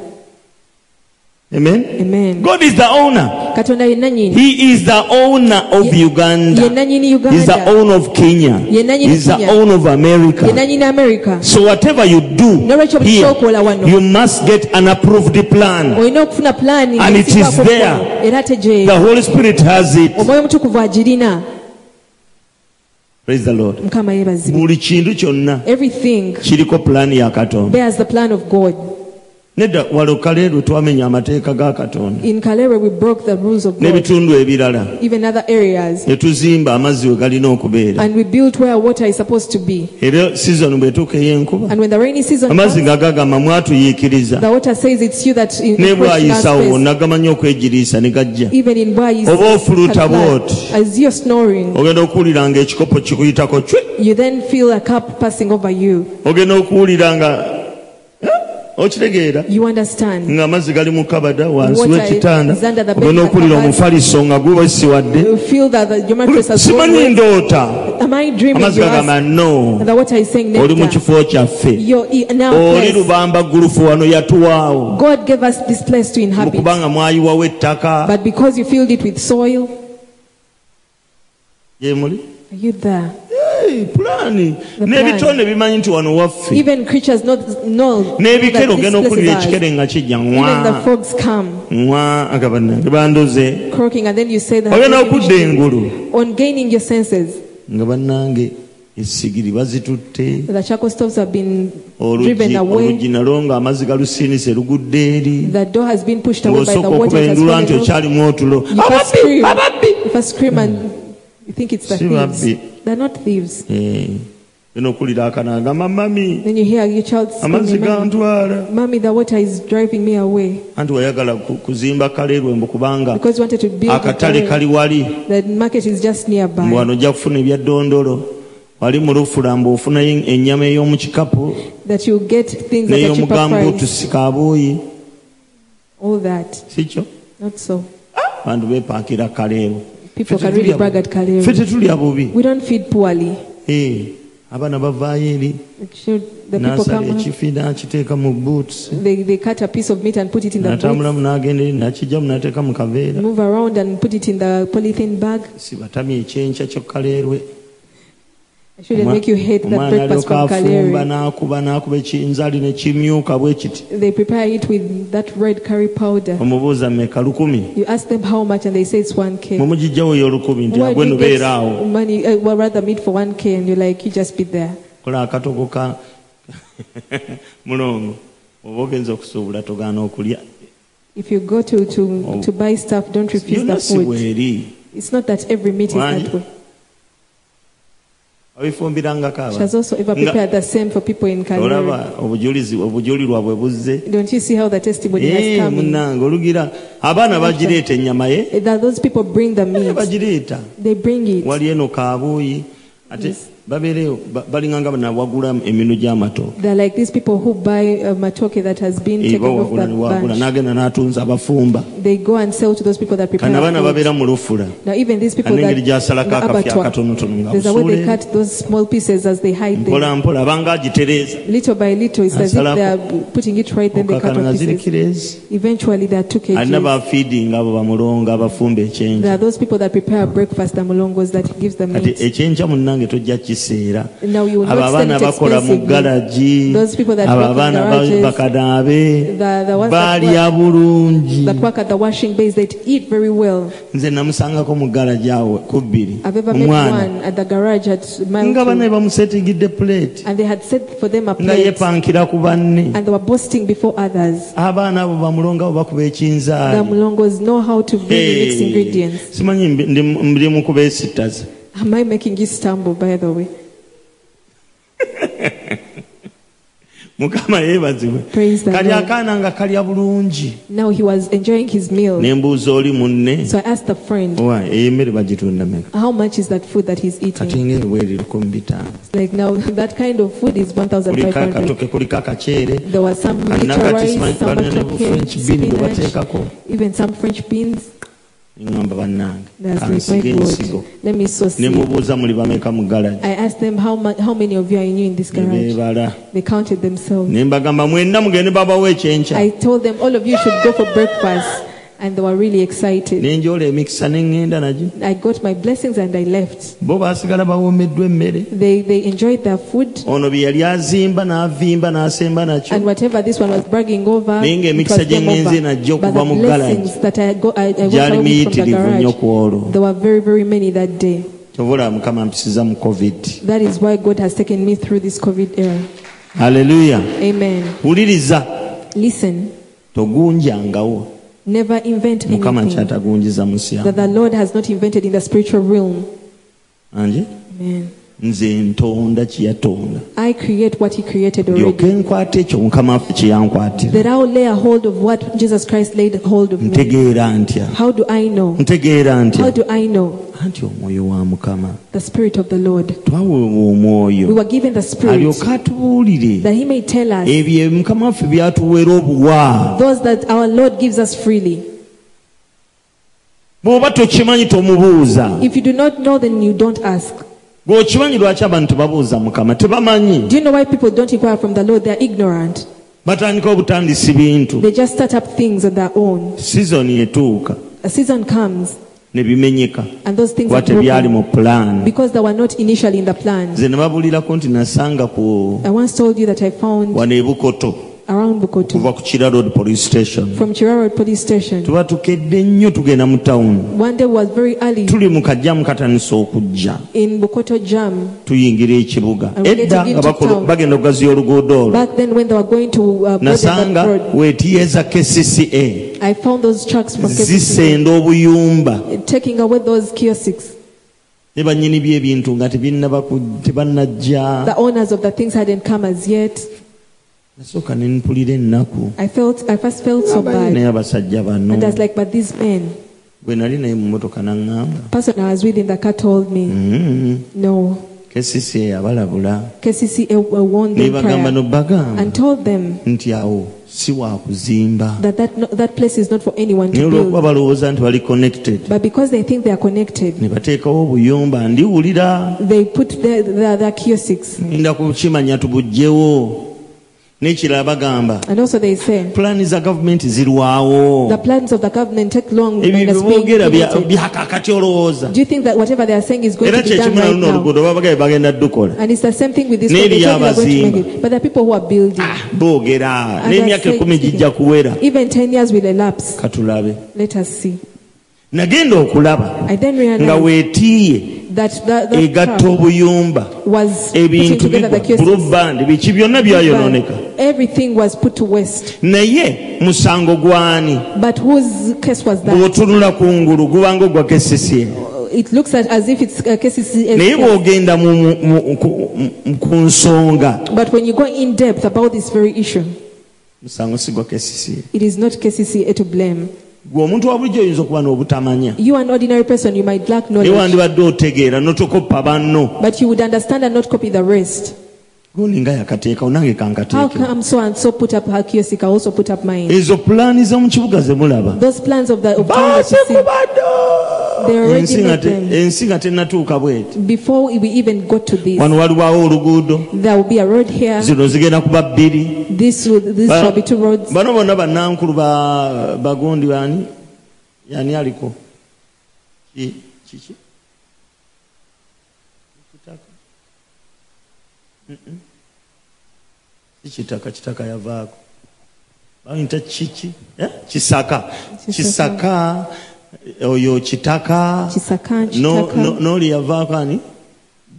Speaker 1: amen
Speaker 2: Amen.
Speaker 1: god is the owner
Speaker 2: Katonda ye nannyini.
Speaker 1: he is the owner of
Speaker 2: Ye
Speaker 1: uganda
Speaker 2: nannyini
Speaker 1: he's the
Speaker 2: Uganda.
Speaker 1: owner of kenya
Speaker 2: Ye nannyini
Speaker 1: he's the
Speaker 2: Kenya.
Speaker 1: owner of
Speaker 2: Ye
Speaker 1: america
Speaker 2: nannyini America.
Speaker 1: so whatever you do
Speaker 2: N'olwekyo buli
Speaker 1: here
Speaker 2: ky'okola wano.
Speaker 1: you must get an approved plan
Speaker 2: olina okufuna pulaani
Speaker 1: And it is
Speaker 2: esibaako
Speaker 1: there.
Speaker 2: omukono, era
Speaker 1: the
Speaker 2: tejeera
Speaker 1: holy spirit has it
Speaker 2: omwoyo omutukuvu agirina
Speaker 1: praise the lord
Speaker 2: mukama yeebazibwe
Speaker 1: buli kintu kyonna
Speaker 2: everything
Speaker 1: kiriko pulaani ya katonda
Speaker 2: bears the plan of god
Speaker 1: nedda walokale lwe twamenya amateeka ga katonda
Speaker 2: in kalewe we broke the rules of god
Speaker 1: n'ebitundu ebirala
Speaker 2: even other areas
Speaker 1: ne tuzimba amazzi we galina okubeera
Speaker 2: and we built where water is supposed to be
Speaker 1: era sizoni bwetuuka ey'enkuba
Speaker 2: and when the rainy season
Speaker 1: amazzi
Speaker 2: comes,
Speaker 1: nga gagamba mwatuyiikiriza
Speaker 2: the water says it's you that in-
Speaker 1: ne
Speaker 2: encroached in our
Speaker 1: bwayisaawo
Speaker 2: space.
Speaker 1: wonna gamanya okwegiriisa ne gajja
Speaker 2: even in where you
Speaker 1: Oba ofuluuta
Speaker 2: can lie.
Speaker 1: bw'oti.
Speaker 2: as you're snoring
Speaker 1: ogenda okuwulira nga ekikopo kikuyitako cwe
Speaker 2: you then feel a cup passing over you
Speaker 1: ogenda okuwulira nga eh, okitegeera
Speaker 2: you understand
Speaker 1: ng'amazzi gali mu kabada wansi
Speaker 2: Water
Speaker 1: w'ekitanda
Speaker 2: is under the bed
Speaker 1: ogenda
Speaker 2: of the
Speaker 1: okuwulira
Speaker 2: kabada.
Speaker 1: omufaliso nga guwesiwadde
Speaker 2: you feel that the, your mattress has gone
Speaker 1: simanyi
Speaker 2: wet.
Speaker 1: ndoota
Speaker 2: am i dreaming
Speaker 1: amazzi
Speaker 2: you ask?
Speaker 1: gagamba no
Speaker 2: And the water is saying
Speaker 1: oli mu
Speaker 2: nectar.
Speaker 1: kifo kyaffe
Speaker 2: Your e- now
Speaker 1: Oh, oli
Speaker 2: place.
Speaker 1: lubamba gulufu wano yatuwaawo
Speaker 2: God gave us this place to inhabit.
Speaker 1: mukubanga mwayiwawo ettaka
Speaker 2: But because you filled it with soil,
Speaker 1: gyemuli
Speaker 2: are you there?
Speaker 1: Hey, pulaani
Speaker 2: plan.
Speaker 1: n'ebitone bimanyi nti wano waffe
Speaker 2: Even creatures not know
Speaker 1: n'ebikere
Speaker 2: that this
Speaker 1: ogenda
Speaker 2: place is
Speaker 1: okulira
Speaker 2: ours.
Speaker 1: ekikere nga kijja
Speaker 2: Even the
Speaker 1: nwa
Speaker 2: frogs come
Speaker 1: nwa agabanange bandoze
Speaker 2: croaking, and then you say that
Speaker 1: ogenda okudda engulu
Speaker 2: on gaining your senses,
Speaker 1: nga bannange essigiri bazitutte
Speaker 2: the charcoal stoves have been driven
Speaker 1: olugi
Speaker 2: away.
Speaker 1: olugi nalwo ng'amazzi galusiinise lugudde eri
Speaker 2: The door has been pushed away by
Speaker 1: ng'osooka
Speaker 2: the water.
Speaker 1: okuba
Speaker 2: It has
Speaker 1: endula
Speaker 2: fallen
Speaker 1: nti
Speaker 2: off.
Speaker 1: okyalimu otulo
Speaker 2: You first
Speaker 1: ababbi
Speaker 2: scream.
Speaker 1: ababbi
Speaker 2: If I scream and you think it's the
Speaker 1: Si babbi.
Speaker 2: thieves, they're not thieves.
Speaker 1: Eh, eno okulira akanaagamba mami
Speaker 2: Then you hear your child
Speaker 1: amazzi
Speaker 2: screaming, "Mommy,
Speaker 1: gantwala
Speaker 2: Mommy, the water is driving me away
Speaker 1: anti wayagala ku- kuzimba kaleerwembu kubanga
Speaker 2: because you wanted to build a
Speaker 1: akatale
Speaker 2: garden.
Speaker 1: kali wali
Speaker 2: The market is just nearby.
Speaker 1: wano ojja kufuna ebyaddondolo wali mu lufula mbu ofuna en- ennyama ey'omu kikapu
Speaker 2: That you get things at a cheaper
Speaker 1: n'ey'omugambo
Speaker 2: price.
Speaker 1: tusikaabuuyi
Speaker 2: All that.
Speaker 1: sikyo
Speaker 2: Not so.
Speaker 1: bantu beepaakira kaleero
Speaker 2: People can really brag at
Speaker 1: ffe
Speaker 2: Kaleri.
Speaker 1: tetulya bubi
Speaker 2: We don't feed poorly.
Speaker 1: Eh, abaana bavaayo eri
Speaker 2: It should- The people
Speaker 1: nasala
Speaker 2: come,
Speaker 1: ekifi n'akiteeka mu boots
Speaker 2: they, they cut a piece of meat and put it in the box,
Speaker 1: natambulamu n'agenda eri nakijjamu n'ateeka mu kaveera
Speaker 2: move around and put it in the polythene bag.
Speaker 1: sibatamya ekyenkya kyokka leerwe
Speaker 2: I shouldn't make you hate that
Speaker 1: omwana
Speaker 2: breakfast
Speaker 1: alyoka
Speaker 2: from
Speaker 1: afumba
Speaker 2: Kaleri.
Speaker 1: n'akuba n'akuba ekinzaali ne kimyuka bwe kiti
Speaker 2: They prepare it with that red curry powder.
Speaker 1: omubuuza mmeka lukumi
Speaker 2: You ask them how much and they say it's 1K.
Speaker 1: mumugijjawo y'olukumi nti
Speaker 2: Where do
Speaker 1: agweno
Speaker 2: you get
Speaker 1: beera awo
Speaker 2: money, uh, well, rather meat for 1K and you're like, you just be there.
Speaker 1: kola akatogo ka mulongo oba ogenza okusuubula togaana okulya
Speaker 2: If you go to, to,
Speaker 1: Oh.
Speaker 2: to buy stuff, don't refuse
Speaker 1: yonna
Speaker 2: the
Speaker 1: si
Speaker 2: food.
Speaker 1: bweri
Speaker 2: It's not that every meat is
Speaker 1: Why?
Speaker 2: that way.
Speaker 1: abifumbirangako
Speaker 2: She
Speaker 1: aba
Speaker 2: has also ever
Speaker 1: Nga-
Speaker 2: prepared the same for people in Kalera.
Speaker 1: olaba obujulizi obujulirwa bwe buzze
Speaker 2: Don't you see how the testimony
Speaker 1: Eh,
Speaker 2: has come? in?
Speaker 1: munnange olugira abaana bagireeta ennyama ye
Speaker 2: That those people bring the
Speaker 1: Eh,
Speaker 2: meat,
Speaker 1: bagireeta
Speaker 2: they bring it.
Speaker 1: wali eno kaabuuyi ate babeereyo ba- balinga nga banawagula eminu gy'amatooke
Speaker 2: They're like these people who buy uh, matoke that has been
Speaker 1: Eh,
Speaker 2: taken off
Speaker 1: bawagula
Speaker 2: the
Speaker 1: ne wagula
Speaker 2: bunch.
Speaker 1: n'agenda n'atunza abafumba
Speaker 2: They go and sell to those people that prepare
Speaker 1: kana abaana
Speaker 2: food.
Speaker 1: babeera mu lufula
Speaker 2: Now even these people
Speaker 1: Ana
Speaker 2: that
Speaker 1: engeri gy'asalako
Speaker 2: the
Speaker 1: akafi
Speaker 2: abattoir,
Speaker 1: akatonotono nga
Speaker 2: there's a way they
Speaker 1: busuule.
Speaker 2: cut those small pieces as they hide them.
Speaker 1: mpola mpola abanga agitereeza
Speaker 2: Little by little, it's as if
Speaker 1: Asalako.
Speaker 2: they're putting it right, then they cut
Speaker 1: okakana nga
Speaker 2: off
Speaker 1: ziri
Speaker 2: pieces.
Speaker 1: kireezi
Speaker 2: Eventually, there are two kgs.
Speaker 1: alina bafiidinga abo bamulonga abafumba
Speaker 2: There
Speaker 1: ekyenkya
Speaker 2: are those people that prepare breakfast, the molongos, that gives the
Speaker 1: kati
Speaker 2: meat.
Speaker 1: ekyenkya munnange tojja kis biseera
Speaker 2: Now you will
Speaker 1: abo
Speaker 2: not
Speaker 1: abaana
Speaker 2: spend it
Speaker 1: bakola mu
Speaker 2: expensively.
Speaker 1: galagi
Speaker 2: Those people that
Speaker 1: abo
Speaker 2: work in
Speaker 1: abaana
Speaker 2: garages,
Speaker 1: bakanaabe
Speaker 2: the- the ones that
Speaker 1: baalya bulungi
Speaker 2: that work at the washing base that eat very well.
Speaker 1: nze namusangako mu galagi awo ku bbiri
Speaker 2: I've ever met
Speaker 1: omwana
Speaker 2: one at the garage at mile
Speaker 1: nga bane
Speaker 2: two,
Speaker 1: bamusetingidde puleeti
Speaker 2: and they had set for them
Speaker 1: nga
Speaker 2: a plate,
Speaker 1: yepankira ku banne
Speaker 2: and they were boasting before others.
Speaker 1: abaana abo bamulongawo bakuba
Speaker 2: The
Speaker 1: ekinzaali
Speaker 2: Mulongos know how to bring
Speaker 1: Hey,
Speaker 2: the mixed ingredients.
Speaker 1: simanyi mbi- ndi- ndi mu kubeesittaza
Speaker 2: Am I making you stumble, by the way?
Speaker 1: mukama yeebazibwe
Speaker 2: Praise the
Speaker 1: kali
Speaker 2: Lord.
Speaker 1: akaana nga kalya bulungi
Speaker 2: Now he was enjoying his meal.
Speaker 1: ne mbuuza oli munne
Speaker 2: So I asked the friend,
Speaker 1: wa eyemmere bagitundameka
Speaker 2: how much is that food that he's eating?
Speaker 1: katenge bweririko mu bitaano
Speaker 2: It's Like now, that kind of food is
Speaker 1: kuliko
Speaker 2: 1,500.
Speaker 1: akatoke kuliko akaceere
Speaker 2: There was some
Speaker 1: Kati
Speaker 2: bitter
Speaker 1: nakati
Speaker 2: rice, some
Speaker 1: simanyi balina ne bu-
Speaker 2: butter
Speaker 1: French bean bwe
Speaker 2: spinach,
Speaker 1: bateekako
Speaker 2: even some French beans.
Speaker 1: ŋamba bannange
Speaker 2: That's like
Speaker 1: kansige
Speaker 2: my
Speaker 1: ensigo
Speaker 2: God. Let me so
Speaker 1: ne
Speaker 2: see.
Speaker 1: mubuuza muli bameka mu galagi
Speaker 2: I asked them how much, how many of you are new in this
Speaker 1: ne
Speaker 2: garage.
Speaker 1: beebala
Speaker 2: They counted themselves.
Speaker 1: ne mbagamba mwenna mugende babawo ekyenkya
Speaker 2: I told them all of you should go for breakfast, and they were really excited.
Speaker 1: ne njola emikisa ne ŋŋenda nagyo
Speaker 2: I got my blessings and I left.
Speaker 1: bo baasigala bawoomeddwa emmere
Speaker 2: They they enjoyed their food,
Speaker 1: ono bye yali azimba n'avimba n'asemba nakyo
Speaker 2: and whatever this one was bragging over,
Speaker 1: Naye nga
Speaker 2: it
Speaker 1: emikisa
Speaker 2: was
Speaker 1: gye
Speaker 2: them over.
Speaker 1: ngenze nagyo
Speaker 2: But
Speaker 1: okuva mu
Speaker 2: the blessings that I go, I, I got
Speaker 1: gyali
Speaker 2: away from the
Speaker 1: miyitirivu nnyo
Speaker 2: garage.
Speaker 1: ku olwo
Speaker 2: There were very very many that day.
Speaker 1: kyobula mukama mpisiza mu covid
Speaker 2: That is why God has taken me through this COVID era.
Speaker 1: haleluya
Speaker 2: Amen.
Speaker 1: wuliriza
Speaker 2: Listen,
Speaker 1: togunjangawo
Speaker 2: never invent
Speaker 1: mukama
Speaker 2: anything.
Speaker 1: kyatagunjiza musya
Speaker 2: that the Lord has not invented in the spiritual realm.
Speaker 1: anje
Speaker 2: Amen.
Speaker 1: nze ntonda kyeyatonda
Speaker 2: I create what He created
Speaker 1: ndyoke
Speaker 2: already.
Speaker 1: nkwata ekyo mukama waffe kyeyankwatira
Speaker 2: That I'll lay a hold of what Jesus Christ laid hold of me.
Speaker 1: ntegeera ntya
Speaker 2: How do I know?
Speaker 1: ntegeera ntya
Speaker 2: How do I know
Speaker 1: anti omwoyo wa mukama
Speaker 2: the Spirit of the Lord?
Speaker 1: twaweebwa
Speaker 2: We
Speaker 1: omwoyo
Speaker 2: were given the Spirit
Speaker 1: alyoke atubuulire
Speaker 2: that He may tell us
Speaker 1: ebyo mukama waffe byatuweera obuwaabu
Speaker 2: those that our Lord gives us freely.
Speaker 1: bw'oba tokimanyi tomubuuza
Speaker 2: If you do not know, then you don't ask.
Speaker 1: bw'okimanyi lwaki abantu tebabuuza mukama tebamanyi
Speaker 2: Do you know why people don't inquire from the Lord? They are ignorant.
Speaker 1: batandika obutandisi bintu
Speaker 2: They just start up things on their own.
Speaker 1: sizoni etuuka
Speaker 2: A season comes
Speaker 1: ne bimenyeka
Speaker 2: and those things
Speaker 1: kuba
Speaker 2: are
Speaker 1: tebyali mu
Speaker 2: broken
Speaker 1: pulaani
Speaker 2: because they were not initially in the plan.
Speaker 1: nze ne babuulirako nti nasanga ku
Speaker 2: I once told you that I found
Speaker 1: wano ebukoto
Speaker 2: around Bukoto,
Speaker 1: kuva ku kira road police station
Speaker 2: from Chiraro Police Station.
Speaker 1: tuba tukedde nnyo tugenda mu tawuni
Speaker 2: One day was very early
Speaker 1: tuli mu kajjamu katanisa okujja
Speaker 2: in Bukoto Jam.
Speaker 1: tuyingira ekibuga
Speaker 2: And we get
Speaker 1: edda
Speaker 2: to
Speaker 1: nga
Speaker 2: get to
Speaker 1: bakola-
Speaker 2: town.
Speaker 1: bagenda okugaziya oluguudo olwo
Speaker 2: Back then, when they were going to uh, Broadband
Speaker 1: nasanga
Speaker 2: Road,
Speaker 1: weetiyeza kcca
Speaker 2: I found those trucks from KCC,
Speaker 1: zisenda obuyumba
Speaker 2: taking away those kiosks.
Speaker 1: ne bannyini by'ebintu nga tebinnaba ku- tebannajja
Speaker 2: The owners of the things hadn't come as yet.
Speaker 1: nasooka ne mpulira ennaku
Speaker 2: I felt, I first felt so
Speaker 1: Naye
Speaker 2: bad,
Speaker 1: naye abasajja bano
Speaker 2: and I was like, "But these men."
Speaker 1: gwe nali naye mu motoka naŋŋamba "Mm-hmm,
Speaker 2: The person I was with in the car told
Speaker 1: Mm.
Speaker 2: me, "No,
Speaker 1: kesisi eyo abalabula
Speaker 2: KCC uh, warned them
Speaker 1: nebagamba
Speaker 2: prior
Speaker 1: nobagamba
Speaker 2: and told them
Speaker 1: nti awo si wakuzimba
Speaker 2: that that, no, that place is not for anyone
Speaker 1: naye
Speaker 2: to
Speaker 1: olwokuba
Speaker 2: build,
Speaker 1: balowooza nti bali connected
Speaker 2: but because they think they are connected."
Speaker 1: ne bateekawo obuyumba ndiwulira
Speaker 2: They put their, their, their kiosks.
Speaker 1: nenda kukimanya tubugjewo n'ekirala bagamba
Speaker 2: And also they say,
Speaker 1: pulaani za gavumenti zirwawo
Speaker 2: the plans of the government take long
Speaker 1: ebyo
Speaker 2: and are being
Speaker 1: byeboogera
Speaker 2: created."
Speaker 1: byakakati olowooza
Speaker 2: Do you think that whatever they are saying is going
Speaker 1: era
Speaker 2: to be done
Speaker 1: kyekimu
Speaker 2: right
Speaker 1: naluno
Speaker 2: now?
Speaker 1: oluguudo babagaye bagenda dukola
Speaker 2: And it's the same thing with this
Speaker 1: N'eri
Speaker 2: one. They told you they are going
Speaker 1: abazimba.
Speaker 2: to make it. But the people who are building,
Speaker 1: Ah, boogera
Speaker 2: And I
Speaker 1: n'emyaka
Speaker 2: said,
Speaker 1: ekumi gijja kuwera
Speaker 2: even 10 years will elapse.
Speaker 1: katulabe
Speaker 2: Let us see.
Speaker 1: nagenda okulaba
Speaker 2: I then
Speaker 1: nga e
Speaker 2: realized
Speaker 1: weetiiye
Speaker 2: that that, that
Speaker 1: egatta
Speaker 2: crowd
Speaker 1: obuyumba
Speaker 2: was
Speaker 1: e
Speaker 2: putting
Speaker 1: ebintu
Speaker 2: together the
Speaker 1: bigwa
Speaker 2: kiosks.
Speaker 1: bulubandi biki byonna byayonooneka
Speaker 2: But everything was put to waste.
Speaker 1: naye musango gwani
Speaker 2: But whose case was that?
Speaker 1: bw'otunula kungulu gubanga ogwa kesisiye
Speaker 2: It looks at- as if it's uh, a case.
Speaker 1: naye
Speaker 2: is-
Speaker 1: bw'ogenda mu- mu- mu- ku- mu- ku nsonga
Speaker 2: But when you go in depth about this very issue,
Speaker 1: musango si gwa kesisiye
Speaker 2: It is not KCCA to blame.
Speaker 1: gwe omuntu wa bulijjo oyinza okuba n'obutamanya
Speaker 2: You are an ordinary person, you might lack
Speaker 1: naye
Speaker 2: knowledge,
Speaker 1: wandibadde otegeera n'otokoppa banno
Speaker 2: but you would understand and not copy the rest.
Speaker 1: gundi nga yakateekawo nange
Speaker 2: How
Speaker 1: kankateekera
Speaker 2: come so and so put up her kiosk, I also put up mine?
Speaker 1: ezo pulaani z'omu kibuga ze mulaba
Speaker 2: Those plans of the of town that you see,
Speaker 1: basekubaddo
Speaker 2: They already made them.
Speaker 1: ensi nga tennatuuka bweti
Speaker 2: before we even got to this,
Speaker 1: wano waliwawo oluguudo
Speaker 2: there will be a road here.
Speaker 1: zino zigenda kuba bbiri
Speaker 2: This will, this
Speaker 1: Ba-
Speaker 2: shall be two roads.
Speaker 1: bano bonna bannankulu ba- bagundi bani yani aliko Ki- kiki Kitaka. si kitaka kitaka yavaako bayita kiki Eh? kisaka kisaka oyo kitaka
Speaker 2: Kisaka,
Speaker 1: No-
Speaker 2: Kitaka.
Speaker 1: no- n'oli yavaako ani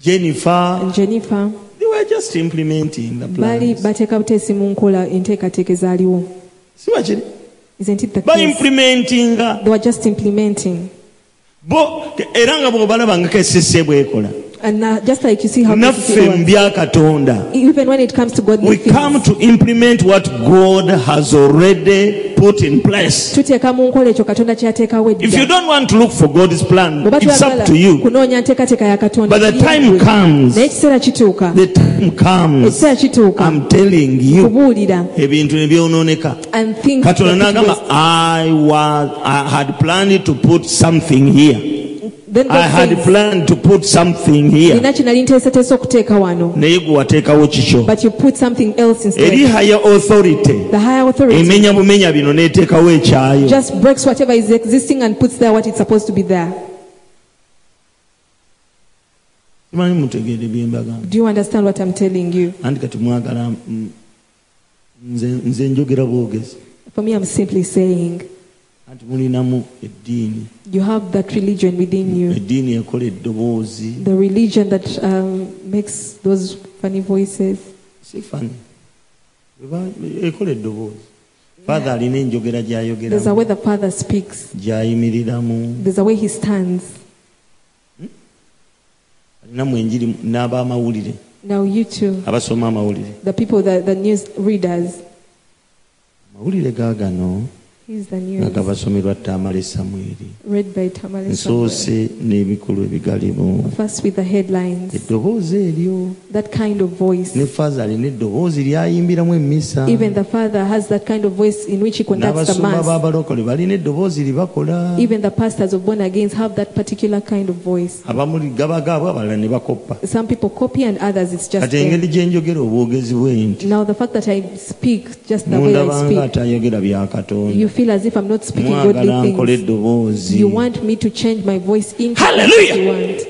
Speaker 1: jennifer
Speaker 2: And Jennifer
Speaker 1: They were just implementing the
Speaker 2: baali
Speaker 1: plans.
Speaker 2: bateeka buteesi mu nkola enteekateeka ezaaliwo
Speaker 1: Si bakiri?
Speaker 2: isn't it the
Speaker 1: Ba
Speaker 2: case?
Speaker 1: implementinga.
Speaker 2: they were just implementing
Speaker 1: Bo era nga bw'obalaba nga kesese bw'ekola.
Speaker 2: and uh, just like you see how
Speaker 1: Naffe mu
Speaker 2: it was,
Speaker 1: bya Katonda.
Speaker 2: even when it comes to godly
Speaker 1: We
Speaker 2: things,
Speaker 1: come to implement what God has already put in place.
Speaker 2: tuteeka mu nkola ekyo katonda kyateekawo
Speaker 1: If you
Speaker 2: edda
Speaker 1: don't want to look for God's plan,
Speaker 2: bw'oba
Speaker 1: it's up
Speaker 2: toyagala
Speaker 1: to you.
Speaker 2: kunoonya nteekateeka ya katonda
Speaker 1: But the
Speaker 2: kiri
Speaker 1: time
Speaker 2: ggwe.
Speaker 1: comes.
Speaker 2: naye ekiseera kituuka
Speaker 1: The time comes.
Speaker 2: ekiseera kituuka
Speaker 1: I'm telling you.
Speaker 2: kubuulira
Speaker 1: ebintu ne byononeka
Speaker 2: and think
Speaker 1: katonda
Speaker 2: that it
Speaker 1: n'agamba
Speaker 2: was-
Speaker 1: i was i had planned to put something here
Speaker 2: then
Speaker 1: I
Speaker 2: God
Speaker 1: had
Speaker 2: says,
Speaker 1: planned to put something here
Speaker 2: nina kye nali nteeseteesa okuteeka wano
Speaker 1: naye gwe wateekawo kikyo
Speaker 2: but you put something else
Speaker 1: eri
Speaker 2: instead
Speaker 1: higher authority
Speaker 2: the higher authority
Speaker 1: emenya bumenya bino neteekawo ekyayo
Speaker 2: just breaks whatever is existing and puts there what it's supposed to be there
Speaker 1: kimanyi mutegeere byembagamba
Speaker 2: do you understand what i'm telling you
Speaker 1: anti kati mwagala mm, nze nze njogera bwogezi
Speaker 2: for me i'm simply saying
Speaker 1: anti mulinamu eddiini
Speaker 2: you have that religion within you
Speaker 1: eddiini ekola eddoboozi
Speaker 2: the religion that um, makes those funny voices
Speaker 1: si fani Eba- ekola eddoboozi fathe alina enjogera
Speaker 2: there's a
Speaker 1: gyayogeramu
Speaker 2: way the father speaks
Speaker 1: gyayimiriramu
Speaker 2: there's a way he stands
Speaker 1: alina mwenjiri n'abamawulire
Speaker 2: now you too
Speaker 1: abasoma amawulire
Speaker 2: the people that the news readers
Speaker 1: amawulire gaagano
Speaker 2: he's the news
Speaker 1: nga basomerwa ttamala esamweri
Speaker 2: read by Tamale Samuel.
Speaker 1: nsoose n'ebikulu ebigalimu
Speaker 2: First with the headlines,
Speaker 1: eddoboozi eryo
Speaker 2: that kind of voice.
Speaker 1: ne faaza alina eddoboozi lyayimbiramu emmisa
Speaker 2: Even the father has that kind of voice in which he conducts the
Speaker 1: n'abasumba
Speaker 2: mass.
Speaker 1: b'abalokole balina eddoboozi lye bakola
Speaker 2: Even the pastors of born agains have that particular kind of voice.
Speaker 1: abamu ligabagaabwe abalala ne bakoppa
Speaker 2: Some people copy and others it's just
Speaker 1: kati
Speaker 2: there.
Speaker 1: engeri gye njogera obwogezi bwe nti
Speaker 2: Now the fact that I speak just the way
Speaker 1: mundaba nga
Speaker 2: I speak,
Speaker 1: atayogera bya katonda
Speaker 2: you feel as if I'm not speaking
Speaker 1: mwagala
Speaker 2: godly
Speaker 1: nkola
Speaker 2: things.
Speaker 1: eddoboozi
Speaker 2: You want me to change my voice into
Speaker 1: Hallelujah!
Speaker 2: what you want.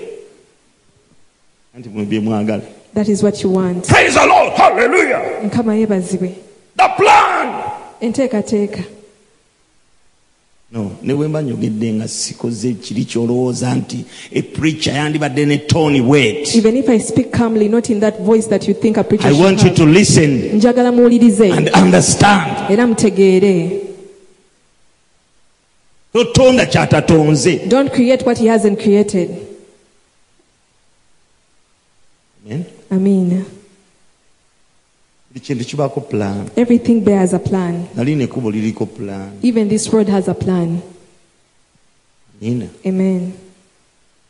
Speaker 1: anti mwe bye mwagala
Speaker 2: That is what you want.
Speaker 1: praise the lord hallelujah
Speaker 2: Mukama yeebazibwe.
Speaker 1: the plan
Speaker 2: Enteekateeka.
Speaker 1: no ne bwe mba njogedde nga sikoze kiri kyolowooza nti epreacher yandibadde ne tony wet
Speaker 2: Even if I speak calmly, not in that voice that you think a preacher
Speaker 1: i
Speaker 2: should
Speaker 1: want you
Speaker 2: have.
Speaker 1: to listen
Speaker 2: njagala muwulirize
Speaker 1: and understand
Speaker 2: era mutegeere
Speaker 1: totonda kyatatonze
Speaker 2: don't create what he hasn't created
Speaker 1: Amen.
Speaker 2: amin
Speaker 1: buli kintu kibaako plan
Speaker 2: everything bears a plan
Speaker 1: nali nekubo liriko plan
Speaker 2: even this road has a plan
Speaker 1: nina
Speaker 2: amen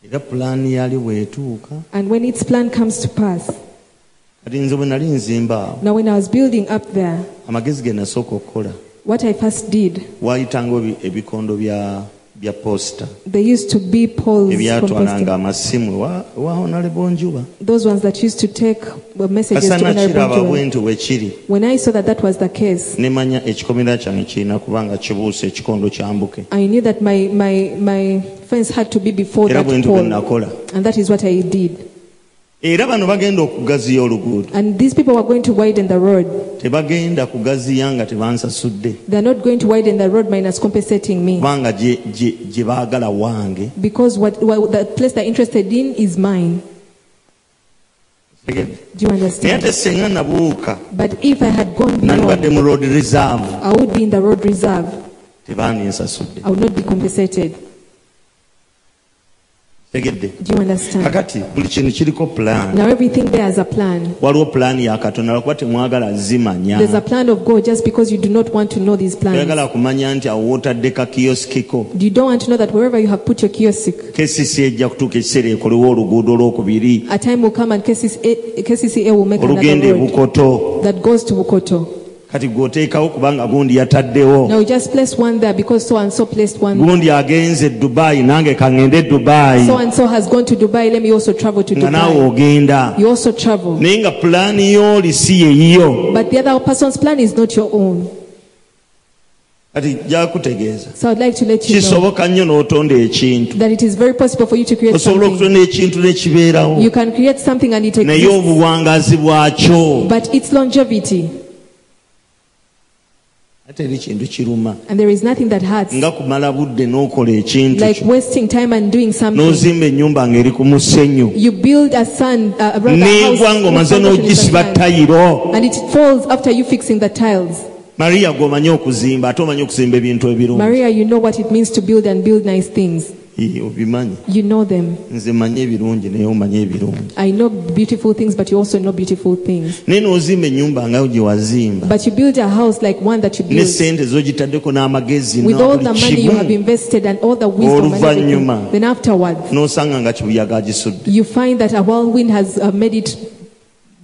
Speaker 1: era pulaani yali weetuuka
Speaker 2: and when its plan comes to pass
Speaker 1: kati nze bwe nali nzimbaawo
Speaker 2: now when i was building up there
Speaker 1: amagezi ge nasooka okukola
Speaker 2: what i first did
Speaker 1: waayitangawo ebi- ebikondo bya bya posta
Speaker 2: there used to be poles
Speaker 1: ebyatwalanga
Speaker 2: composting.
Speaker 1: amasimu ewa- ewa honalebo njuba
Speaker 2: those ones that used to take the messages to
Speaker 1: kasana kiraba
Speaker 2: Honorable
Speaker 1: bwe
Speaker 2: John.
Speaker 1: nti wekiri
Speaker 2: when i saw that that was the case
Speaker 1: nemanya ekikomera kyange kirina kubanga kibuusa ekikondo kyambuke
Speaker 2: i knew that my, my, my fence had to be before
Speaker 1: era
Speaker 2: that
Speaker 1: bwe nti bwe
Speaker 2: pole
Speaker 1: nakola
Speaker 2: and that is what i did
Speaker 1: era bano bagenda okugaziya oluguudo
Speaker 2: and these people were going to widen the road
Speaker 1: tebagenda kugaziya nga tebansasudde
Speaker 2: They're not going to widen the road minus compensating me.
Speaker 1: kubanga gye- gye gye baagala wange
Speaker 2: Because what, what the place they're interested in is mine.
Speaker 1: Tegedde?
Speaker 2: Do you
Speaker 1: naye
Speaker 2: understand?
Speaker 1: te senga nabuuka
Speaker 2: But if I had gone
Speaker 1: nandibadde
Speaker 2: beyond,
Speaker 1: mu road reserve
Speaker 2: I would be in the road reserve.
Speaker 1: tebanensasudde
Speaker 2: I would not be compensated.
Speaker 1: tegedde
Speaker 2: Do you understand?
Speaker 1: kakati buli kintu kiriko pulaani
Speaker 2: Now everything there is a plan.
Speaker 1: waliwo pulaani ya katonda lwakuba temwagala zimanya
Speaker 2: There's a plan of God just because you do not want to know these plans.
Speaker 1: oyagala kumanya nti awo wootadde kakiyosikiko
Speaker 2: You don't want to know that wherever you have put your kiosk,
Speaker 1: kesisi ejja kutuuka ekiseera ekolewo oluguudo olwokubiri
Speaker 2: a time will come and KCCA, KCCA will make
Speaker 1: olugenda
Speaker 2: another road
Speaker 1: ebukoto
Speaker 2: that goes to Bukoto.
Speaker 1: kati gweoteekawo kubanga gundi yataddewo
Speaker 2: Now you just place one there because so and so placed one there.
Speaker 1: gundi agenze dubayi nange kaŋŋende dubayi
Speaker 2: So and so has gone to Dubai. Let me also travel to
Speaker 1: nga
Speaker 2: Dubai.
Speaker 1: naawe ogenda
Speaker 2: You also travel.
Speaker 1: naye nga pulaani yooli si yeyiyo
Speaker 2: But the other person's plan is not your own.
Speaker 1: kati gyakutegeeza
Speaker 2: So I'd like to let you know
Speaker 1: kisoboka nnyo n'otonda ekintu
Speaker 2: that it is very possible for you to create
Speaker 1: osobola
Speaker 2: something.
Speaker 1: okutonda ekintu nekibeerawo
Speaker 2: You can create something and it
Speaker 1: naye
Speaker 2: exists,
Speaker 1: obuwangazi bwakyo
Speaker 2: but its longevity
Speaker 1: ate eri kintu kiruma
Speaker 2: and there is nothing that hurts
Speaker 1: nga kumala budde n'okola ekintu
Speaker 2: like
Speaker 1: kyo
Speaker 2: wasting time and doing something.
Speaker 1: n'ozimba ennyumba ng'eri ku musenyu
Speaker 2: You build a sun, uh, rather a house
Speaker 1: n'egwa ng'omaze
Speaker 2: with foundation is
Speaker 1: n'ogisiba
Speaker 2: like sand,
Speaker 1: tayiro
Speaker 2: and it falls after you fixing the tiles.
Speaker 1: mariya gw'omanyi okuzimba ate omanyi okuzimba ebintu ebirungi
Speaker 2: Maria, you know what it means to build and build nice things.
Speaker 1: Ee, obimanyi
Speaker 2: You know them.
Speaker 1: nze mmanyi ebirungi naye omanyi ebirungi
Speaker 2: I know beautiful things, but you also know beautiful things.
Speaker 1: naye n'ozimba ennyumba nga gye wazimba
Speaker 2: But you build a house like one that you
Speaker 1: ne
Speaker 2: built
Speaker 1: sente zogitaddeko n'amagezi
Speaker 2: with all the
Speaker 1: n'abuli
Speaker 2: money you have
Speaker 1: kimu
Speaker 2: invested and all the wisdom and everything.
Speaker 1: Oluvannyuma.
Speaker 2: Then afterwards,
Speaker 1: n'osanga nga kibuyaga agisudde
Speaker 2: you find that a whirlwind has uh, made it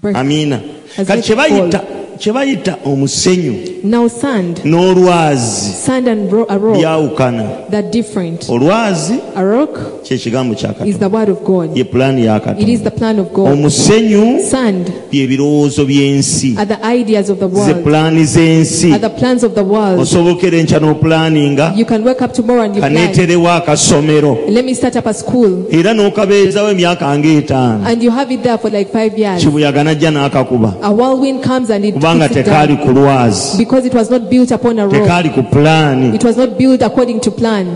Speaker 2: break.
Speaker 1: amiina
Speaker 2: Has
Speaker 1: kati
Speaker 2: it
Speaker 1: kye bayita- kye bayita omusenyu
Speaker 2: Now sand,
Speaker 1: n'olwazi
Speaker 2: sand and ro- a rock,
Speaker 1: byawukana
Speaker 2: they're different.
Speaker 1: olwazi
Speaker 2: A rock
Speaker 1: kyekigambo kya
Speaker 2: is
Speaker 1: katonda
Speaker 2: the word of God.
Speaker 1: ye pulaani ya
Speaker 2: It is
Speaker 1: katonda
Speaker 2: the plan of God.
Speaker 1: omusenyu
Speaker 2: Sand
Speaker 1: bye birowoozo by'ensi
Speaker 2: are the ideas of the
Speaker 1: ze
Speaker 2: world,
Speaker 1: pulaani z'ensi
Speaker 2: are the plans of the world.
Speaker 1: osobokera enkya n'opulaaninga
Speaker 2: You can wake up tomorrow and you plan.
Speaker 1: kaneeterewo akasomero
Speaker 2: Let me start up a school.
Speaker 1: era n'okabeerezawo emyaka ng'etaano
Speaker 2: And you have it there for like five years.
Speaker 1: kibuyaga najja n'akakuba
Speaker 2: A whirlwind comes and it
Speaker 1: kubanga
Speaker 2: puts it down
Speaker 1: tekaali ku lwazi
Speaker 2: because it was not built upon a rock.
Speaker 1: tekaali ku pulaani
Speaker 2: It was not built according to plan.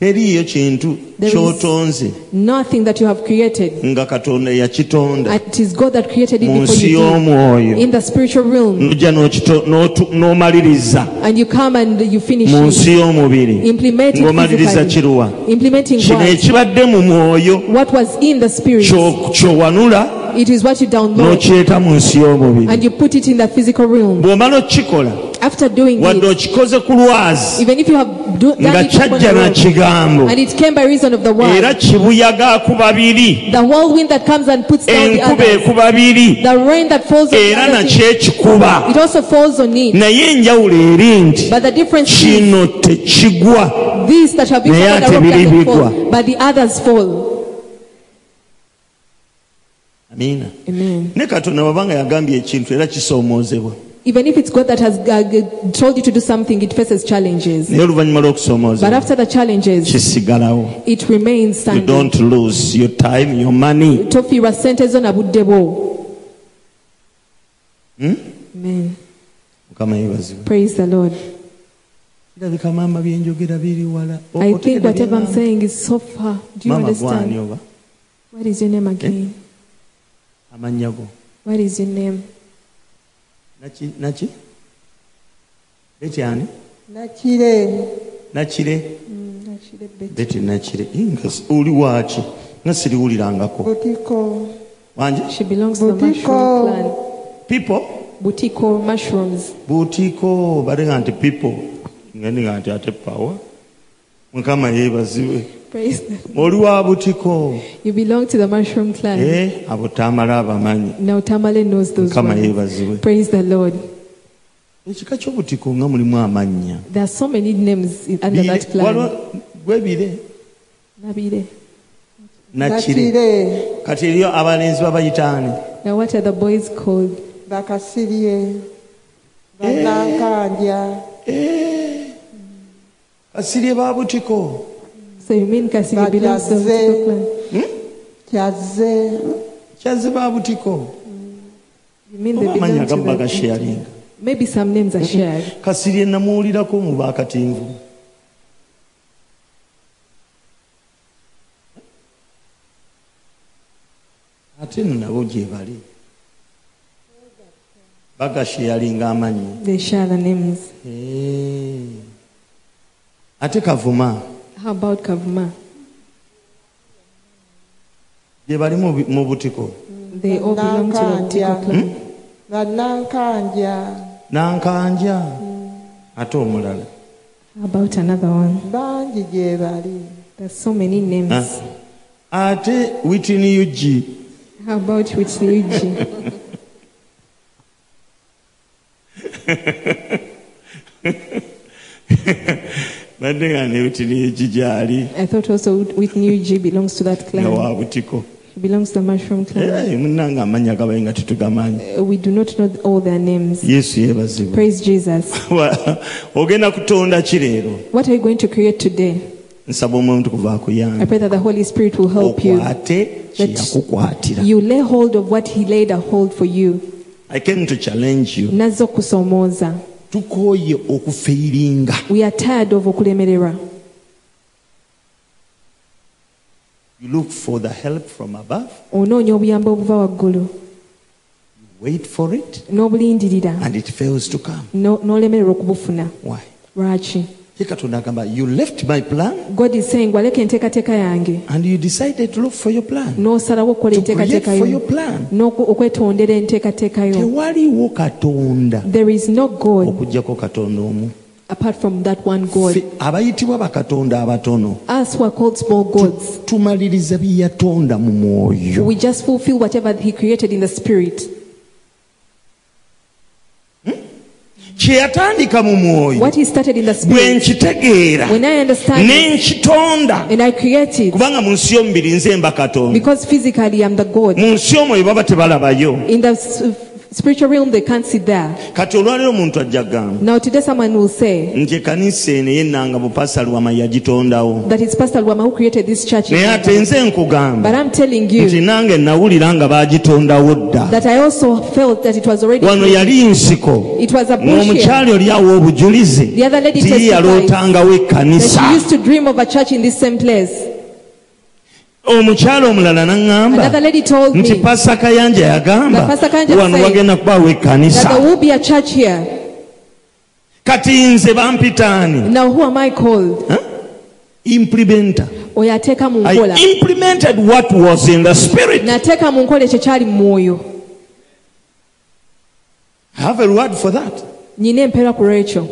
Speaker 1: teriiyo kintu
Speaker 2: There is-
Speaker 1: kyotonze
Speaker 2: Nothing that you have created.
Speaker 1: nga katonda yakitonda
Speaker 2: And It is God that created it
Speaker 1: mu
Speaker 2: before
Speaker 1: nsi
Speaker 2: you
Speaker 1: y'omwoyo
Speaker 2: did. In the spiritual realm.
Speaker 1: nojja n'okito- n'otu- n'omaliriza
Speaker 2: And you come and you finish
Speaker 1: mu
Speaker 2: it.
Speaker 1: nsi y'omubiri
Speaker 2: Implement
Speaker 1: ng'omaliriza
Speaker 2: it physically.
Speaker 1: kiruwa
Speaker 2: Implementing
Speaker 1: kino
Speaker 2: what?
Speaker 1: ekibadde mu mwoyo
Speaker 2: What was in the spirit.
Speaker 1: kyo- kyowanula
Speaker 2: It is what you download.
Speaker 1: n'okyeta mu nsi y'omubiri
Speaker 2: And you put it in the physical realm.
Speaker 1: bw'omala okukikola
Speaker 2: After doing
Speaker 1: wadde
Speaker 2: it,
Speaker 1: okikoze ku lwazi
Speaker 2: even if you have do,
Speaker 1: nga
Speaker 2: done it upon
Speaker 1: kyajja
Speaker 2: a
Speaker 1: na
Speaker 2: rock,
Speaker 1: kigambo
Speaker 2: and it came by reason of the word.
Speaker 1: era kibuyaga ku babiri
Speaker 2: The whirlwind that comes and puts down the
Speaker 1: enkuba
Speaker 2: others.
Speaker 1: eku babiri
Speaker 2: The rain that falls on the
Speaker 1: era
Speaker 2: other thing,
Speaker 1: nakyo ekikuba
Speaker 2: it also falls on it.
Speaker 1: naye enjawulo eri nti
Speaker 2: But the difference is
Speaker 1: kino tekigwa
Speaker 2: these that have been
Speaker 1: Naye
Speaker 2: covered
Speaker 1: ate
Speaker 2: are rock
Speaker 1: biri
Speaker 2: doesn't fall,
Speaker 1: bigwa.
Speaker 2: but the others fall.
Speaker 1: amiina
Speaker 2: Amen.
Speaker 1: ne katonda wabanga yagambye ekintu era kisoomoozebwa
Speaker 2: Even if it's God that has uh, g- told you to do something, it faces challenges.
Speaker 1: naye oluvannyuma
Speaker 2: But
Speaker 1: lw'okusoomoozebwa
Speaker 2: after the challenges,
Speaker 1: kisigalawo
Speaker 2: it remains
Speaker 1: you
Speaker 2: standing.
Speaker 1: don't lose your time your money
Speaker 2: Tofiira ssente zo nabuddebo.
Speaker 1: Hmm?
Speaker 2: Amen.
Speaker 1: mukama yeebazibwe
Speaker 2: Praise the Lord.
Speaker 1: kirabika maama byenjogera biri wala
Speaker 2: I think whatever I'm saying is so far. Do you
Speaker 1: maama gwani
Speaker 2: understand?
Speaker 1: oba
Speaker 2: What is your name again?
Speaker 1: Eh? amannya go
Speaker 2: What is your name?
Speaker 1: naki naki beti ani
Speaker 4: nakire
Speaker 1: nakire
Speaker 4: Mm, nakire be-
Speaker 1: beti nakire Ih, nga si- oli waaki nga siriwulirangako
Speaker 4: butiko
Speaker 1: wangi
Speaker 2: She belongs to the mushroom
Speaker 4: Butiko.
Speaker 2: clan.
Speaker 1: people
Speaker 2: Butiko mushrooms.
Speaker 1: buutiiko balinga nti people ngendiga nti ate pawa mukama yeebazibwe
Speaker 2: Praise the
Speaker 1: oli wa butiko
Speaker 2: You belong to the mushroom clan.
Speaker 1: Eh, abo tamala abamanyi
Speaker 2: Now Tamale knows those
Speaker 1: mukama
Speaker 2: ones.
Speaker 1: yeebazibwe
Speaker 2: Praise the Lord.
Speaker 1: ekika ky'obutiko nga mulimu amannya
Speaker 2: There are so many names in- under
Speaker 1: Bire-
Speaker 2: that clan.
Speaker 1: waliwo- gwebire
Speaker 2: Nabire.
Speaker 1: nakire
Speaker 4: nakire
Speaker 1: kati eriyo abalenzi babayitaani
Speaker 2: Now what are the boys called?
Speaker 4: bakasirye banankanja
Speaker 1: Eh, kasirye ba butiko
Speaker 2: So you mean Kasiri
Speaker 4: But
Speaker 2: belongs to the
Speaker 4: that's
Speaker 2: Butiko
Speaker 4: it.
Speaker 2: clan?
Speaker 4: kyaze
Speaker 1: kyazi ba butiko
Speaker 2: You mean they
Speaker 1: Oba amannya
Speaker 2: belong to
Speaker 1: agamu
Speaker 2: the...
Speaker 1: bagasharinga
Speaker 2: Maybe some names are shared.
Speaker 1: kasirye namuwulirako mu bakatinvu ate no nabo gye bali bagasharinga amannya
Speaker 2: They share the names.
Speaker 1: Eh. ate kavuma
Speaker 2: How about Kavuma?
Speaker 1: gye bali mu bi- mu butiko
Speaker 2: They all belong to the Butiko
Speaker 4: Nankanja.
Speaker 2: clan.
Speaker 4: banankanja
Speaker 1: nankanja ate omulala
Speaker 2: How about another one?
Speaker 4: bangi gye bali
Speaker 2: There's so many names.
Speaker 1: Ah. ate witini yugi
Speaker 2: How about with Luigi?
Speaker 1: badde nga ne witini yugi gyali
Speaker 2: I thought also Whitney UG belongs to that clan.
Speaker 1: nawa butiko
Speaker 2: belongs to the mushroom clan.
Speaker 1: Eh, munnange amannya gabayi nga tetugamanyi
Speaker 2: Uh, We do not know all their names.
Speaker 1: yesu yeebazibwa
Speaker 2: Praise Jesus.
Speaker 1: Wa- ogenda kutonda ki leero
Speaker 2: What are you going to create today?
Speaker 1: nsaba omwoyo mutukuvu
Speaker 2: I
Speaker 1: akuyambe
Speaker 2: pray that the Holy Spirit will help you.
Speaker 1: okwate
Speaker 2: That
Speaker 1: kyeyakukwatira
Speaker 2: You lay hold of what He laid a hold for you.
Speaker 1: i came to challenge you
Speaker 2: Nazzo kusomoza.
Speaker 1: tukooye okufeiringa
Speaker 2: We are tired of okulemererwa.
Speaker 1: you look for the help from above
Speaker 2: Onoonya obuyambi obuva waggulu
Speaker 1: wait for it
Speaker 2: n'obulindirira
Speaker 1: and it fails to come
Speaker 2: no- n'olemererwa okubufuna.
Speaker 1: why
Speaker 2: Lwaki?
Speaker 1: ye katonda agamba you left my plan
Speaker 2: God is saying waleka enteekateeka yange
Speaker 1: and you decided to look for your plan
Speaker 2: n'osalawo okukola
Speaker 1: To create
Speaker 2: enteekateeka
Speaker 1: for
Speaker 2: yo
Speaker 1: your plan.
Speaker 2: n'okwetondera enteekateeka yo.
Speaker 1: tewaliwo katonda
Speaker 2: There is no God
Speaker 1: okugjako katonda omu
Speaker 2: apart from that one God.
Speaker 1: Ffe abayitibwa bakatonda abatono
Speaker 2: Us who are called small gods,
Speaker 1: tumaliriza bye yatonda mu mwoyo
Speaker 2: we just fulfill whatever He created in the spirit.
Speaker 1: kye yatandika mu mwoyo
Speaker 2: What He started in the
Speaker 1: bwe
Speaker 2: spirit,
Speaker 1: nkitegeera
Speaker 2: when I understand
Speaker 1: ne
Speaker 2: it
Speaker 1: nkitonda
Speaker 2: and I create it,
Speaker 1: kubanga mu nsi y'omubiri nze mba katonda
Speaker 2: because physically I'm the God.
Speaker 1: mu nsi omwoyo baba tebalabayo
Speaker 2: In the s- spiritual realm, they can't sit there.
Speaker 1: kati olwaleero omuntu ajja gamba
Speaker 2: Now, today, someone will say
Speaker 1: nti ekkanisa eno yennanga bupasa lwama yagitondawo
Speaker 2: that it's Pastor Luama who created this church. in
Speaker 1: naye ate
Speaker 2: Uganda.
Speaker 1: nze nkugamba
Speaker 2: But I'm telling
Speaker 1: nti
Speaker 2: you
Speaker 1: nange nawulira nga baagitondawo dda
Speaker 2: that I also felt that it was already.
Speaker 1: wano yali nsiko
Speaker 2: It was a bush here.
Speaker 1: ng'omukyala oli awa obujulizi
Speaker 2: The other lady
Speaker 1: tiye
Speaker 2: testified
Speaker 1: yalootangawo
Speaker 2: that
Speaker 1: ekkanisa
Speaker 2: she used to dream of a church in this same place.
Speaker 1: omukyala omulala n'aŋŋamba
Speaker 2: Another lady told
Speaker 1: nti
Speaker 2: me that
Speaker 1: pasa kayanja yagamba
Speaker 2: That Pastor Kayanja
Speaker 1: wano
Speaker 2: said
Speaker 1: wagenda kubaawo ekkanisa
Speaker 2: there will be a church here.
Speaker 1: kati nze bampitaani
Speaker 2: Now, who am I called?
Speaker 1: Huh? implementa
Speaker 2: Oyateka mu
Speaker 1: i
Speaker 2: nkola.
Speaker 1: implemented what was in the spirit
Speaker 2: Nateka mu nkola ekyo kyali mu mwoyo.
Speaker 1: I have a word for that
Speaker 2: Nyina empeera ku lwekyo.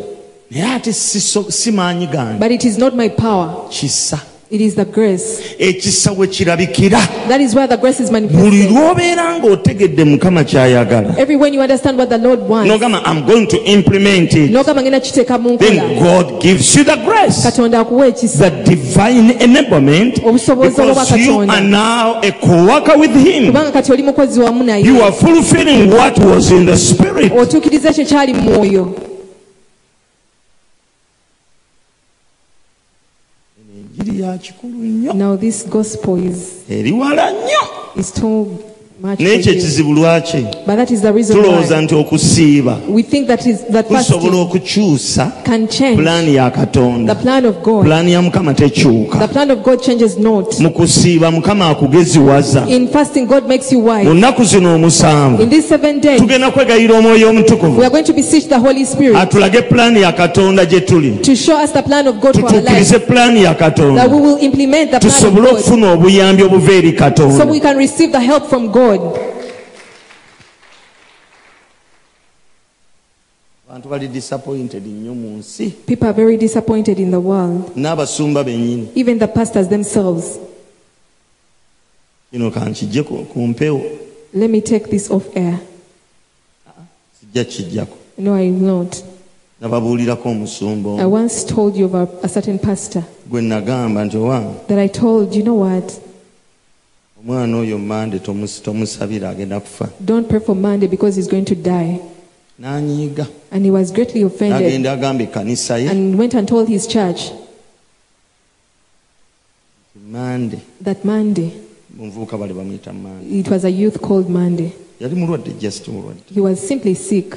Speaker 1: naye ate siso- simaanyi gange
Speaker 2: But it is not my power,
Speaker 1: kisa
Speaker 2: it is the grace.
Speaker 1: ekisa we kirabikira
Speaker 2: That is where the grace is
Speaker 1: buli
Speaker 2: manifested.
Speaker 1: lw'obeera ng'otegedde mukama ky'ayagala
Speaker 2: Every when you understand what the Lord wants,
Speaker 1: n'ogamba i'm going to implement it
Speaker 2: n'ogamba ngenda kiteeka mu
Speaker 1: then
Speaker 2: nkola,
Speaker 1: god gives you the grace
Speaker 2: Katonda akuwa ekisa.
Speaker 1: the divine enablement
Speaker 2: Obusobozi
Speaker 1: because
Speaker 2: obwa
Speaker 1: you
Speaker 2: Katonda.
Speaker 1: are now a co-worker with him
Speaker 2: Kubanga kati oli mukozi wamu
Speaker 1: you
Speaker 2: naye.
Speaker 1: are fulfilling what was in the spirit
Speaker 2: Otuukiriza ekyo kyali mu mwoyo.
Speaker 1: Enjiri ya kikulu nnyo
Speaker 2: Now, this gospel is,
Speaker 1: eri wala nnyo
Speaker 2: is too much. For
Speaker 1: n'ekyo
Speaker 2: you.
Speaker 1: ekizibu lwaki
Speaker 2: But that is the reason
Speaker 1: tulowooza
Speaker 2: why
Speaker 1: nti okusiiba
Speaker 2: we think that is that
Speaker 1: kusobola
Speaker 2: fasting
Speaker 1: okukyusa
Speaker 2: can change
Speaker 1: pulaani ya
Speaker 2: Eh. the
Speaker 1: katonda
Speaker 2: plan of God.
Speaker 1: pulaani ya mukama
Speaker 2: The
Speaker 1: tekyuka
Speaker 2: plan of God changes not.
Speaker 1: mu kusiiba mukama akugeziwaza
Speaker 2: In fasting, God makes you
Speaker 1: mu
Speaker 2: wise.
Speaker 1: nnaku zino omusanvu
Speaker 2: In these seven days,
Speaker 1: tugenda kwegayira omwoyo omutukuvu
Speaker 2: we are going to beseech the Holy Spirit
Speaker 1: atulage pulaani ya katonda gye tuli
Speaker 2: to show us the plan of God for our lives.
Speaker 1: tutuukirize pulaani ya
Speaker 2: That we
Speaker 1: katonda
Speaker 2: will implement the plan
Speaker 1: tusobole
Speaker 2: of God
Speaker 1: okufuna obuyambi obuva eri
Speaker 2: so we
Speaker 1: katonda
Speaker 2: can receive the help from God.
Speaker 1: abantu bali disappointed nnyo mu nsi
Speaker 2: People are very disappointed in the world,
Speaker 1: n'abasumba bennyini
Speaker 2: even the pastors themselves.
Speaker 1: kino kankijje ku ku mpewo
Speaker 2: Let me take this off air.
Speaker 1: sijja kijjako
Speaker 2: No, I will not.
Speaker 1: nababuulirako omusumba
Speaker 2: I
Speaker 1: omu
Speaker 2: once told you about a certain pastor
Speaker 1: gwe nagamba nti owange
Speaker 2: that I told, you know what?
Speaker 1: omwana oyo mande tomus- tomusabira agenda kufa
Speaker 2: Don't pray for Monday because he's going to die.
Speaker 1: n'anyiiga
Speaker 2: And he was greatly offended
Speaker 1: n'agenda agamba ekkanisa ye
Speaker 2: and went and told his church
Speaker 1: mande
Speaker 2: that Monday,
Speaker 1: omuvubuka bali bamuyita mande
Speaker 2: it was a youth called Monday.
Speaker 1: yali mulwadde just mulwadde
Speaker 2: He was simply sick,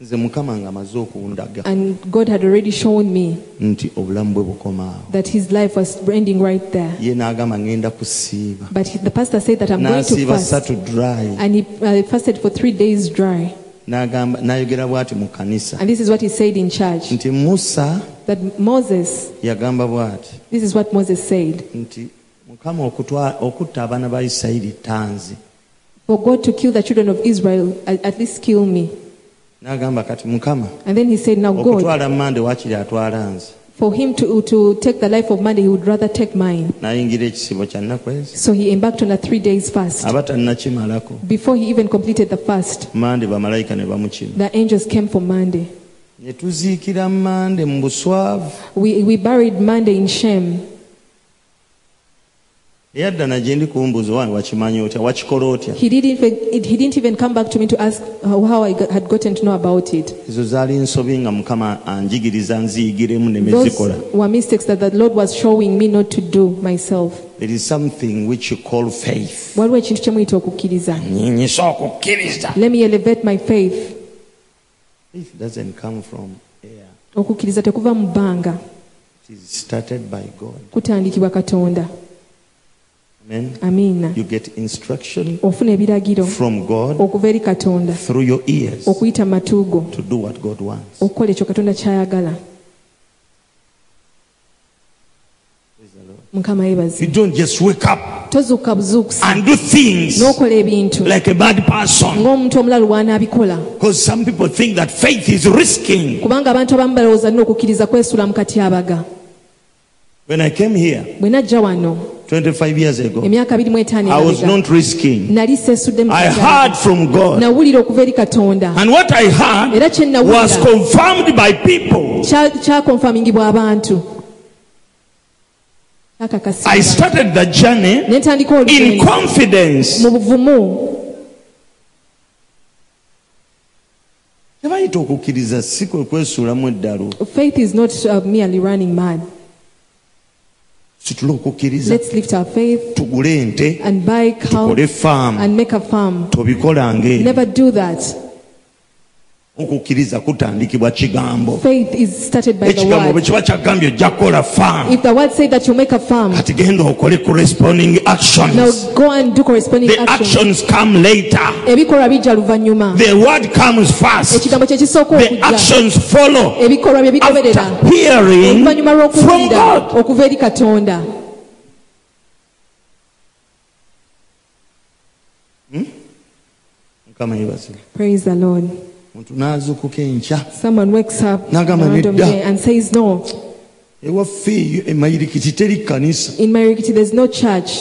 Speaker 1: nze mukama nga amaze okundaga
Speaker 2: and God had already shown me
Speaker 1: nti obulamu bwe bukomaawo
Speaker 2: that his life was ending right there.
Speaker 1: ye n'agamba ngenda kusiiba
Speaker 2: But he, the pastor said that I'm going to
Speaker 1: n'asiiba
Speaker 2: fast.
Speaker 1: satu dry
Speaker 2: And he uh, fasted for three days dry.
Speaker 1: n'agamba n'ayogera bw'ati mu kanisa
Speaker 2: And this is what he said in church
Speaker 1: nti musa
Speaker 2: that Moses,
Speaker 1: yagamba bw'ati
Speaker 2: this is what Moses said
Speaker 1: nti mukama okutwa- okutta abaana ba isirayiri tanze
Speaker 2: for God to kill the children of Israel, at, at least kill me.
Speaker 1: n'agamba kati mukama
Speaker 2: And then he said, Now, Oh God,
Speaker 1: okutwala mande waakiri atwala nze
Speaker 2: for him to, to take the life of man, he would rather take mine.
Speaker 1: n'ayingira ekisibo kya nnaku ezo
Speaker 2: So he embarked on a three days fast.
Speaker 1: aba tannakimalako
Speaker 2: Before he even completed the fast,
Speaker 1: mande bamalayika ne bamukima
Speaker 2: the angels came for Monday.
Speaker 1: ne tuziikira mande mu buswavu
Speaker 2: We, we buried Monday in Shem.
Speaker 1: naye adda nagye ndi kumbuuza wange wakimanyi otya wakikola otya
Speaker 2: He didn't, even, he didn't even come back to me to ask how how I got, had gotten to know about it.
Speaker 1: ezo zaali nsobi nga mukama anjigiriza nziyigiremu ne
Speaker 2: Those
Speaker 1: mezikola
Speaker 2: were mistakes that the Lord was showing me not to do myself.
Speaker 1: there is something which you call faith
Speaker 2: waliwo ekintu kye muyita okukkiriza
Speaker 1: nyinyisa okukkiriza
Speaker 2: let me elevate my faith
Speaker 1: faith doesn't come from air
Speaker 2: okukkiriza tekuva mu bbanga
Speaker 1: it is started by god
Speaker 2: kutandikibwa katonda
Speaker 1: amen
Speaker 2: amiina
Speaker 1: you get instruction
Speaker 2: ofuna ebiragiro
Speaker 1: from god
Speaker 2: okuva eri katonda
Speaker 1: through your ears
Speaker 2: okuyita mu matu go
Speaker 1: to do what god wants
Speaker 2: okukola ekyo katonda kyayagala mukama
Speaker 1: you
Speaker 2: yebaze
Speaker 1: don't just wake up
Speaker 2: tozuuka buzuukusi
Speaker 1: and do things
Speaker 2: n'okola ebintu
Speaker 1: like a bad person
Speaker 2: ng'omuntu omulalu w'anaabikola
Speaker 1: because some people think that faith is risking
Speaker 2: kubanga abantu abamu balowooza nina okukkiriza kwesula mu katyabaga
Speaker 1: when i came here
Speaker 2: bwe najja wano
Speaker 1: 25 years ago
Speaker 2: emyaka 25
Speaker 1: i was
Speaker 2: emabega
Speaker 1: not risking
Speaker 2: nali seesudde mu
Speaker 1: i
Speaker 2: katyabaga
Speaker 1: heard from god
Speaker 2: nawulira okuva eri katonda
Speaker 1: and what i heard
Speaker 2: era kye nawulira
Speaker 1: was confirmed by people
Speaker 2: kya- kyakonfamingibwa abantu Kyakakasibwa.
Speaker 1: i started the journey
Speaker 2: ne ntandika
Speaker 1: in
Speaker 2: olugendo
Speaker 1: confidence
Speaker 2: mu buvumu
Speaker 1: tebayita okukkiriza si kwe kwesuulamu eddalo
Speaker 2: faith is not uh, merely running mad
Speaker 1: situla okukkiriza
Speaker 2: let's lift our faith
Speaker 1: tugule ente
Speaker 2: and buy cow
Speaker 1: tukole faamu
Speaker 2: and make a farm
Speaker 1: tobikolanga ebyo.
Speaker 2: never do that
Speaker 1: okukkiriza kutandikibwa kigambo
Speaker 2: faith is started by the
Speaker 1: ekigambo bwe
Speaker 2: word
Speaker 1: kiba kyagambye ojja kukola faamu
Speaker 2: if the word said that you make a farm
Speaker 1: kati genda okole corresponding
Speaker 2: now
Speaker 1: actions
Speaker 2: go and do corresponding
Speaker 1: the
Speaker 2: actions
Speaker 1: actions come later
Speaker 2: ebikolwa bijja luvannyuma
Speaker 1: the word comes first
Speaker 2: ekigambo kye kisooka
Speaker 1: the
Speaker 2: okujja
Speaker 1: actions follow
Speaker 2: ebikolwa bye bigoberera
Speaker 1: after hearing
Speaker 2: oluvannyuma
Speaker 1: from
Speaker 2: lw'okuwulira
Speaker 1: God
Speaker 2: okuva eri katonda
Speaker 1: mukama yebaze
Speaker 2: praise the lord
Speaker 1: omuntu n'azuukuka enkya
Speaker 2: someone wakes up
Speaker 1: N'agamba
Speaker 2: around of
Speaker 1: nedda.
Speaker 2: day and says no
Speaker 1: ewaffe eyo emayirikiti teri kanisa
Speaker 2: in Marikiti there's no church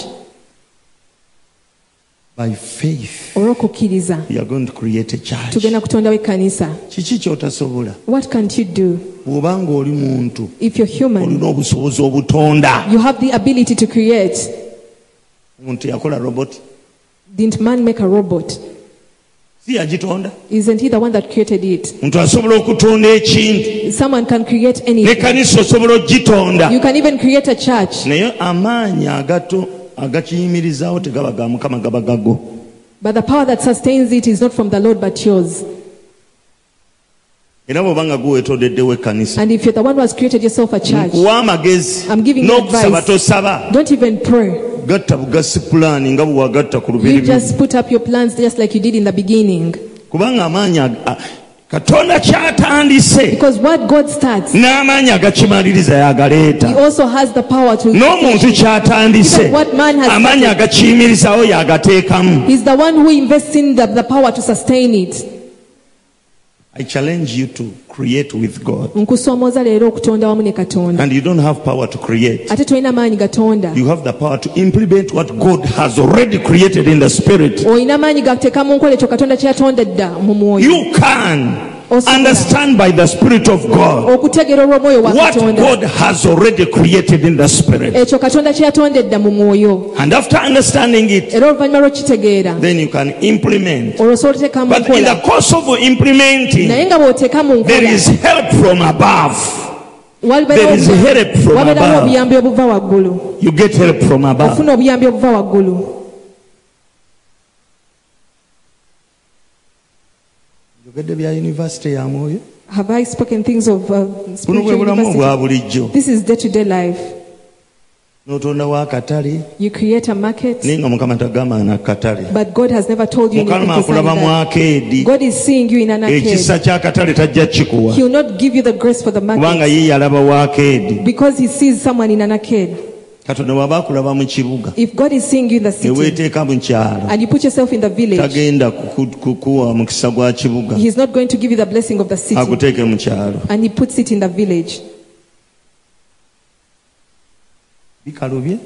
Speaker 1: by faith
Speaker 2: olw'okukkiriza
Speaker 1: you are going to create a church
Speaker 2: tugenda kutondawo ekkanisa
Speaker 1: kiki kyotasobola
Speaker 2: what can't you do
Speaker 1: bw'oba ng'oli muntu
Speaker 2: if you're human
Speaker 1: olina obusobozi obutonda
Speaker 2: you have the ability to create
Speaker 1: omuntu yakola robot
Speaker 2: didn't man make a robot
Speaker 1: si yagitonda
Speaker 2: isn't he the one that created it
Speaker 1: omuntu asobola okutonda ekintu
Speaker 2: someone can create
Speaker 1: ne
Speaker 2: anything
Speaker 1: kanisa osobola ogitonda
Speaker 2: you can even create a church
Speaker 1: naye amaanyi agato agakiyimirizaawo tegaba ga mukama gaba gago
Speaker 2: but the power that sustains it is not from the lord but yours
Speaker 1: era bwoba nga guwetoloddewo ekkanisa
Speaker 2: and if you're the one who has created yourself a church
Speaker 1: nkuwa amagezi
Speaker 2: I'm giving you
Speaker 1: n'okusaba
Speaker 2: advice.
Speaker 1: tosaba
Speaker 2: don't even pray
Speaker 1: gatta bugasi pulaani nga bwe wagatta ku
Speaker 2: You
Speaker 1: lubiribiri
Speaker 2: just put up your plans just like you did in the beginning.
Speaker 1: kubanga amaanyi ag- a- katonda kyatandise
Speaker 2: Because what God starts,
Speaker 1: n'amaanyi agakimaliriza
Speaker 2: He
Speaker 1: yagaleeta
Speaker 2: also has the power to.
Speaker 1: n'omuntu kyatandise
Speaker 2: Even what man has
Speaker 1: amaanyi
Speaker 2: started.
Speaker 1: agakiyimirizawo yagateekamu
Speaker 2: He's the one who invests in the, the power to sustain it.
Speaker 1: i challenge you to create with god
Speaker 2: nkusomooza leero okutonda wamu ne katonda
Speaker 1: and you don't have power to create
Speaker 2: ate tolina maanyi gatonda
Speaker 1: You have the power to implement what God has already created in the spirit.
Speaker 2: olina maanyi gateeka mu nkola ekyo katonda kye yatonda edda mu mwoyo
Speaker 1: You can
Speaker 2: Osobola.
Speaker 1: understand by the spirit of God
Speaker 2: okutegeera olw'omwoyo wa
Speaker 1: what
Speaker 2: katonda
Speaker 1: God has already created in the spirit.
Speaker 2: ekyo katonda kye yatonda edda mu mwoyo
Speaker 1: And after understanding it,
Speaker 2: era oluvannyuma lw'okitegeera
Speaker 1: then you can implement.
Speaker 2: olwo osobola oteeka mu
Speaker 1: But in the
Speaker 2: nkola
Speaker 1: course of
Speaker 2: naye
Speaker 1: implementing,
Speaker 2: nga bw'oteeka mu
Speaker 1: there
Speaker 2: nkola
Speaker 1: is help from above.
Speaker 2: walibeerawo
Speaker 1: there is
Speaker 2: obuyambi-
Speaker 1: help from
Speaker 2: wabeerawo
Speaker 1: above.
Speaker 2: obuyambi obuva waggulu
Speaker 1: You get help from above.
Speaker 2: ofuna obuyambi obuva waggulu
Speaker 1: Njogedde bya university ya mwoyo.
Speaker 2: have i spoken things of uh,
Speaker 1: Buno bwe
Speaker 2: spiritual
Speaker 1: bulamu bwa
Speaker 2: university?
Speaker 1: bulijjo.
Speaker 2: this is day to day life
Speaker 1: N'otondawo akatale
Speaker 2: you create a market
Speaker 1: naye nga Mukama tagamba na katale.
Speaker 2: but god has never told you anything
Speaker 1: Mukama akulaba
Speaker 2: concerning
Speaker 1: mu
Speaker 2: that.
Speaker 1: akeedi.
Speaker 2: god is seeing you in
Speaker 1: Eh,
Speaker 2: an arcade
Speaker 1: ekisa kyakatale tajja kikuwa
Speaker 2: he will not give you the grace for the
Speaker 1: kubanga
Speaker 2: market
Speaker 1: ye yalaba waakeedi
Speaker 2: because he sees someone in an arcade
Speaker 1: katonda bwaba akulaba mu kibuga
Speaker 2: if god is seeing you in the
Speaker 1: Eh,
Speaker 2: city
Speaker 1: neweeteeka mu kyalo
Speaker 2: and you put yourself in the village
Speaker 1: tagenda kuku- kukuwa mukisa gwa kibuga
Speaker 2: he's not going to give you the blessing of the city
Speaker 1: akuteeke mu kyalo
Speaker 2: and he puts it in the village
Speaker 1: bikalubye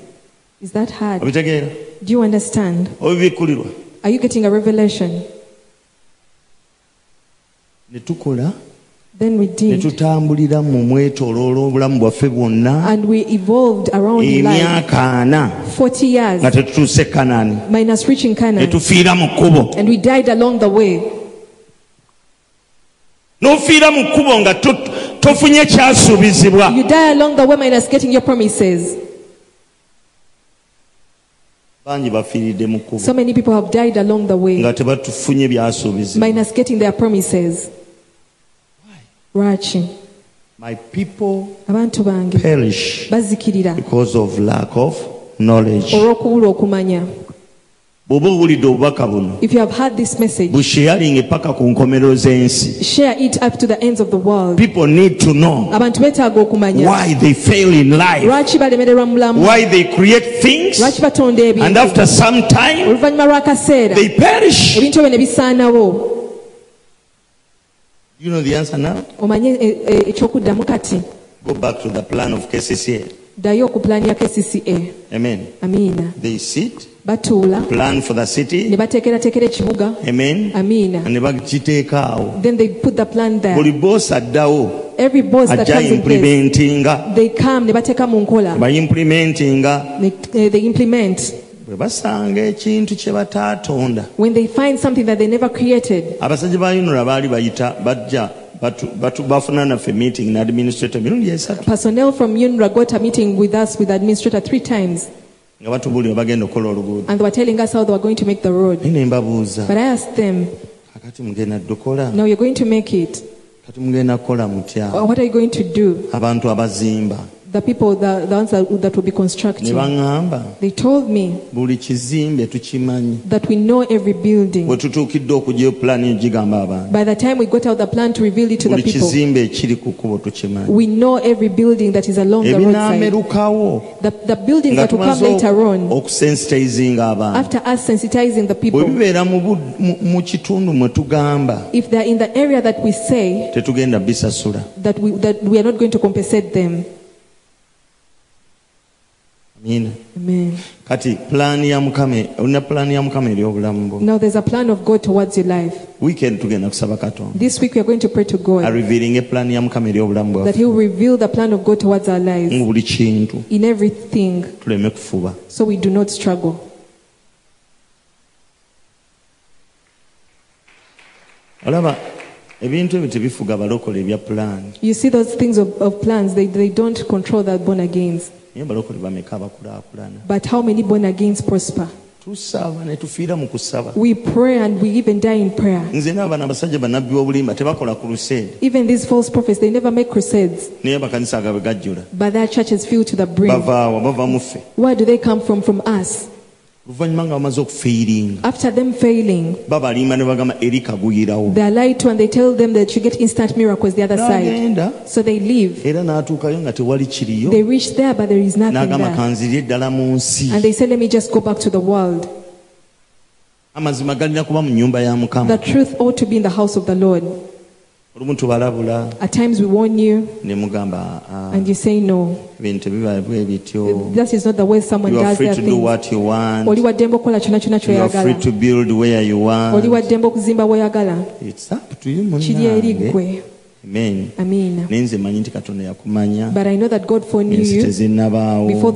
Speaker 2: is that hard
Speaker 1: obitegeera
Speaker 2: do you understand
Speaker 1: obibikulirwa
Speaker 2: are you getting a revelation
Speaker 1: ne tukola
Speaker 2: then
Speaker 1: ne
Speaker 2: redeemed,
Speaker 1: tutambulira mu mwetooloolo obulamu bwaffe bwonna
Speaker 2: and we evolved around in life
Speaker 1: emyaka ana nga
Speaker 2: 40 years,
Speaker 1: tetutuuse kanaani
Speaker 2: minus reaching
Speaker 1: ne
Speaker 2: Canaan,
Speaker 1: tufiira mu kkubo
Speaker 2: and we died along the way.
Speaker 1: n'ofiira mu kkubo nga to- tofunye kyasuubizibwa
Speaker 2: You die along the way, minus getting your promises.
Speaker 1: bangi bafiiridde mu kkubo
Speaker 2: So many people have died along the way,
Speaker 1: nga tebatufunye byasuubizibwa
Speaker 2: minus getting their promises. Lwaki?
Speaker 1: my people
Speaker 2: abantu bange
Speaker 1: perish
Speaker 2: bazikirira
Speaker 1: because of lack of knowledge
Speaker 2: olw'okubula okumanya
Speaker 1: bw'oba owulidde obubaka buno
Speaker 2: if you have heard this message
Speaker 1: busheyalinge paka ku nkomero z'ensi
Speaker 2: share it up to the ends of the world
Speaker 1: people need to know
Speaker 2: abantu beetaaga okumanya
Speaker 1: why they fail in life
Speaker 2: lwaki balemererwa mu bulamu
Speaker 1: why they create things
Speaker 2: lwaki batonda
Speaker 1: and
Speaker 2: ebintu
Speaker 1: after some time
Speaker 2: oluvannyuma lw'akaseera
Speaker 1: they perish
Speaker 2: ebintu ebyo ne bisaanawo
Speaker 1: you know the answer now
Speaker 2: omanye e- e- ekyokuddamu kati
Speaker 1: go back to the plan of kcca
Speaker 2: ddayo ku pulaani ya kcca
Speaker 1: amen
Speaker 2: amiina
Speaker 1: they sit
Speaker 2: batuula
Speaker 1: plan for the
Speaker 2: ne
Speaker 1: city
Speaker 2: bateekerateekera ekibuga
Speaker 1: amen
Speaker 2: amiina
Speaker 1: ne bakiteeka awo
Speaker 2: then they put the plan there
Speaker 1: buli boosi addawo
Speaker 2: every boss that
Speaker 1: ajja
Speaker 2: comes in place
Speaker 1: implementinga
Speaker 2: they come ne bateeka mu nkola
Speaker 1: ba implementinga
Speaker 2: Ne- eh, they implement
Speaker 1: bwe basanga ekintu kye bataatonda
Speaker 2: when they find something that they never created
Speaker 1: abasajja ba unra baali bayita bajja batu- batu- bafuna naffe meeting ne administrator mirundi esatu
Speaker 2: personnel from UNRWA got a meeting with us with the administrator three times
Speaker 1: nga batubuulira bagenda okukola oluguudo
Speaker 2: and they were telling us how they were going to make the road
Speaker 1: naye ne mbabuuza
Speaker 2: but I asked them
Speaker 1: akati mugenda ddukola
Speaker 2: now you're going to make it
Speaker 1: kati mugenda kukola mutya
Speaker 2: Uh, what are you going to do
Speaker 1: abantu abazimba
Speaker 2: the people the, the ones that, that will be
Speaker 1: ne
Speaker 2: constructing
Speaker 1: baŋŋamba
Speaker 2: they told me
Speaker 1: buli kizimbe tukimanyi
Speaker 2: that we know every
Speaker 1: bwe
Speaker 2: building
Speaker 1: tutuukidde okugyayo pulaani eyo gigamba abantu
Speaker 2: by the time we got out the plan to reveal it to the
Speaker 1: buli
Speaker 2: people
Speaker 1: kizimbe ekiri ku kkubo tukimanyi
Speaker 2: we know every building that is along the roadside
Speaker 1: ebinaamerukawo
Speaker 2: the, the buildings
Speaker 1: nga
Speaker 2: that will come
Speaker 1: tumaze
Speaker 2: later on
Speaker 1: okusensitizinga abantu
Speaker 2: after us sensitizing the
Speaker 1: bwe
Speaker 2: people
Speaker 1: bibeera mu bud- mu- mu kitundu mwe tugamba
Speaker 2: if they're in the area that we say
Speaker 1: tetugenda bisasula
Speaker 2: that we, that we are not going to compensate them.
Speaker 1: amina
Speaker 2: Amen.
Speaker 1: kati pulaani ya mukama olina pulaani ya mukama eryobulamu bwo
Speaker 2: Now there's a plan of God towards your life.
Speaker 1: wiikendi tugenda kusaba katonda
Speaker 2: This week we are going to pray to God
Speaker 1: ariviringa epulaani ya mukama eryobulamu
Speaker 2: that
Speaker 1: bwaffe
Speaker 2: He will reveal the plan of God towards our
Speaker 1: mu
Speaker 2: lives
Speaker 1: buli kintu
Speaker 2: in everything
Speaker 1: tuleme kufuba
Speaker 2: so we do not struggle.
Speaker 1: olaba ebintu ebyo tebifuga balokole ebya pulaani
Speaker 2: You see, those things of, of plans, they, they don't control the born agains.
Speaker 1: naye balokole bameka abakulaakulana
Speaker 2: But how many born agains prosper?
Speaker 1: tusaba ne tufiira mu kusaba
Speaker 2: We pray and we even die in prayer.
Speaker 1: nze n'abaana abasajja bannabbi b'obulimba tebakola ku luseera
Speaker 2: Even these false prophets, they never make crusades,
Speaker 1: naye abakanisa agabwe gajjula
Speaker 2: but their churches filled to the brim.
Speaker 1: bavaawa bava mu ffe
Speaker 2: Where do they come from? From us.
Speaker 1: oluvannyuma nga bamaze okufiiringa
Speaker 2: After them failing,
Speaker 1: babalimba ne bagamba eri kaguyirawo
Speaker 2: They are lied to and they tell them that you get instant miracles the other side.
Speaker 1: n'agenda
Speaker 2: So they leave.
Speaker 1: era n'atuukayo nga tewali kiriyo
Speaker 2: They reach there, but there is nothing
Speaker 1: n'agamba
Speaker 2: there.
Speaker 1: kanzirye eddala mu nsi
Speaker 2: And they say, Let me just go back to the world.
Speaker 1: amazima galina kuba mu nnyumba ya mukama
Speaker 2: The truth ought to be in the house of the Lord.
Speaker 1: olumu tubalabula
Speaker 2: At times we warn you
Speaker 1: ne mugamba "Ah,
Speaker 2: and you say no.
Speaker 1: ebintu tebiba bwe bityo
Speaker 2: That is not the way someone
Speaker 1: you are
Speaker 2: does
Speaker 1: free
Speaker 2: their
Speaker 1: to do
Speaker 2: things.
Speaker 1: what you want
Speaker 2: Oliwadde mba okola kyonna kyonna
Speaker 1: you are free
Speaker 2: kyoyagala.
Speaker 1: to Mm-hmm. build where you want
Speaker 2: Oliwadde mba okuzimba woyagala.
Speaker 1: it's up to you
Speaker 2: Kiri eri
Speaker 1: munange
Speaker 2: ggwe.
Speaker 1: amen
Speaker 2: Amina.
Speaker 1: naye nze manyi nti katonda yakumanya
Speaker 2: But I know that God foreknew
Speaker 1: ensi
Speaker 2: you before the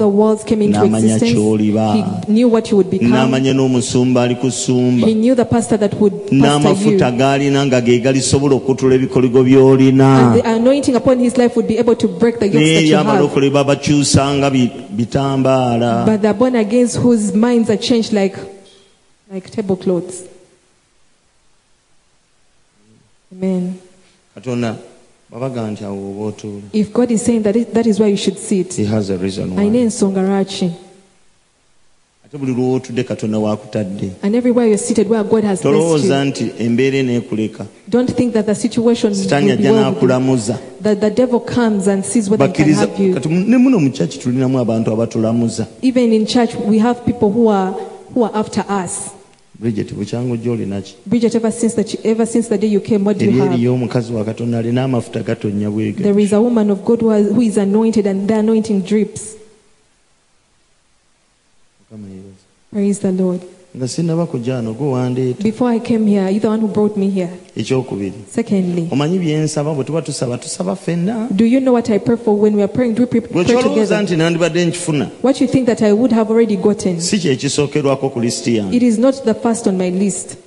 Speaker 1: tezinnabaawo
Speaker 2: worlds came into
Speaker 1: N'amanya
Speaker 2: existence.
Speaker 1: ky'oliba.
Speaker 2: He knew what you would become.
Speaker 1: n'amanya n'omusumba ali kusumba
Speaker 2: He knew the pastor that would pastor you.
Speaker 1: n'amafuta gaalina nga ge galisobola okutula ebikoligo by'olina
Speaker 2: And the anointing upon his life would be able to break the yokes that
Speaker 1: naye
Speaker 2: you have.
Speaker 1: abalokole babakyusanga bi- bitambaala
Speaker 2: But the born against whose minds are changed like, like tablecloths. Amen.
Speaker 1: katonda babaga nti awo oba otuula
Speaker 2: If God is saying that, is- that is where you should sit,
Speaker 1: He has a reason why.
Speaker 2: I know Songaraachi.
Speaker 1: ate buli lwotudde katonda wakutadde
Speaker 2: And everywhere you're seated, where God has blessed
Speaker 1: tolowooza
Speaker 2: you,
Speaker 1: nti embeera eneekuleka
Speaker 2: don't think that the situation
Speaker 1: sitaani
Speaker 2: will be
Speaker 1: ajja
Speaker 2: well with you.
Speaker 1: n'akulamuza
Speaker 2: That the devil comes and sees what he can
Speaker 1: bakkiriza
Speaker 2: have you.
Speaker 1: kati mu- ne muno mu kyaki tulinamu abantu abatulamuza
Speaker 2: Even in church, we have people who are, who are after us.
Speaker 1: bridget bukyangu gy'olinaki
Speaker 2: Bridget, ever since, that you, ever since the day you came, what do you
Speaker 1: eri
Speaker 2: have?
Speaker 1: eriyo omukazi wa katonda alina amafuta gatonnya bwege
Speaker 2: There is a woman of God who has- who is anointed, and the anointing drips.
Speaker 1: Mukama yeebazibwe.
Speaker 2: Praise the Lord.
Speaker 1: nga sinnaba kujaano gwe wandeeta
Speaker 2: Before I came here, you're the one who brought me here.
Speaker 1: ekyokubiri
Speaker 2: Secondly,
Speaker 1: omanyi byensaba bwe tuba tusaba tusaba ffenna
Speaker 2: do you know what I pray for when we are praying? Do we pre-
Speaker 1: gwe
Speaker 2: pray
Speaker 1: kyolowooza
Speaker 2: together?
Speaker 1: nti nandibadde nkifuna
Speaker 2: What you think that I would have already gotten,
Speaker 1: si kyekisookerwako ku lisiti
Speaker 2: it
Speaker 1: yange
Speaker 2: is not the first on my list.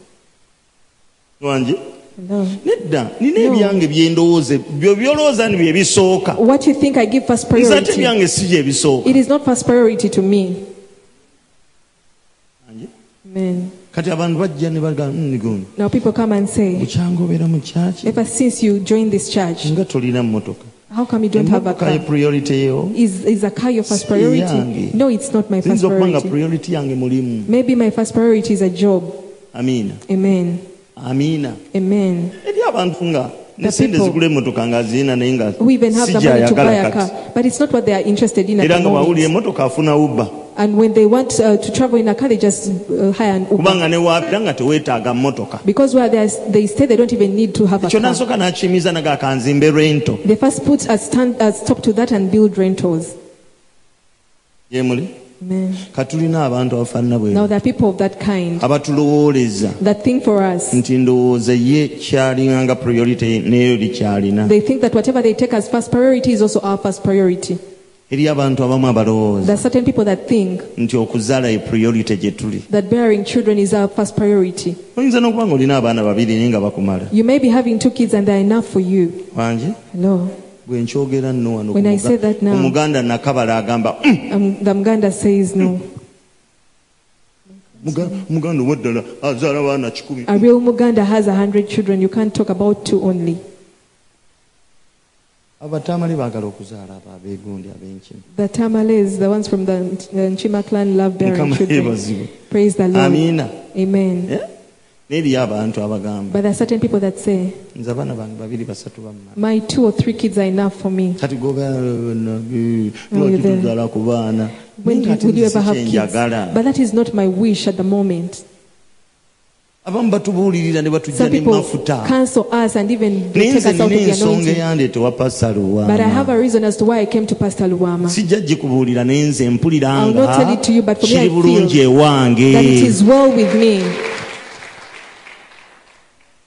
Speaker 1: wange
Speaker 2: No.
Speaker 1: nedda nina
Speaker 2: No.
Speaker 1: ebyange byendowooza byo byolowooza ni bye bisooka
Speaker 2: What you think I give first
Speaker 1: nze ate
Speaker 2: priority,
Speaker 1: byange si gye bisooka
Speaker 2: it is not first priority to me. Amen.
Speaker 1: kati abantu bajja ne bagamba "Mm, guno
Speaker 2: Now people come and say,
Speaker 1: mukyangobera mu kyaki
Speaker 2: ever since you joined this church,
Speaker 1: nga tolina mmotoka
Speaker 2: how come you don't have a
Speaker 1: emmotoka ye
Speaker 2: car?
Speaker 1: priority yo
Speaker 2: Is, is a car your first
Speaker 1: Si
Speaker 2: priority?
Speaker 1: yange.
Speaker 2: No, it's not my first
Speaker 1: ziyinza okuba nga
Speaker 2: priority.
Speaker 1: priority yange mulimu
Speaker 2: Maybe my first priority is a job.
Speaker 1: amiina
Speaker 2: Amen.
Speaker 1: amiina
Speaker 2: Amen.
Speaker 1: eri abantu nga
Speaker 2: The
Speaker 1: nesente
Speaker 2: people-
Speaker 1: zigula emmotoka nga azirina naye nga
Speaker 2: Who even have
Speaker 1: si
Speaker 2: the money to buy
Speaker 1: gyayagala
Speaker 2: a
Speaker 1: kati
Speaker 2: car, but it's not what they are interested in at
Speaker 1: era
Speaker 2: the
Speaker 1: nga bwawulira
Speaker 2: moment.
Speaker 1: emmotoka afuna uba
Speaker 2: And when they want uh, to travel in a car, they just uh, hire an Uber.
Speaker 1: kubanga newaapira nga teweetaaga mmotoka
Speaker 2: Because where they, are, they stay, they don't even need to have a
Speaker 1: ekyo
Speaker 2: car.
Speaker 1: nansooka n'akiyimiza naga kanzimbe lwento
Speaker 2: They first put a, stand, a stop to that and build rentals.
Speaker 1: yemuli
Speaker 2: Amen.
Speaker 1: katulina abantu abafaanana bwe
Speaker 2: Now, there are people of that kind
Speaker 1: abatulowooleza
Speaker 2: that think for us.
Speaker 1: nti ndowooza ye kyalina nga priority neyo likyalina
Speaker 2: They think that whatever they take as first priority is also our first priority.
Speaker 1: eri abantu abamu abalowooza
Speaker 2: There are certain people that think
Speaker 1: nti okuzaala ye priority gye tuli
Speaker 2: that bearing children is our first priority.
Speaker 1: oyinza n'okuba ng'olina abaana babiri naye nga bakumala
Speaker 2: You may be having two kids and they're enough for you.
Speaker 1: wangi
Speaker 2: Hello.
Speaker 1: bwe nkyogera nno wano
Speaker 2: When I
Speaker 1: ku
Speaker 2: say that
Speaker 1: Muga-
Speaker 2: now-
Speaker 1: omuganda nakabala agamba "Mm,
Speaker 2: Um, the Mganda says no.
Speaker 1: Muga- omuganda omu ddala azaala abaana kikumi
Speaker 2: A real Muganda has a hundred children. You can't talk about two only.
Speaker 1: abatamali baagala okuzaala abo abeegundi ab'enkima
Speaker 2: The Tamales, the ones from the Nchima clan, love bearing
Speaker 1: mukama
Speaker 2: children.
Speaker 1: yeebazibwe
Speaker 2: Praise the Lord.
Speaker 1: amiina
Speaker 2: Amen.
Speaker 1: Eh? n'eriyo abantu abagamba
Speaker 2: But there are certain people that say,
Speaker 1: nze abaana bange babiri basatu bammala
Speaker 2: my two or three kids are enough for me.
Speaker 1: kati
Speaker 2: Oh, you're there.
Speaker 1: gobatuzaala ku baana
Speaker 2: When
Speaker 1: Naye kati
Speaker 2: will you
Speaker 1: nze
Speaker 2: ever have kids?
Speaker 1: kyenjagala
Speaker 2: But that is not my wish at the moment.
Speaker 1: abamu batubuulirira ne batujja
Speaker 2: Some
Speaker 1: ne
Speaker 2: people
Speaker 1: mafuta
Speaker 2: cancel us and even
Speaker 1: naye
Speaker 2: take us
Speaker 1: nze
Speaker 2: out of
Speaker 1: nina
Speaker 2: the
Speaker 1: ensonga
Speaker 2: anointing.
Speaker 1: eyandeetewa
Speaker 2: But I have
Speaker 1: pasaluwaama
Speaker 2: a reason as to why I came to Pastor Luwama.
Speaker 1: sijja gikubuulira naye nze
Speaker 2: I will not tell
Speaker 1: mpuliranga
Speaker 2: it to you, but for me,
Speaker 1: kiri
Speaker 2: I feel
Speaker 1: bulungi
Speaker 2: That it
Speaker 1: ewange
Speaker 2: is well with me.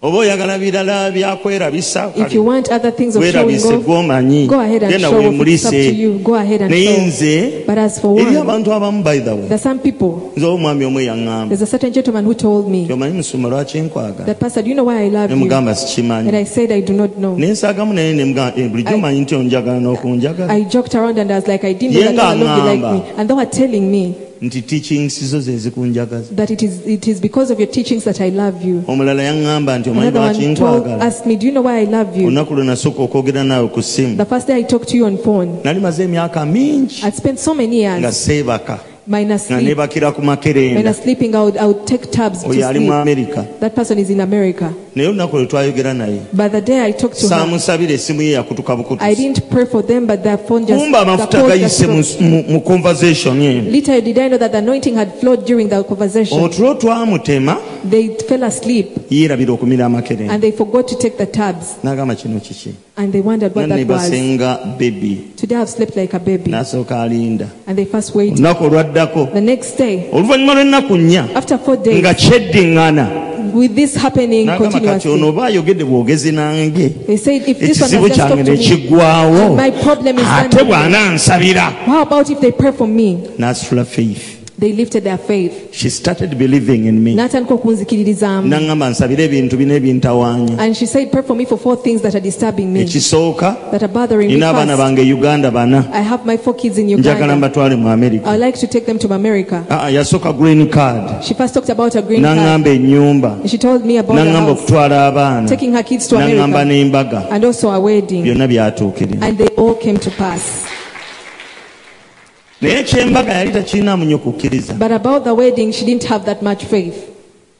Speaker 1: oba oyagala birala byakwerabisa
Speaker 2: If you want other things of showing
Speaker 1: werabise
Speaker 2: off,
Speaker 1: gwomanyi
Speaker 2: go ahead and
Speaker 1: genda
Speaker 2: show off. It's up to
Speaker 1: weemulise
Speaker 2: you. Go ahead and
Speaker 1: naye
Speaker 2: show off.
Speaker 1: nze
Speaker 2: But as for
Speaker 1: eri
Speaker 2: one,
Speaker 1: abantu abamu by the way
Speaker 2: there are some people.
Speaker 1: nze omwami omu eyaŋŋamba
Speaker 2: There's a certain gentleman who told me
Speaker 1: tyomanyi musoma lwaki nkwagala
Speaker 2: that, Pastor, do you know why I love you?
Speaker 1: nemugamba
Speaker 2: And I
Speaker 1: sikimanyi
Speaker 2: said, I do not know.
Speaker 1: naye nsaagamu naye nemugamba "Eh, bulijjo
Speaker 2: I-
Speaker 1: manyi nti onjagala n'okunjagala
Speaker 2: I joked around and I was like, I didn't
Speaker 1: Ye
Speaker 2: know that
Speaker 1: nga
Speaker 2: all of you like
Speaker 1: ŋŋamba.
Speaker 2: me. And they were telling me
Speaker 1: nti teachings zo ze zikunjagaza
Speaker 2: that it is, it is because of your teachings that I love you.
Speaker 1: omulala yaŋŋamba nti omanyi
Speaker 2: Another
Speaker 1: lwaki
Speaker 2: one told,
Speaker 1: nkwagala
Speaker 2: asked me, Do you know why I love you?
Speaker 1: olunaku lwe nasooka okwogera naawe ku ssimu
Speaker 2: The first day I talked to you on phone,
Speaker 1: nali maze emyaka mingi
Speaker 2: I'd spent so many
Speaker 1: nga
Speaker 2: years
Speaker 1: seebaka
Speaker 2: minus
Speaker 1: nga
Speaker 2: sleep.
Speaker 1: nebakira ku
Speaker 2: When I
Speaker 1: makerenda
Speaker 2: was sleeping, I would, I would take tabs to
Speaker 1: oyo ali mu
Speaker 2: sleep.
Speaker 1: amerika
Speaker 2: That person is in America.
Speaker 1: naye olunaku lwe twayogera naye
Speaker 2: But the day I talked to her,
Speaker 1: saamusabira esimu ye yakutuka
Speaker 2: I
Speaker 1: bukutusi
Speaker 2: didn't pray for them, but their phone just.
Speaker 1: kumba amafuta
Speaker 2: the call just
Speaker 1: gayise mu,
Speaker 2: dropped.
Speaker 1: mu, mu conversation eno
Speaker 2: Little did I know that the anointing had flowed during the conversation.
Speaker 1: otulo twamutema
Speaker 2: They fell asleep
Speaker 1: yeerabira okumira amakerenda
Speaker 2: and they forgot to take the tabs
Speaker 1: n'agamba kino kiki
Speaker 2: and they wondered what
Speaker 1: nane
Speaker 2: that was.
Speaker 1: basenga bebi
Speaker 2: Today I've slept like a baby
Speaker 1: n'asooka alinda
Speaker 2: and they first waited.
Speaker 1: olunaku olwaddako
Speaker 2: The next day,
Speaker 1: oluvannyuma lw'ennaku nnya
Speaker 2: after four
Speaker 1: nga
Speaker 2: days,
Speaker 1: kyeddiŋŋana
Speaker 2: with this happening
Speaker 1: n'agamba kati ono
Speaker 2: continuously,
Speaker 1: oba ayogedde bwogezi nange
Speaker 2: they said, if this one
Speaker 1: ekizibu
Speaker 2: has just
Speaker 1: kyange
Speaker 2: talked to me,
Speaker 1: nekiggwawo
Speaker 2: My problem is
Speaker 1: ate
Speaker 2: done.
Speaker 1: bw'anansabira
Speaker 2: How about if they pray for me?
Speaker 1: n'asula faith
Speaker 2: They lifted their faith.
Speaker 1: she started believing in me
Speaker 2: Natandika okunzikiririzaamu.
Speaker 1: naŋŋamba nsabire ebintu bino ebintawaanya
Speaker 2: And she said, pray for me for four things that are disturbing me,
Speaker 1: ekisooka
Speaker 2: that are bothering me.
Speaker 1: nina abaana
Speaker 2: First,
Speaker 1: bange uganda bana
Speaker 2: I have my four kids in
Speaker 1: njagala
Speaker 2: Uganda. Ah.
Speaker 1: mbatwale mu
Speaker 2: I would
Speaker 1: america
Speaker 2: like to take them to America.
Speaker 1: Aa, yasooka green card
Speaker 2: She first talked about her green card.
Speaker 1: n'aŋŋamba ennyumba
Speaker 2: And She told me about her
Speaker 1: n'aŋŋamba
Speaker 2: house,
Speaker 1: okutwala abaana
Speaker 2: taking her kids to
Speaker 1: n'aŋŋamba
Speaker 2: America,
Speaker 1: n'embaga
Speaker 2: and also a wedding.
Speaker 1: byonna byatuukirira
Speaker 2: And they all came to pass.
Speaker 1: naye ekyembaga yali takirina munyo kukkiriza
Speaker 2: But about the wedding, she didn't have that much faith.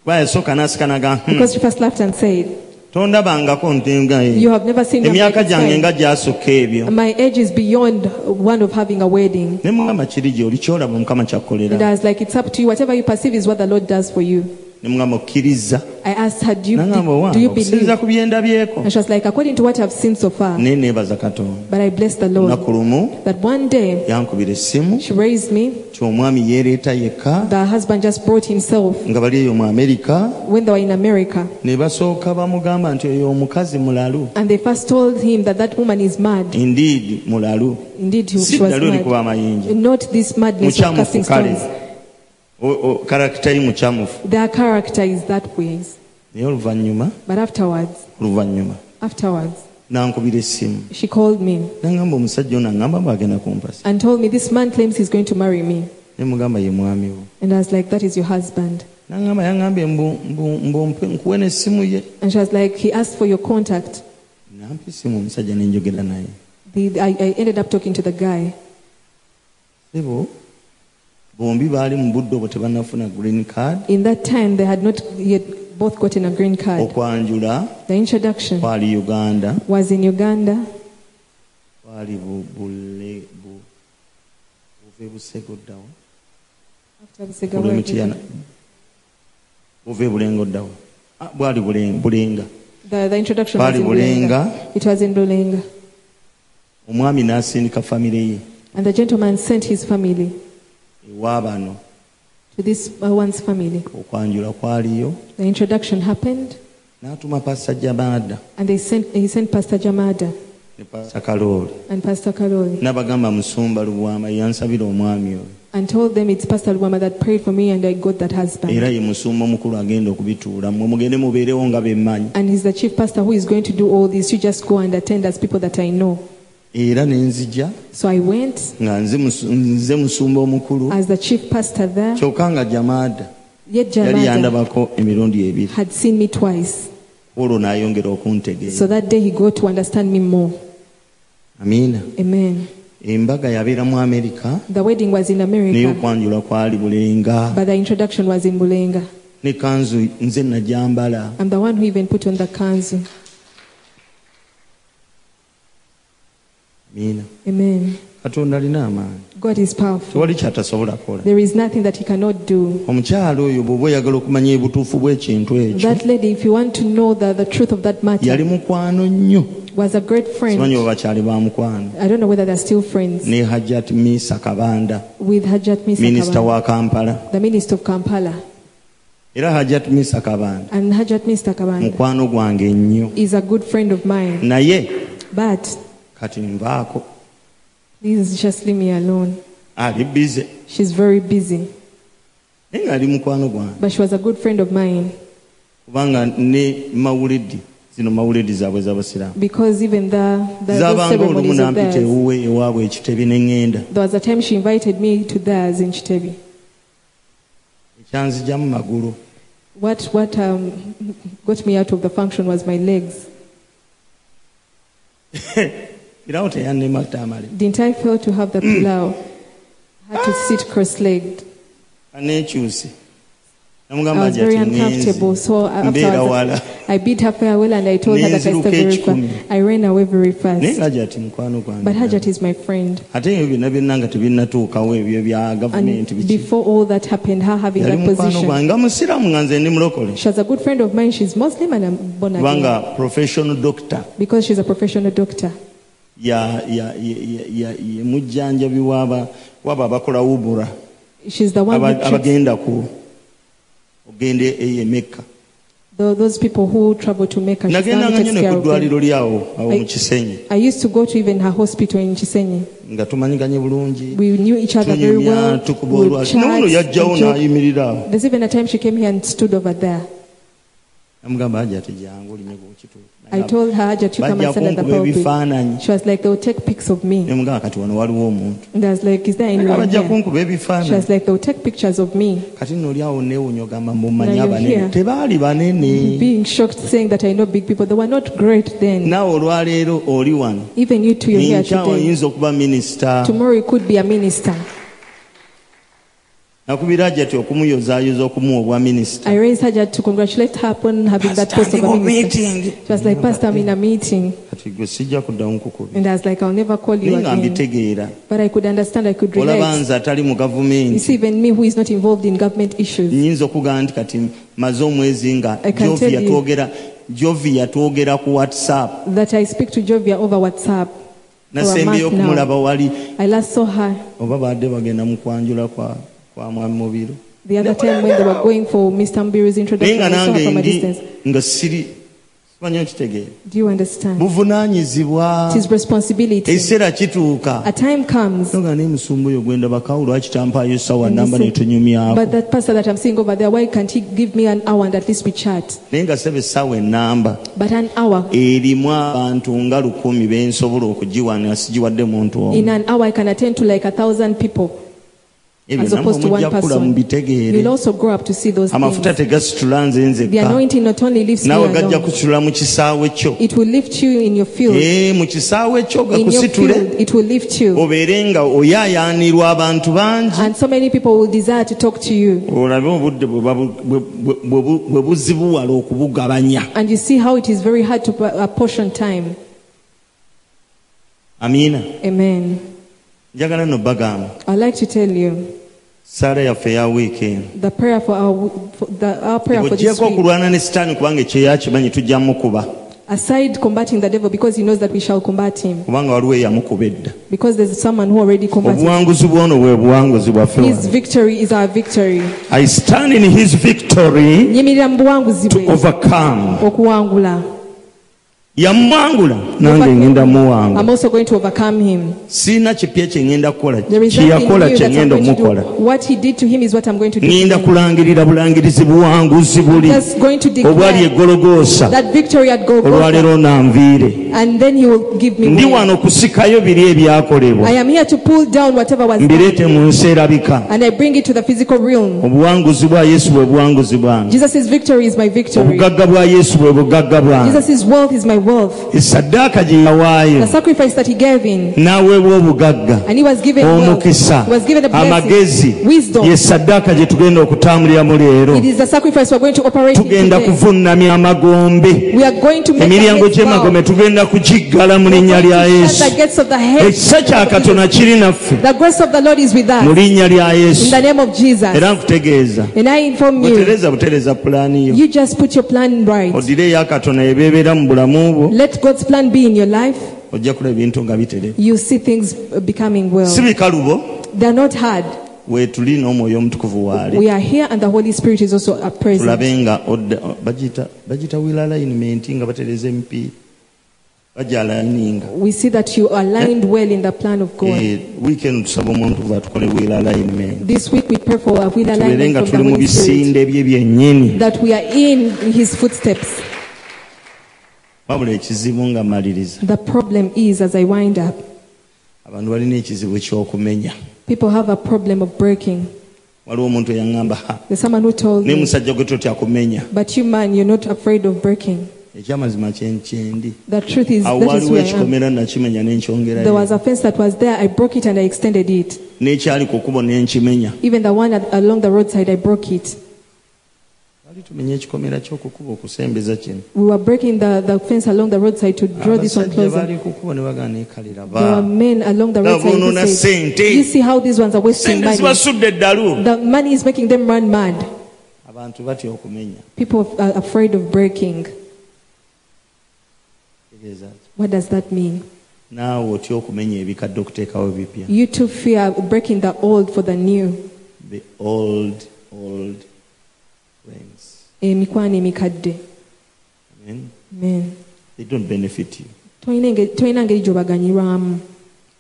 Speaker 1: kuba yasooka n'asika n'agamba "Hmm,
Speaker 2: Because she first laughed and said,
Speaker 1: tondabangako ntinga eyo."
Speaker 2: You have never seen me
Speaker 1: emyaka
Speaker 2: like this
Speaker 1: gyange
Speaker 2: time.
Speaker 1: nga gyasukka ebyo
Speaker 2: My age is beyond one of having a wedding.
Speaker 1: ne mugamba kiri gyoli kyolaba mukama
Speaker 2: And I
Speaker 1: kyakkolera
Speaker 2: was like, it's up to you. Whatever you perceive is what the Lord does for you.
Speaker 1: nemugamba okkiriza
Speaker 2: I asked her, do you,
Speaker 1: nagamba
Speaker 2: do, do you
Speaker 1: owange okusinza
Speaker 2: believe?
Speaker 1: ku byendabyeko
Speaker 2: And she was like, according to what I've seen so far.
Speaker 1: naye neebaza katonda
Speaker 2: But I blessed the
Speaker 1: lunaku
Speaker 2: Lord
Speaker 1: lumu
Speaker 2: that one day
Speaker 1: yankubira essimu
Speaker 2: she raised me.
Speaker 1: ti omwami yeereeta yekka
Speaker 2: The husband just brought himself
Speaker 1: nga bali eyo mu amerika
Speaker 2: when they were in America.
Speaker 1: ne basooka bamugamba nti oyo omukazi mulalu
Speaker 2: And they first told him that that woman is mad.
Speaker 1: indeed mulalu
Speaker 2: Indeed, he- she
Speaker 1: si
Speaker 2: was
Speaker 1: ddalu likuba
Speaker 2: mad.
Speaker 1: amayinja
Speaker 2: Not this madness of
Speaker 1: mukyamufu
Speaker 2: casting
Speaker 1: kale
Speaker 2: stones.
Speaker 1: O- o- karakita ye mukyamufu
Speaker 2: Their character is that way.
Speaker 1: naye oluvannyuma
Speaker 2: But afterwards,
Speaker 1: oluvannyuma
Speaker 2: afterwards,
Speaker 1: nankubira essimu
Speaker 2: she called me
Speaker 1: nagamba omusajja ono aŋŋamba bwagenda kumpasa
Speaker 2: and told me, This man claims he's going to marry me.
Speaker 1: nemugamba ye mwami wo
Speaker 2: And I was like, That is your husband.
Speaker 1: nagamba yaŋŋambye mbu- mbu- mbu mpe- nkuwe n'essimu ye
Speaker 2: And she was like, He asked for your contact.
Speaker 1: nampa essimu omusajja nenjogera naye
Speaker 2: The, I, I ended up talking to the guy.
Speaker 1: sebo bombi baali mu budde obwo tebanafuna green card
Speaker 2: In that time, they had not yet both gotten a green card.
Speaker 1: okwanjula
Speaker 2: The introduction
Speaker 1: kwali uganda
Speaker 2: was in Uganda,
Speaker 1: kwali bu- bule- bu- buve busego ddawo
Speaker 2: after the second
Speaker 1: olwemityana
Speaker 2: world.
Speaker 1: buve bulengo ddawo Ah, bwali Bulen- bulenga
Speaker 2: The, the introduction was
Speaker 1: Bali
Speaker 2: in
Speaker 1: Bulenga.
Speaker 2: Bulenga. It was in Bulenga.
Speaker 1: omwami n'asindika famire ye
Speaker 2: And the gentleman sent his family
Speaker 1: ewaabano
Speaker 2: to this uh, one's family.
Speaker 1: okwanjula kwaliyo
Speaker 2: The introduction happened,
Speaker 1: n'atuma pasita jamaada
Speaker 2: and they sent, he sent Pastor Jamada
Speaker 1: ne pasita kalooli
Speaker 2: and Pastor Karoli
Speaker 1: n'abagamba musumba lubwama yansabira omwami oyo
Speaker 2: and told them it's Pastor Luama that prayed for me, and I got that
Speaker 1: era
Speaker 2: husband.
Speaker 1: ye musumba omukulu agenda okubituula mwe mugende mubeerewo nga bemmanyi
Speaker 2: And he's the chief pastor who is going to do all this. You just go and attend as people that I know.
Speaker 1: era ne nzija
Speaker 2: So I went
Speaker 1: nga nze musu- nze musumba omukulu
Speaker 2: as the chief pastor there.
Speaker 1: kyokka nga jamaada
Speaker 2: Yet
Speaker 1: yali
Speaker 2: Jamada
Speaker 1: yandabako emirundi ebiri
Speaker 2: had seen me twice.
Speaker 1: olwo n'ayongera
Speaker 2: So
Speaker 1: okuntegeera
Speaker 2: that day he got to understand me more.
Speaker 1: amiina
Speaker 2: Amen.
Speaker 1: embaga yabeera mu amerika
Speaker 2: The wedding was in
Speaker 1: naye
Speaker 2: America,
Speaker 1: okwanjula kwali bulenga
Speaker 2: but the introduction was in Bulenga.
Speaker 1: ne kanzu nze najambala
Speaker 2: I'm the one who even put on the kanzu.
Speaker 1: amiina
Speaker 2: Amen.
Speaker 1: katonda alina amaanyi
Speaker 2: God is powerful.
Speaker 1: tewali kyatasobola kola
Speaker 2: There is nothing that he cannot do.
Speaker 1: omukyala oyo bw'oba oyagala okumanya ebutuufu bw'ekintu ekyo
Speaker 2: That lady, if you want to know the, the truth of that
Speaker 1: yali
Speaker 2: matter,
Speaker 1: mukwano nnyo
Speaker 2: was a great
Speaker 1: simanyi
Speaker 2: friend.
Speaker 1: oba bakyali ba mukwano
Speaker 2: I don't know whether they're still friends
Speaker 1: ne hajat misa kabanda
Speaker 2: with Hajat
Speaker 1: minisita
Speaker 2: Mista
Speaker 1: wa kampala
Speaker 2: the minister of Kampala.
Speaker 1: era hajat misa kabanda
Speaker 2: And Hajat Mista Kabanda
Speaker 1: mukwano gwange nnyo
Speaker 2: is a good friend of mine.
Speaker 1: naye
Speaker 2: But
Speaker 1: kati nvaako
Speaker 2: please just leave me alone.
Speaker 1: ali bize
Speaker 2: She's very busy.
Speaker 1: naye ng'ali mukwano gwange
Speaker 2: But she was a good friend of mine
Speaker 1: kubanga ne mawulidi zino mawulidi zaabwe ez'abasiraamu
Speaker 2: because even the, the, those
Speaker 1: zaabanga olumu
Speaker 2: ceremonies of
Speaker 1: nampita
Speaker 2: theirs,
Speaker 1: ewuwe ewaabwe ekitebi ne ŋŋenda
Speaker 2: there was a time she invited me to theirs in Chitebi.
Speaker 1: ekyanzija mu magulu
Speaker 2: What, what um, got me out of the function was my legs.
Speaker 1: era awo teyannemakta amale
Speaker 2: Didn't I fail to have the pillow? I had to sit cross-legged.
Speaker 1: anekyuse
Speaker 2: I
Speaker 1: namugamba
Speaker 2: was
Speaker 1: nti
Speaker 2: very
Speaker 1: ati,
Speaker 2: uncomfortable,
Speaker 1: "Ngenze.
Speaker 2: so after
Speaker 1: mbeera
Speaker 2: I,
Speaker 1: wala
Speaker 2: was, I bid her farewell and I told her that I still
Speaker 1: Nenziruka
Speaker 2: very
Speaker 1: ekikumi.
Speaker 2: fast. I ran away
Speaker 1: naye
Speaker 2: very fast.
Speaker 1: ngajati mukwano gwange
Speaker 2: But Hajat is my friend.
Speaker 1: ate ebyo byonna byonna nga tebinnatuukawo ebyo bya
Speaker 2: And
Speaker 1: gavumenti biki
Speaker 2: before all that happened, her having
Speaker 1: yali
Speaker 2: that
Speaker 1: mukwano
Speaker 2: position,
Speaker 1: gwange nga musiraamu nga nze ndi mulokole
Speaker 2: she was a good friend of mine. She's Muslim and I'm born again
Speaker 1: kubanga professional doctor
Speaker 2: because she's a professional doctor.
Speaker 1: ya- ya- ya- ya- ya- ye mujjanjabi waba waba abakola ubura
Speaker 2: She's the one
Speaker 1: aba-
Speaker 2: who treats
Speaker 1: abagenda ku ogende e, eyemekka
Speaker 2: tho- those people who travel to Mecca. She's the one
Speaker 1: nagendanga
Speaker 2: who
Speaker 1: nnyo
Speaker 2: takes
Speaker 1: ne
Speaker 2: care
Speaker 1: ku
Speaker 2: of them.
Speaker 1: ddwaliro lyawo awo mu
Speaker 2: I-
Speaker 1: kisenyi
Speaker 2: I used to go to even her hospital in Chisenyi.
Speaker 1: nga tumanyiganye bulungi
Speaker 2: We knew each other very well.
Speaker 1: tunyumya tukuba
Speaker 2: We would
Speaker 1: olwaki noono
Speaker 2: chat,
Speaker 1: yajjawo
Speaker 2: we joke.
Speaker 1: n'ayimirira awo
Speaker 2: There's even a time she came here and stood over there.
Speaker 1: namugamba aja tejangu olinyaga okituufu
Speaker 2: I told her, Hajat, you come
Speaker 1: bajja
Speaker 2: and stand at the
Speaker 1: kunkuba
Speaker 2: pulpit.
Speaker 1: ebifaananyi
Speaker 2: She was like, they'll take pics of me.
Speaker 1: nemugamba kati wano waliwo omuntu
Speaker 2: And I was like, is there anyone
Speaker 1: abajja
Speaker 2: here?
Speaker 1: kunkuba
Speaker 2: She was
Speaker 1: ebifaananyi
Speaker 2: like, they'll take pictures of me.
Speaker 1: kati nno olyawo neewunya ogamba mumanyi
Speaker 2: Now you're
Speaker 1: abanene
Speaker 2: here.
Speaker 1: tebaali banene
Speaker 2: Being shocked, saying that I know big people. They were not great then.
Speaker 1: naawe olwaleero oli wano
Speaker 2: Even you two, you're here
Speaker 1: nkyawo
Speaker 2: today.
Speaker 1: oyinza okuba minisita
Speaker 2: Tomorrow you could be a minister.
Speaker 1: nakubira jati okumuyozaayoza okumuwa obwa minisita
Speaker 2: I raised Hajat to congratulate her upon having that post of a minister. She was like, Pastor, I'm in a meeting.
Speaker 1: kati gwe sijja kuddamu nkukubi
Speaker 2: And I was like, I'll never call you
Speaker 1: naye nga
Speaker 2: again.
Speaker 1: mbitegeera
Speaker 2: But I could understand, I could
Speaker 1: olaba
Speaker 2: relate.
Speaker 1: nze atali mu
Speaker 2: You see,
Speaker 1: gavumenti
Speaker 2: even me who is not involved in government issues,
Speaker 1: nyinza okugamba nti kati maze omwezi nga
Speaker 2: I can
Speaker 1: jovi
Speaker 2: tell you-
Speaker 1: yatwogera jovi yatwogera ku whatsapp
Speaker 2: that I speak to Jovia over WhatsApp. for a
Speaker 1: nasembeyo
Speaker 2: month now.
Speaker 1: okumulaba wali
Speaker 2: I last saw her
Speaker 1: oba baadde bagenda mu kwanjula kwa, kwa mwami mubiro
Speaker 2: the other time when they were going for Mr. Mbiru's
Speaker 1: naye
Speaker 2: introduction.
Speaker 1: nga
Speaker 2: I saw her
Speaker 1: nange
Speaker 2: from a
Speaker 1: ndi
Speaker 2: distance.
Speaker 1: nga siri simanyi okitegeera
Speaker 2: Do you understand?
Speaker 1: buvunaanyizibwa
Speaker 2: It is responsibility.
Speaker 1: ekiseera kituuka
Speaker 2: A time comes.
Speaker 1: nga nemusumba oyo gwenda bakawu lwaki tampaayo sawa
Speaker 2: and
Speaker 1: namba
Speaker 2: they say,
Speaker 1: netunyumyako
Speaker 2: But that pastor that I'm seeing over there, why can't he give me an hour and at least we chat?
Speaker 1: naye nga sebe essaawa ennamba
Speaker 2: But an hour.
Speaker 1: erimu abantu nga lukumi bensobola okugiwanira sigiwadde muntu
Speaker 2: In
Speaker 1: omu
Speaker 2: an hour, I can attend to like a thousand people
Speaker 1: ebyo
Speaker 2: as
Speaker 1: nammwe
Speaker 2: opposed to one
Speaker 1: mujja kula mu
Speaker 2: person.
Speaker 1: bitegeere
Speaker 2: You'll also grow up to see those
Speaker 1: amafuta
Speaker 2: things.
Speaker 1: tegasitula nze
Speaker 2: The
Speaker 1: nzekka
Speaker 2: anointing not only lifts you
Speaker 1: naawe gajja
Speaker 2: alone,
Speaker 1: kusitula mu kisaawe kyo
Speaker 2: it will lift you in your field.
Speaker 1: Eh, Oh. mu kisaawe kyo
Speaker 2: in your
Speaker 1: gakusitule
Speaker 2: field, it will lift you.
Speaker 1: obeere nga oyaayaanirwa abantu bangi
Speaker 2: And so many people will desire to talk to you.
Speaker 1: olabe obudde bwe babu- bwe- bwe- bwe bu- bwe buzibuwala okubugabanya
Speaker 2: And you see how it is very hard to pa- apportion time.
Speaker 1: amiina
Speaker 2: Amen.
Speaker 1: njagala no bagamba
Speaker 2: I'd like to tell you
Speaker 1: saala yaffe eya wiiki eno
Speaker 2: the prayer for our, for the, our prayer for this
Speaker 1: bweggyeko
Speaker 2: week.
Speaker 1: okulwana ne sitaani kubanga ekyeyakimanyi tujja mukuba
Speaker 2: Aside combating the devil, because he knows that we shall combat him,
Speaker 1: kubanga waliwo eyamukuba edda
Speaker 2: because there's someone who already combats him.
Speaker 1: obuwanguzi bwono bwe buwanguzi bwaffe
Speaker 2: His
Speaker 1: wano.
Speaker 2: victory is our victory.
Speaker 1: i stand in his victory
Speaker 2: Nyimirira mu buwanguzi
Speaker 1: to
Speaker 2: bwe
Speaker 1: overcome
Speaker 2: okuwangula.
Speaker 1: yamuwangula nange ngenda muwangula
Speaker 2: I'm also going to overcome him.
Speaker 1: siina kipya kye ngenda kukola
Speaker 2: There is nothing new
Speaker 1: kyeyakola kye
Speaker 2: that I'm
Speaker 1: ngenda
Speaker 2: going to
Speaker 1: omukola
Speaker 2: do. What he did to him is what I'm going to do. to
Speaker 1: ŋŋenda
Speaker 2: him.
Speaker 1: kulangirira bulangirizi buwanguzi buli
Speaker 2: Just going to
Speaker 1: obwali
Speaker 2: declare
Speaker 1: egologoosa
Speaker 2: that victory at Golgotha,
Speaker 1: olwaleero nanviire
Speaker 2: and then he will give me.
Speaker 1: ndi
Speaker 2: way.
Speaker 1: wano kusikayo biri ebyakolebwa
Speaker 2: I am here to pull down whatever was done,
Speaker 1: mbireete mu nsi erabika
Speaker 2: and I bring it to the physical realm.
Speaker 1: obuwanguzi bwa yesu bwe buwanguzi bwange
Speaker 2: Jesus' victory is my victory.
Speaker 1: obugagga bwa yesu bwe bugagga bwange
Speaker 2: Jesus' wealth is my wealth.
Speaker 1: esaddaaka gye yawaayo
Speaker 2: The sacrifice that he gave in,
Speaker 1: n'aweebwa obugagga
Speaker 2: and he was given wealth.
Speaker 1: omukisa
Speaker 2: He was given a
Speaker 1: amagezi
Speaker 2: blessing, wisdom.
Speaker 1: ye saddaaka gye tugenda okutambuliramu leero
Speaker 2: It is the sacrifice we are going to operate in
Speaker 1: tugenda
Speaker 2: today.
Speaker 1: kuvunnamya amagombe
Speaker 2: We are going to make the
Speaker 1: emiryango
Speaker 2: gates
Speaker 1: gy'emagombe
Speaker 2: bow.
Speaker 1: tugenda kugiggala mu linnya
Speaker 2: We
Speaker 1: lya
Speaker 2: are going to shut
Speaker 1: yesu
Speaker 2: the gates of the head.
Speaker 1: ekisa kya katonda kiri naffe
Speaker 2: The grace of the Lord is with
Speaker 1: mu
Speaker 2: us.
Speaker 1: linnya lya
Speaker 2: In
Speaker 1: yesu
Speaker 2: the name of Jesus.
Speaker 1: era nkutegeeza
Speaker 2: And I inform you,
Speaker 1: butereza butereza pulaani yo
Speaker 2: you just put your plan right.
Speaker 1: odire eya katonda ebeebeera mu bulamu bwo
Speaker 2: Let God's plan be in your life.
Speaker 1: ojja kulaba ebintu nga biterera
Speaker 2: You see things uh, becoming
Speaker 1: si
Speaker 2: well.
Speaker 1: bikalubo
Speaker 2: They are not hard.
Speaker 1: weetuli n'omwoyo omutukuvu waali
Speaker 2: We are here, and the Holy Spirit is also a present.
Speaker 1: tulabe nga odda bagiyita- bagiyita wheel alignment nga batereza emipiira bagyalayininga
Speaker 2: We see that you are aligned well in the plan of
Speaker 1: Eh.
Speaker 2: God.
Speaker 1: wiikendi tusaba omuntu vatukole wheel alignment
Speaker 2: This week we pray for a wheel
Speaker 1: tubeere nga
Speaker 2: alignment
Speaker 1: tuli
Speaker 2: from the
Speaker 1: mu
Speaker 2: Holy Spirit,
Speaker 1: bisinde bye byennyini
Speaker 2: that we are in His footsteps.
Speaker 1: wabula ekizibu nga maliriza
Speaker 2: The problem is, as I wind up,
Speaker 1: abantu balina ekizibu ky'okumenya
Speaker 2: people have a problem of breaking.
Speaker 1: waliwo omuntu eyaŋŋamba "Ha,
Speaker 2: There's someone who told
Speaker 1: naye
Speaker 2: me,
Speaker 1: musajja gwe totya kumenya
Speaker 2: but you man, you're not afraid of breaking.
Speaker 1: ekyamazima kyekyendi
Speaker 2: The truth is,
Speaker 1: awo
Speaker 2: that is
Speaker 1: waliwo
Speaker 2: where I am.
Speaker 1: ekikomera nakimenya
Speaker 2: There was
Speaker 1: n'enkyongerayo
Speaker 2: a fence that was there. I broke it and I extended it.
Speaker 1: n'ekyali ku kkubo n'enkimenya
Speaker 2: Even the one at, along the roadside, I broke it.
Speaker 1: twali tumenya ekikomera ky'okukuba okusembeza kino
Speaker 2: We were breaking the, the fence along the roadside to
Speaker 1: Ah,
Speaker 2: draw this one
Speaker 1: abasajja
Speaker 2: closer.
Speaker 1: baali ku kkubo ne bagana ekaliraba
Speaker 2: There were men along the roadside
Speaker 1: Nabona
Speaker 2: who said,
Speaker 1: sente.
Speaker 2: You see how these ones are wasting
Speaker 1: sente
Speaker 2: money.
Speaker 1: zibasudde eddalu
Speaker 2: The money is making them run mad.
Speaker 1: abantu batya okumenya
Speaker 2: People are afraid of breaking.
Speaker 1: Tegeeza ki?
Speaker 2: What does that mean?
Speaker 1: naawe otya okumenya ebikadde okuteekawo ebipya
Speaker 2: You too fear breaking the old for the new.
Speaker 1: the old old friends
Speaker 2: Emikwano Eh, emikadde.
Speaker 1: Amen.
Speaker 2: Amen.
Speaker 1: they don't benefit you
Speaker 2: Toyina enge- toyina ngeri gy'obaganyirwamu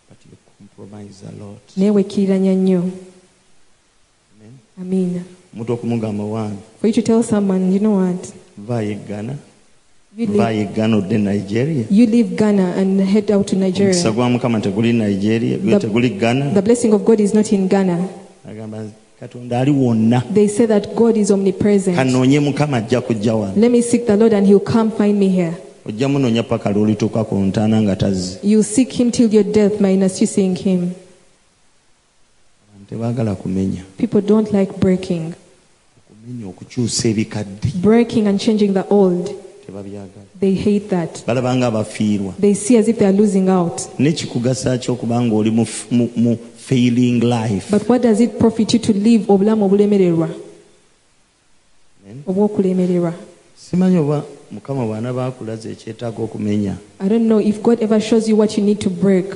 Speaker 1: but you compromise a lot
Speaker 2: naye wekkiranya nnyo
Speaker 1: Amen.
Speaker 2: amiina
Speaker 1: omuntu okumugamba wange
Speaker 2: for you to tell someone you know what
Speaker 1: vaayo eggana
Speaker 2: you leave,
Speaker 1: vaayo eggana odde nigeria
Speaker 2: you leave ghana and head out to
Speaker 1: omukisa
Speaker 2: nigeria
Speaker 1: gwa mukama teguli nigeria gwe
Speaker 2: The-
Speaker 1: teguli
Speaker 2: the
Speaker 1: ghana
Speaker 2: blessing of god is not in ghana
Speaker 1: agamba katonda ali wonna
Speaker 2: they say that god is omnipresent
Speaker 1: kanoonye mukama ajja kujja wano
Speaker 2: let me seek the lord and he'll come find me here
Speaker 1: ojja munoonya paka lwolituuka ku ntaana nga tazze
Speaker 2: you seek him till your death minus you seeing him
Speaker 1: Abantu tebaagala kumenya
Speaker 2: people don't like breaking
Speaker 1: okumenya okukyusa ebikadde
Speaker 2: breaking and changing the old
Speaker 1: tebabyagala
Speaker 2: they hate that
Speaker 1: balaba nga bafiirwa
Speaker 2: they see as if they are losing out
Speaker 1: nekikugasa ki okuba nga oli mu, f- mu, mu failing life
Speaker 2: but what does it profit you to live obulamu obulemererwa olw'okulemererwa
Speaker 1: simanyi oba mukama bwana bakulaza ekyetaaga okumenya
Speaker 2: i don't know if god ever shows you what you need to break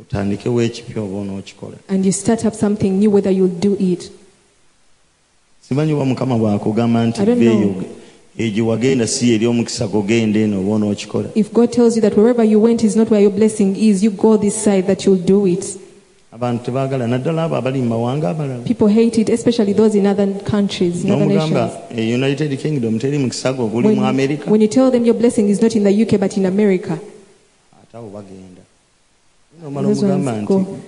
Speaker 1: otandikewo ekipya oba onookikola
Speaker 2: and you start up something new whether you'll do it
Speaker 1: simanyi oba mukama bwakugamba nti
Speaker 2: I don't know.
Speaker 1: beeyo egyo wagenda si eri omukisa gogenda eno oba onookikola
Speaker 2: if god tells you that wherever you went is not where your blessing is you go this side that you'll do it
Speaker 1: abantu tebaagala naddala abo abali mu mawanga abalala
Speaker 2: people hate it especially those in other countries in other
Speaker 1: n'omugamba
Speaker 2: nations
Speaker 1: e united kingdom teri mukisa gwo guli mu
Speaker 2: when,
Speaker 1: america
Speaker 2: when you tell them your blessing is not in the uk but in america
Speaker 1: ate abo bagenda nomala
Speaker 2: those
Speaker 1: omugamba
Speaker 2: ones
Speaker 1: nti
Speaker 2: go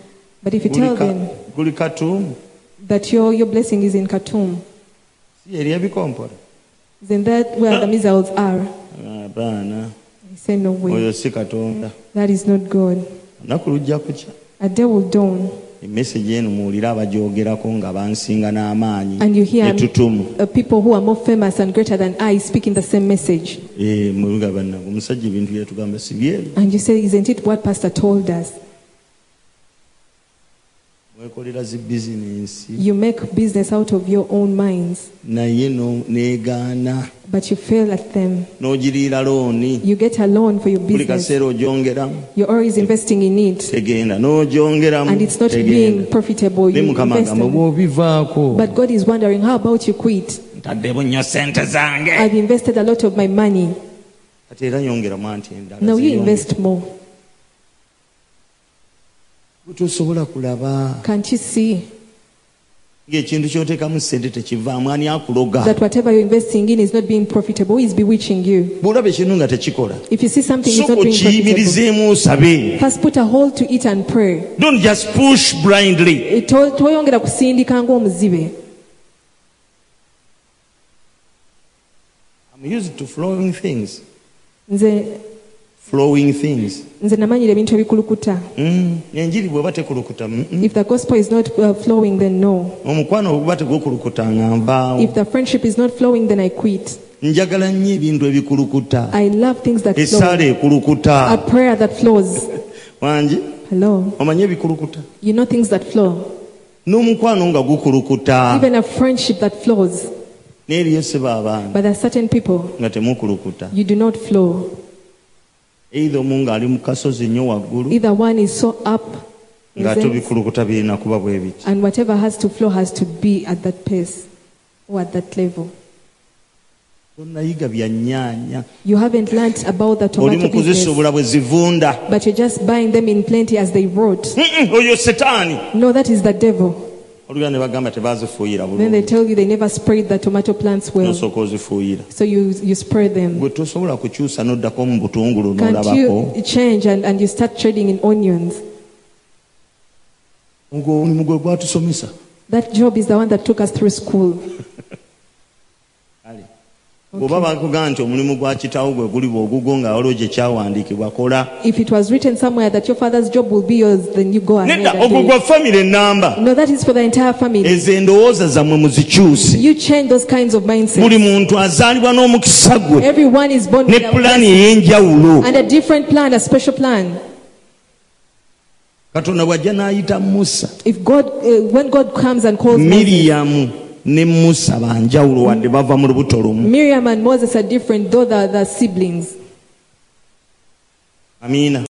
Speaker 2: but if you
Speaker 1: "Guli
Speaker 2: tell
Speaker 1: ka-
Speaker 2: them
Speaker 1: guli katuumu
Speaker 2: that your, your blessing is in Khartoum,
Speaker 1: si eri ebikompola
Speaker 2: then that where the missiles are.
Speaker 1: abaana
Speaker 2: I say no way.
Speaker 1: oyo si katonda
Speaker 2: That is not God.
Speaker 1: olunaku lujja kukya
Speaker 2: A day will dawn,
Speaker 1: emesegi eno muwulire abagyogerako nga bansinga n'amaanyi
Speaker 2: and you hear
Speaker 1: etutumu
Speaker 2: uh, people who are more famous and greater than I speaking the same message.
Speaker 1: Eh, muluga bannago omusajja ebintu byatugamba sibyebyo
Speaker 2: And you say, Isn't it what Pastor told us?
Speaker 1: mwekolera zi bizinensi
Speaker 2: You make business out of your own minds,
Speaker 1: naye no- negaana
Speaker 2: but you fail at them.
Speaker 1: n'ogiriira looni
Speaker 2: You get a loan for your
Speaker 1: buli
Speaker 2: business,
Speaker 1: kaseera ogyongeramu
Speaker 2: you're always investing in it,
Speaker 1: tegenda n'ogyongeramu
Speaker 2: and it's not being
Speaker 1: tegenda
Speaker 2: profitable.
Speaker 1: ne
Speaker 2: You
Speaker 1: mukama
Speaker 2: invest
Speaker 1: agamba
Speaker 2: in it.
Speaker 1: bw'obivaako
Speaker 2: But God is wondering, How about you quit?
Speaker 1: ntaddemu nnyo sente zange
Speaker 2: I've invested a lot of my money.
Speaker 1: kati era nyongeramu anti endala
Speaker 2: Now you
Speaker 1: zeeyongera.
Speaker 2: invest more.
Speaker 1: Gwe tosobola kulaba
Speaker 2: Can't you see
Speaker 1: ng'ekintu ky'oteekamu sente tekivaamu ani akuloga
Speaker 2: that whatever you're investing in is not being profitable, it's bewitching you?
Speaker 1: bw'olaba ekintu nga tekikola
Speaker 2: If you see something is not
Speaker 1: soko
Speaker 2: being profitable,
Speaker 1: kiyimirizeemu osabe
Speaker 2: first put a hold to it and pray.
Speaker 1: don't just push blindly
Speaker 2: Eh, to- toyongera kusindika ng'omuzibe
Speaker 1: I'm used to flowing things.
Speaker 2: nze
Speaker 1: Flowing things.
Speaker 2: nze namanyira ebintu ebikulukuta
Speaker 1: Mm. Enjiri bw'eba tekulukuta. mm, mm.
Speaker 2: if the gospel is not uh, flowing then no
Speaker 1: Omukwano oguba tegukulukuta nga
Speaker 2: if
Speaker 1: nvaawo.
Speaker 2: the friendship is not flowing then i quit
Speaker 1: Njagala nnyo ebintu ebikulukuta.
Speaker 2: i love things that flow
Speaker 1: Essaala
Speaker 2: a
Speaker 1: ekulukuta.
Speaker 2: prayer that flows
Speaker 1: Wangi
Speaker 2: hello
Speaker 1: omanyi ebikulukuta.
Speaker 2: you know things that flow
Speaker 1: N'omukwano nga gukulukuta.
Speaker 2: even a friendship that flows
Speaker 1: N'eriyo siba abaana
Speaker 2: but there are certain people
Speaker 1: nga temukulukuta.
Speaker 2: you do not flow
Speaker 1: Eitha omu ng'ali mu kasozi nnyo waggulu
Speaker 2: Either one is so up,
Speaker 1: ng'ate
Speaker 2: presents,
Speaker 1: ebikulukuta birina kuba bwe biti.
Speaker 2: and whatever has to flow has to be at that pace or at that level.
Speaker 1: Tonnayiga bya nnyaanya.
Speaker 2: You haven't learnt about the
Speaker 1: Oli mu
Speaker 2: tomato business,
Speaker 1: kuzisubula bwe zivunda.
Speaker 2: but you're just buying them in plenty as they rot.
Speaker 1: Mm, mm, Oyo setaani.
Speaker 2: No, that is the devil.
Speaker 1: oluganda ne bagamba tebazifuuyira
Speaker 2: Then they
Speaker 1: bulungi
Speaker 2: tell you they never sprayed the tomato plants well,
Speaker 1: nosooka ozifuuyira
Speaker 2: so you, you spray them.
Speaker 1: gwe tosobola kukyusa noddako mu butungulu
Speaker 2: Can't
Speaker 1: n'olabako
Speaker 2: you change and, and you start trading in onions?
Speaker 1: ogwo omulimu gwe gwatusomesa
Speaker 2: That job is the one that took us through school.
Speaker 1: Kale, bw'oba bakugamba nti omulimu gwa kitaawo gwe guli bwogugo nga waliwo gye kyawandiikibwa kola
Speaker 2: If it was written somewhere that your father's job will be yours, then you go ahead.
Speaker 1: nedda
Speaker 2: And
Speaker 1: ogwo
Speaker 2: do
Speaker 1: gwa
Speaker 2: it.
Speaker 1: famire enamba
Speaker 2: No, that is for the entire family.
Speaker 1: ezo endowooza zammwe muzikyuse
Speaker 2: You change those kinds of mindsets.
Speaker 1: buli muntu azaalibwa n'omukisa gwe
Speaker 2: Everyone is born
Speaker 1: ne
Speaker 2: with a,
Speaker 1: pulaani ey'enjawulo
Speaker 2: and a different plan, a special plan.
Speaker 1: katonda bw'ajja n'ayita musa
Speaker 2: If God, uh, when God comes and calls Moses,
Speaker 1: miriyamu ne musa banjawulo wadde bava mu lubuto
Speaker 2: Mm.
Speaker 1: lumu
Speaker 2: Miriam and Moses are different, though they are they are siblings.
Speaker 1: amiina